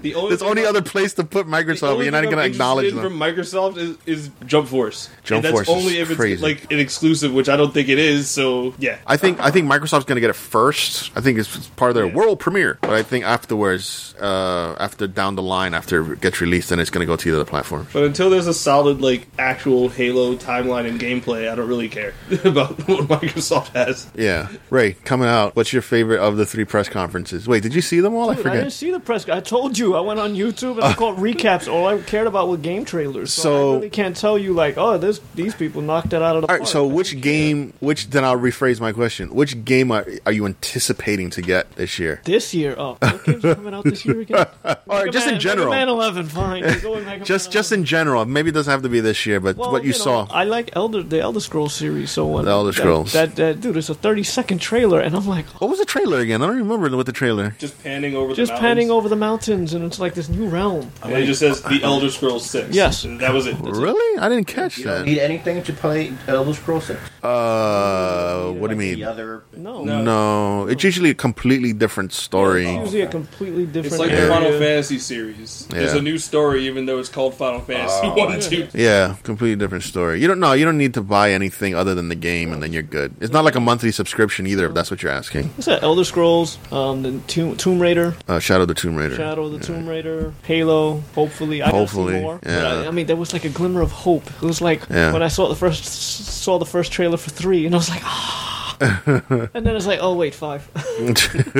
S5: The only
S4: It's
S3: [LAUGHS]
S5: thing
S4: only
S5: I'm-
S4: other place to put
S5: the
S4: Microsoft.
S5: only
S4: You're not
S5: thing
S4: going to
S5: I'm
S4: acknowledge
S5: interested
S4: them.
S5: in From Microsoft is, is Jump Force.
S4: Jump
S5: and that's
S4: Force is
S5: only if it's
S4: crazy.
S5: like an exclusive, which I don't think it is. So yeah,
S4: I think I think Microsoft's going to get it first. I think it's part of their
S5: Yeah.
S4: world premiere, but I think afterwards, uh, after down the line, after it gets released, then it's going to go to the other platforms.
S5: But until there's a solid like actual Halo timeline and gameplay, I don't really care [LAUGHS] about what Microsoft has.
S4: Yeah, Ray, coming out. What's your favorite of the three press conferences? Wait, did you see them all? I
S3: Dude, I
S4: forget.
S3: didn't see the press. I told you I went on YouTube and I caught recaps. All I cared about were game trailers. So,
S4: So-
S3: I really can't tell you like, oh, this these people knocked it out of
S4: All
S3: the park.
S4: right, so which game? Which then I'll rephrase my question. Which game are, are you anticipating to get this year?
S3: this year, oh, what game's coming out this year again?
S4: [LAUGHS] All right,
S3: Mega
S4: just in
S3: Man-
S4: general.
S3: Mega Man 11, fine. Just, go with Mega
S4: Just
S3: Man
S4: just
S3: 11.
S4: in general. Maybe it doesn't have to be this year, but
S3: Well,
S4: what you,
S3: know,
S4: saw.
S3: I like Elder the Elder Scrolls series. So when
S4: The Elder
S3: that-
S4: Scrolls.
S3: That, that dude, it's a 30 second trailer, and I'm like, oh,
S4: what was the trailer again? I don't remember what the trailer.
S5: Just panning over.
S3: just
S5: the mountains.
S3: panning over the mountains, and it's like this new realm.
S5: And it just says the Elder Scrolls Six.
S3: Yes.
S5: And that was it. That's it.
S4: Really? I didn't catch
S7: You don't
S4: that.
S7: need anything to play Elder Scrolls 6.
S4: Uh, what do
S7: Like
S4: you
S7: The
S4: mean?
S7: other
S3: No,
S5: No.
S4: No, it's usually a completely different
S3: it's
S4: story.
S3: usually a completely different.
S5: It's like the
S3: area.
S5: Final Fantasy series. There's
S4: Yeah.
S5: a new story, even though it's called Final Fantasy [LAUGHS] One and Two.
S4: Yeah, completely different story. You don't know. You don't need to buy anything other than the game, and then you're good. It's not like a monthly subscription either, if that's what you're asking.
S3: What's that? Elder Scrolls, um, the Tomb, Tomb Raider,
S4: Uh, Shadow of the Tomb Raider.
S3: Shadow of the Tomb Raider, Halo. Hopefully, I
S4: Hopefully,
S3: hopefully, more.
S4: yeah.
S3: But I, I mean, there was like a glimmer of hope. It was like
S4: Yeah.
S3: when I saw the first saw the first trailer for three, and I was like, ah.
S4: [LAUGHS]
S3: and then it's like, oh wait, five.
S4: [LAUGHS]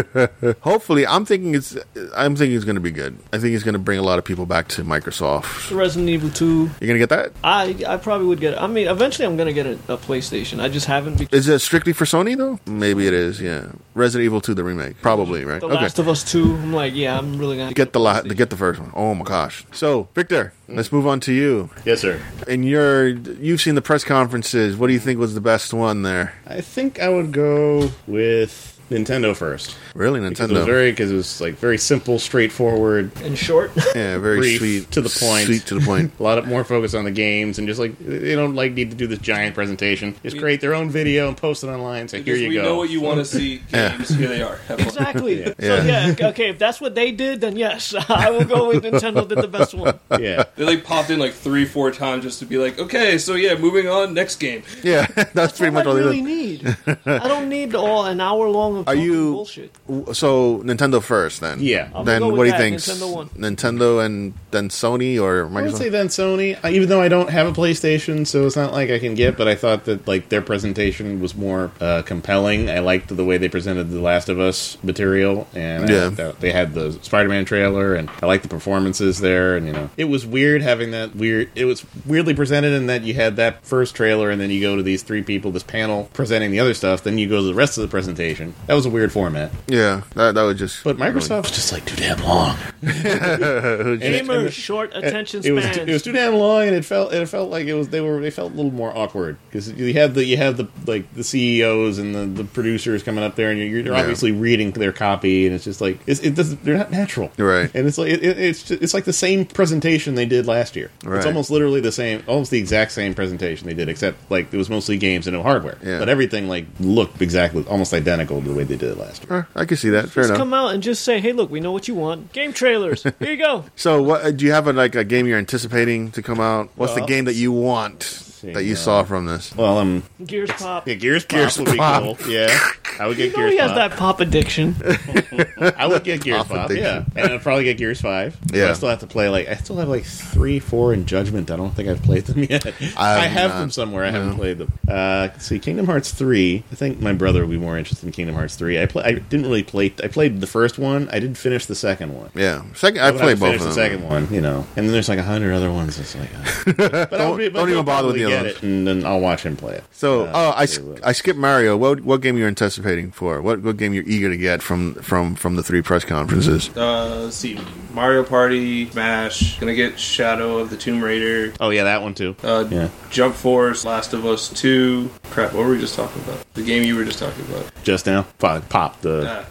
S4: Hopefully, I'm thinking it's. I'm thinking it's going to be good. I think it's going to bring a lot of people back to Microsoft.
S3: Resident Evil Two.
S4: You're going to get that?
S3: I I probably would get it. I mean, eventually I'm gonna get a, a PlayStation. I just haven't. Because
S4: Is it strictly for Sony though? Maybe it is. Yeah, Resident Evil 2, the remake, probably right.
S3: the Last of Us Two. I'm like, yeah, I'm really gonna
S4: get the la-
S3: PlayStation.
S4: get the first one. Oh my gosh. So Victor, let's move on to you.
S2: Yes, sir.
S4: And your you've seen the press conferences. What do
S2: Mm-hmm.
S4: you think was the best one there?
S2: I think I would go with Nintendo first.
S4: Really,
S2: Because it was
S4: Nintendo.
S2: very because it was like very simple, straightforward.
S3: in short. [LAUGHS]
S4: yeah, very
S2: brief,
S4: sweet
S2: to the point.
S4: Sweet to the
S2: [LAUGHS]
S4: point.
S2: A lot of more focus on the games and just like they don't like need to do this giant presentation. Just create their own video and post it online. So here
S5: Because
S2: you
S5: we
S2: go.
S5: know what you want to see. Games. Here they are. Have fun.
S3: Exactly.
S4: Yeah.
S3: So yeah, okay. If that's what they did, then yes, [LAUGHS] I will go with Nintendo did the best one.
S2: [LAUGHS] yeah.
S5: They like popped in like three, four times just to be like, okay, so yeah, moving on. Next game.
S4: yeah, [LAUGHS] [LAUGHS] that's, pretty much
S3: all
S4: all
S3: I
S4: they
S3: really
S4: did.
S3: need. I don't need all an hour long of
S4: Are
S3: fucking
S4: you-
S3: bullshit.
S4: W- So Nintendo first, then.
S2: Yeah. I'll
S4: Then
S3: go with
S4: what do you
S3: that,
S4: think?
S3: Nintendo one.
S4: Nintendo and then Sony or
S2: I would say
S4: Microsoft.
S2: then Sony, I- even though I don't have a PlayStation, so it's not like I can get. But I thought that like their presentation was more uh, compelling. I liked the way they presented the Last of Us material, and I
S4: Yeah.
S2: liked that they had the Spider-Man trailer, and I liked the performances there. And you know, it was weird having that weird. It was weirdly presented in that you had that first trailer, and then you go to these three people, this panel presenting the other stuff. Then you go to the rest of the presentation. That was a weird format.
S4: Yeah, that, that would just.
S2: But Microsoft was just like too damn long. And it- and
S3: Gamer
S2: it-
S3: short attention
S2: it was
S3: spans.
S2: it was too damn long, and it felt and it felt like it was they were they felt a little more awkward because you have the you have the like the CEOs and the, the producers coming up there, and you're, you're
S4: Yeah.
S2: obviously reading their copy, and it's just like it's, it doesn't they're not natural,
S4: Right.
S2: And it's like it, it- it's just, it's like the same presentation they did last year.
S4: Right.
S2: It's almost literally the same, almost the exact same presentation they did, except like it was mostly games and no hardware,
S4: Yeah.
S2: but everything like looked exactly almost identical to the way they did it last year.
S4: Eh, I can see that. Fair
S3: just
S4: enough.
S3: come out and just say, "Hey, look, we know what you want.
S2: [LAUGHS]
S3: Game trailers. Here you go."
S4: So, what do you have? A, like a game you're anticipating to come out? What's the
S2: Well,
S4: game that you want that you
S3: uh,
S2: now.
S4: saw from this?
S2: Well, um,
S3: Gears pop.
S2: yeah, Gears Pop
S4: Gears
S2: would be
S4: Pop.
S2: cool. Yeah, I would get
S3: You know
S2: Gears
S3: he has
S2: Pop.
S3: that
S2: [LAUGHS]
S3: pop addiction.
S2: I would get Gears
S4: Off
S2: Five,
S4: addiction.
S2: yeah, and I'd probably get Gears Five.
S4: Yeah.
S2: but I still have to play like I still have like three, four in Judgment. I don't think I've played them [LAUGHS] yet.
S4: I
S2: I,
S4: have
S2: have
S4: not.
S2: them somewhere. I haven't played them. Uh, let's see, Kingdom Hearts Three. I think my brother would be more interested in Kingdom Hearts Three. I play. I didn't really play. I played the first one. I didn't finish the second one.
S4: Yeah, second. I
S2: But
S4: played
S2: haven't
S4: both of
S2: finished
S4: them.
S2: The second one, you know, and then there's like a hundred other ones. It's like, uh,
S4: [LAUGHS]
S2: but
S4: Don't-
S2: I'll
S4: don't even
S2: he'll
S4: bother with
S2: probably
S4: the
S2: get
S4: others.
S2: it, and then I'll watch him play it.
S4: So,
S2: Uh,
S4: oh, I,
S2: so,
S4: sk- I skipped Mario. What what game you're anticipating for? What what game you're eager to get from from from the three press
S3: [LAUGHS]
S4: conferences?
S5: Uh, let's see, Mario Party, Smash. Gonna get Shadow of the Tomb Raider.
S2: oh yeah, that one too.
S5: Uh,
S2: Yeah.
S5: Jump Force, Last of Us Two. Crap, what were we just talking about? The game you were just talking about.
S2: Just now, pop, pop the
S5: Ah,
S2: Uh.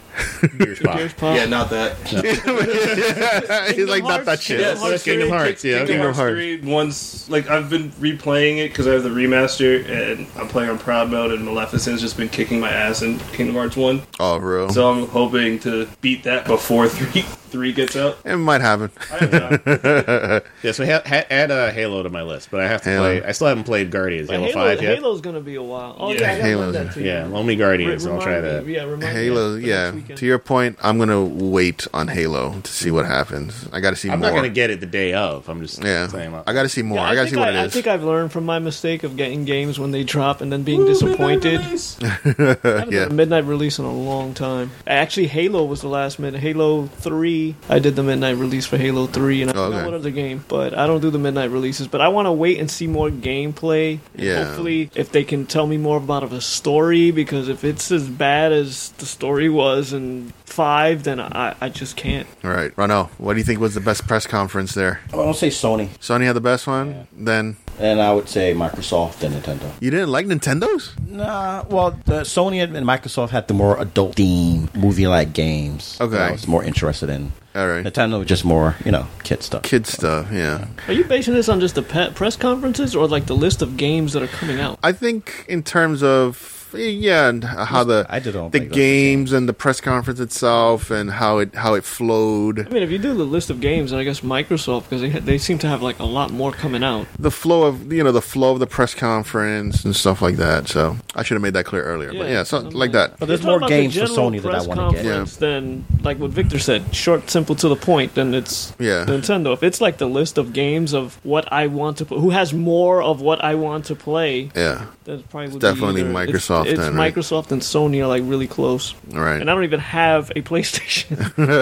S2: Gears Pop.
S3: Gears pop.
S5: yeah, not that.
S4: [LAUGHS] He's like not
S3: Hearts?
S4: that shit.
S3: Yeah.
S2: Yes, Kingdom Hearts. Yeah,
S5: Kingdom,
S2: okay.
S5: Hearts
S4: Hearts.
S5: 3 once like I've been replaying it because I have the remaster and I'm playing on proud mode and Maleficent's just been kicking my ass in Kingdom Hearts 1.
S4: Oh, real.
S5: So I'm hoping to beat that before [LAUGHS] 3 three gets out?
S4: It might happen.
S5: I [LAUGHS] don't know.
S2: Yeah, so ha- ha- add uh, Halo to my list, but I have to
S4: Halo.
S2: play. I still haven't played Guardians Halo,
S3: Halo,
S2: Five yet.
S3: Halo's gonna be a while. Oh
S5: Yeah.
S3: yeah, I gotta
S4: Halo's-
S3: lend that to you.
S2: Yeah,
S3: Re-
S2: Lonely Guardians. I'll try
S3: remind me-
S2: that.
S3: Yeah, remind me
S4: Halo,
S3: for next
S4: yeah.
S3: weekend.
S4: To your point, I'm gonna wait on Halo to see what happens. I got to see
S2: I'm
S4: more.
S2: not gonna get it the day of. I'm just
S4: yeah,
S2: saying. uh,
S4: I got to see more.
S3: Yeah,
S4: I got to see
S3: think
S4: what
S3: I
S4: it is.
S3: think I've learned from my mistake of getting games when they drop and then being disappointed. I haven't
S4: Yeah.
S3: done a midnight release in a long time. Actually, Halo was the last mid. Halo Three, I did the midnight release for Halo Three, and I don't
S4: Okay.
S3: know what other game, but I don't do the midnight releases. But I want to wait and see more gameplay. And
S4: Yeah.
S3: Hopefully, if they can tell me more about of a story, because if it's as bad as the story was in Five, then I, I just can't.
S4: All right, Ronald, what do you think was the best press conference there?
S7: I don't say Sony,
S4: Sony had the best one. Then
S7: and I would say Microsoft and Nintendo.
S4: you didn't like Nintendo's?
S7: Nah, well, the Sony and Microsoft had the more adult theme, movie-like games.
S4: Okay.
S7: that I was more interested in.
S4: All right,
S7: Nintendo was just more, you know, kid stuff.
S4: kid stuff. Yeah.
S3: Are you basing this on just the pe- press conferences or like the list of games that are coming out?
S4: I think in terms of yeah, and how the
S7: I did all
S4: the
S7: think
S4: games,
S7: that's the
S4: and the press conference itself and how it how it flowed,
S3: I mean, if you do the list of games, and I guess Microsoft, because they, ha- they seem to have like a lot more coming out.
S4: the flow of you know the flow of the press conference and stuff like that. So I should have made that clear earlier, but yeah, so,
S3: something
S4: like that.
S7: But there's
S3: You're
S7: more
S3: talking about the
S7: games for
S3: general
S7: Sony that I
S3: press
S7: wanna get.
S3: conference Than, like what Victor said, short, simple, to the point, then it's
S4: Yeah.
S3: Nintendo. If it's like the list of games of what I want to pl- who has more of what I want to play,
S4: Yeah,
S3: that's probably would
S4: definitely
S3: be either-
S4: Microsoft
S3: It's, it's
S4: then, right?
S3: Microsoft and Sony are like really close.
S4: all right.
S3: And I don't even have a [LAUGHS]
S4: [LAUGHS]
S3: PlayStation.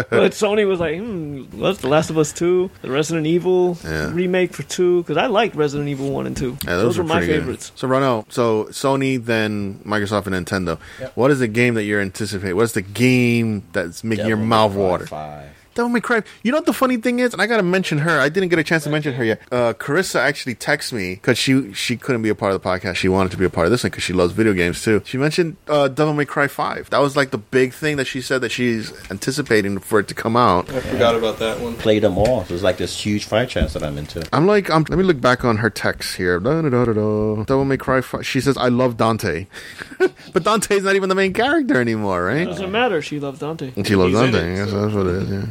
S3: but Sony was like, hmm, what's The Last of Us 2, the Resident Evil
S4: Yeah.
S3: remake for 2, because I liked Resident Evil 1 and 2.
S4: Yeah,
S3: those, were my
S4: pretty good.
S3: favorites.
S4: So Ronald, so Sony, then Microsoft and Nintendo. What is the game that you're anticipating? What's the game that's making your
S7: Devil May
S4: mouth
S7: Cry
S4: water?
S7: Five.
S4: Devil May Cry. You know what the funny thing is, and I gotta mention her. I didn't get a chance to mention her yet. Uh, Carissa actually texted me because she she couldn't be a part of the podcast. She wanted to be a part of this one because she loves video games too. She mentioned uh, Devil May Cry Five. That was like the big thing that she said that she's anticipating for it to come out.
S5: I forgot about that one.
S7: Play them all. There's like this huge franchise that I'm into.
S4: I'm like, um, let me look back on her text here. Da, da, da, da, da. Devil May Cry 5. She says, I love Dante. [LAUGHS] but Dante's not even the main character anymore, right?
S3: Doesn't matter. She loved Dante.
S4: And she loves
S5: He's in
S4: Dante. I
S5: it,
S4: guess
S5: so-
S4: that's what it is, yeah.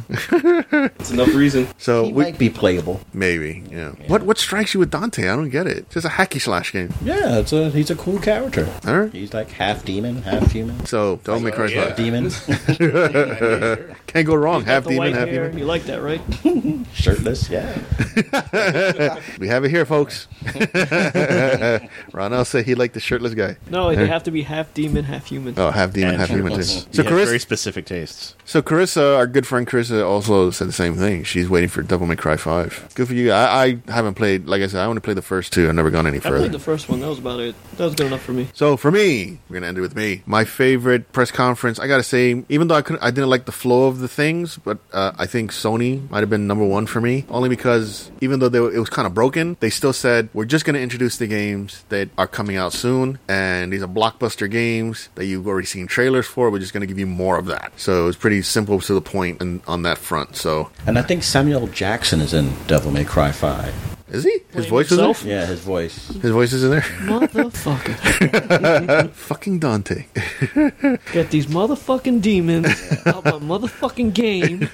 S5: It's enough reason.
S4: So
S7: He
S4: Oh, we,
S7: might be playable.
S4: maybe, yeah. What what strikes you with Dante? I don't get it. It's just a hacky slash game.
S7: Yeah, it's a he's a cool character.
S4: All right.
S7: He's like half demon, half human.
S4: So Devil May Cry 5.
S2: Yeah.
S4: [LAUGHS]
S7: Demon,
S4: Can't go wrong. Half
S3: The
S4: demon,
S3: white
S4: half
S3: hair.
S4: demon.
S3: You like that, right?
S7: shirtless. Yeah,
S4: We have it here, folks. [LAUGHS] Ronald said he liked the shirtless guy.
S3: No, they have to be half demon, half human.
S4: Oh, half demon,
S2: And-
S4: half human. Too.
S2: you
S4: So
S2: have very
S4: Carissa,
S2: specific tastes.
S4: So Carissa, our good friend Carissa, also said the same thing. She's waiting for Devil May Cry Five. Good for you. I, I haven't played. Like I said, I only played the first two. I've never gone any
S3: I played
S4: further.
S3: the first one. That was about it. That was good enough for me.
S4: so for me, we're gonna end it with me. My favorite press conference. I gotta say, even though I couldn't, I didn't like the flow of the things, but uh, I think Sony might have been number one for me. Only because even though they were, it was kind of broken, they still said we're just gonna introduce the games that are coming out soon, and these are blockbuster games that you've already seen trailers for. We're just gonna give you more of that. So it was pretty simple to the point and on that front. So
S7: and I think Samuel Jackson is in Devil May Cry Five.
S4: Is he? His
S3: Playing
S4: voice is in
S3: himself?
S4: there?
S7: Yeah, his voice.
S4: His voice is in there? [LAUGHS]
S3: Motherfucker.
S4: Fucking Dante.
S3: [LAUGHS] Get these motherfucking demons out my motherfucking game.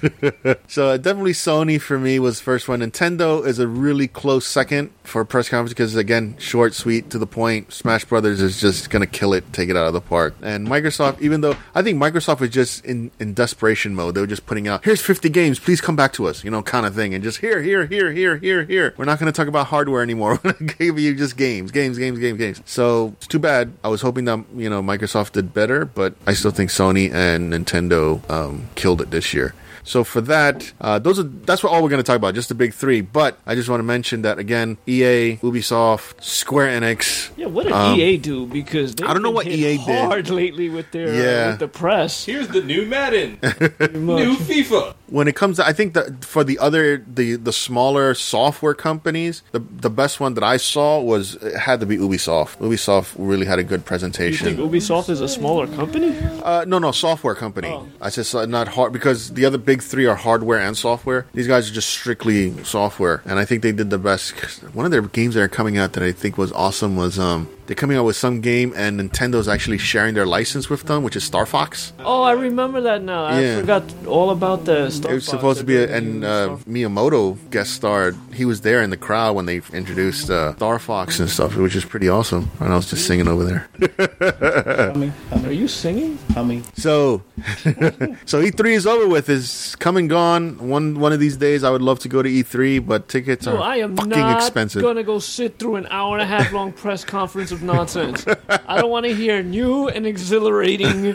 S4: So uh, definitely Sony for me was the first one. Nintendo is a really close second for a press conference because again, short, sweet, to the point. Smash Brothers is just gonna kill it, take it out of the park. And Microsoft, even though I think Microsoft was just in, in desperation mode, they were just putting out here's 50 games, please come back to us, you know, kind of thing, and just here, here, here, here, here, here. We're not gonna talk about hardware anymore. [LAUGHS] We're gonna give you just games, games, games, games, games. So it's too bad. I was hoping that you know Microsoft did better, but I still think Sony and Nintendo um, killed it this year. So for that, uh, those are that's what all we're going to talk about, just the big three. But I just want to mention that again: EA, Ubisoft, Square Enix.
S3: Yeah, what did EA do? Because they
S4: Um, I don't know what EA did.
S3: hard lately with their
S4: Yeah.
S3: uh, with the press.
S5: Here's the new Madden,
S3: pretty much.
S5: [LAUGHS] new FIFA.
S4: When it comes, to, I think that for the other the the smaller software companies, the the best one that I saw was it had to be Ubisoft. Ubisoft really had a good
S3: You think
S4: presentation.
S3: Ubisoft is a smaller company?
S4: Uh, no, no, software company.
S3: Oh.
S4: I just uh, not hard because the other big three are hardware and software. These guys are just strictly software, and I think they did the best. One of their games that are coming out that I think was awesome was um. They're coming out with some game, and Nintendo's actually sharing their license with them, which is Star Fox.
S3: Oh, I remember that now. I
S4: Yeah.
S3: forgot all about the Star
S4: It was
S3: Fox.
S4: supposed to be,
S3: They're
S4: a,
S3: doing
S4: and
S3: the
S4: uh,
S3: Star Fox.
S4: Miyamoto guest starred. He was there in the crowd when they introduced uh, Star Fox and stuff, which is pretty awesome. And I was just singing over there.
S7: Humming,
S3: Are
S4: uh,
S7: humming,
S3: you singing?
S7: humming.
S4: So, [LAUGHS] so E3 is over with. Is come and gone. One one of these days, I would love to go to E3, but tickets
S3: No,
S4: are
S3: I am
S4: fucking
S3: not
S4: expensive.
S3: gonna go sit through an hour and a half long press conference of nonsense. I don't want to hear new and
S4: [LAUGHS]
S3: exhilarating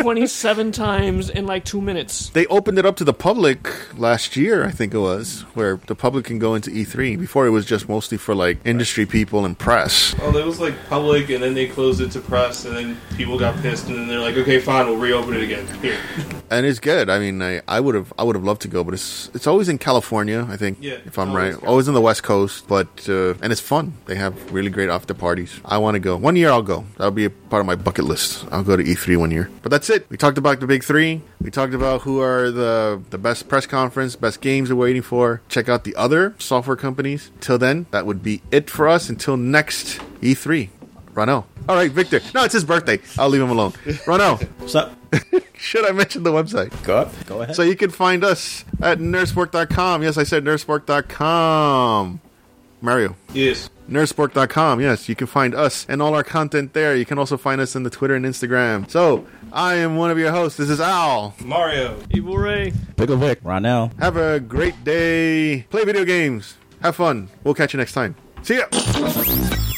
S3: twenty-seven times in like two minutes.
S4: They opened it up to the public last year, I think it was, where the public can go into E3. Before it was just mostly for like industry people and press.
S5: Oh, that was like public, and then they closed it to press, and then people got pissed, and then they're like, okay, fine, we'll reopen it again. Here.
S4: And it's good. I mean, I, I would have I would have loved to go, but it's it's always in California, I think,
S5: Yeah,
S4: if I'm
S5: always
S4: right.
S5: California.
S4: Always on the West Coast, but uh, and it's fun. They have really great after parties. I want to go. One year I'll go. That'll be a part of my bucket list. I'll go to E3 one year. But that's it. We talked about the big 3. We talked about who are the the best press conference, best games we're waiting for. Check out the other software companies. Till then, that would be it for us until next E3. Ronell. All right, Victor. No, it's his birthday. I'll leave him alone. Ronell,
S7: What's up?
S4: [LAUGHS] should I mention the website?
S7: Go up. Go ahead.
S4: So you can find us at nursework.com. Yes, I said nursework.com. Mario.
S5: Yes.
S4: Nursework.com. Yes, you can find us and all our content there. You can also find us on the Twitter and Instagram. So I am one of your hosts. This is Al.
S5: Mario.
S3: Evil Ray.
S7: Pickle Vic. Ronell.
S4: Have a great day. Play video games. Have fun. We'll catch you next time. See ya.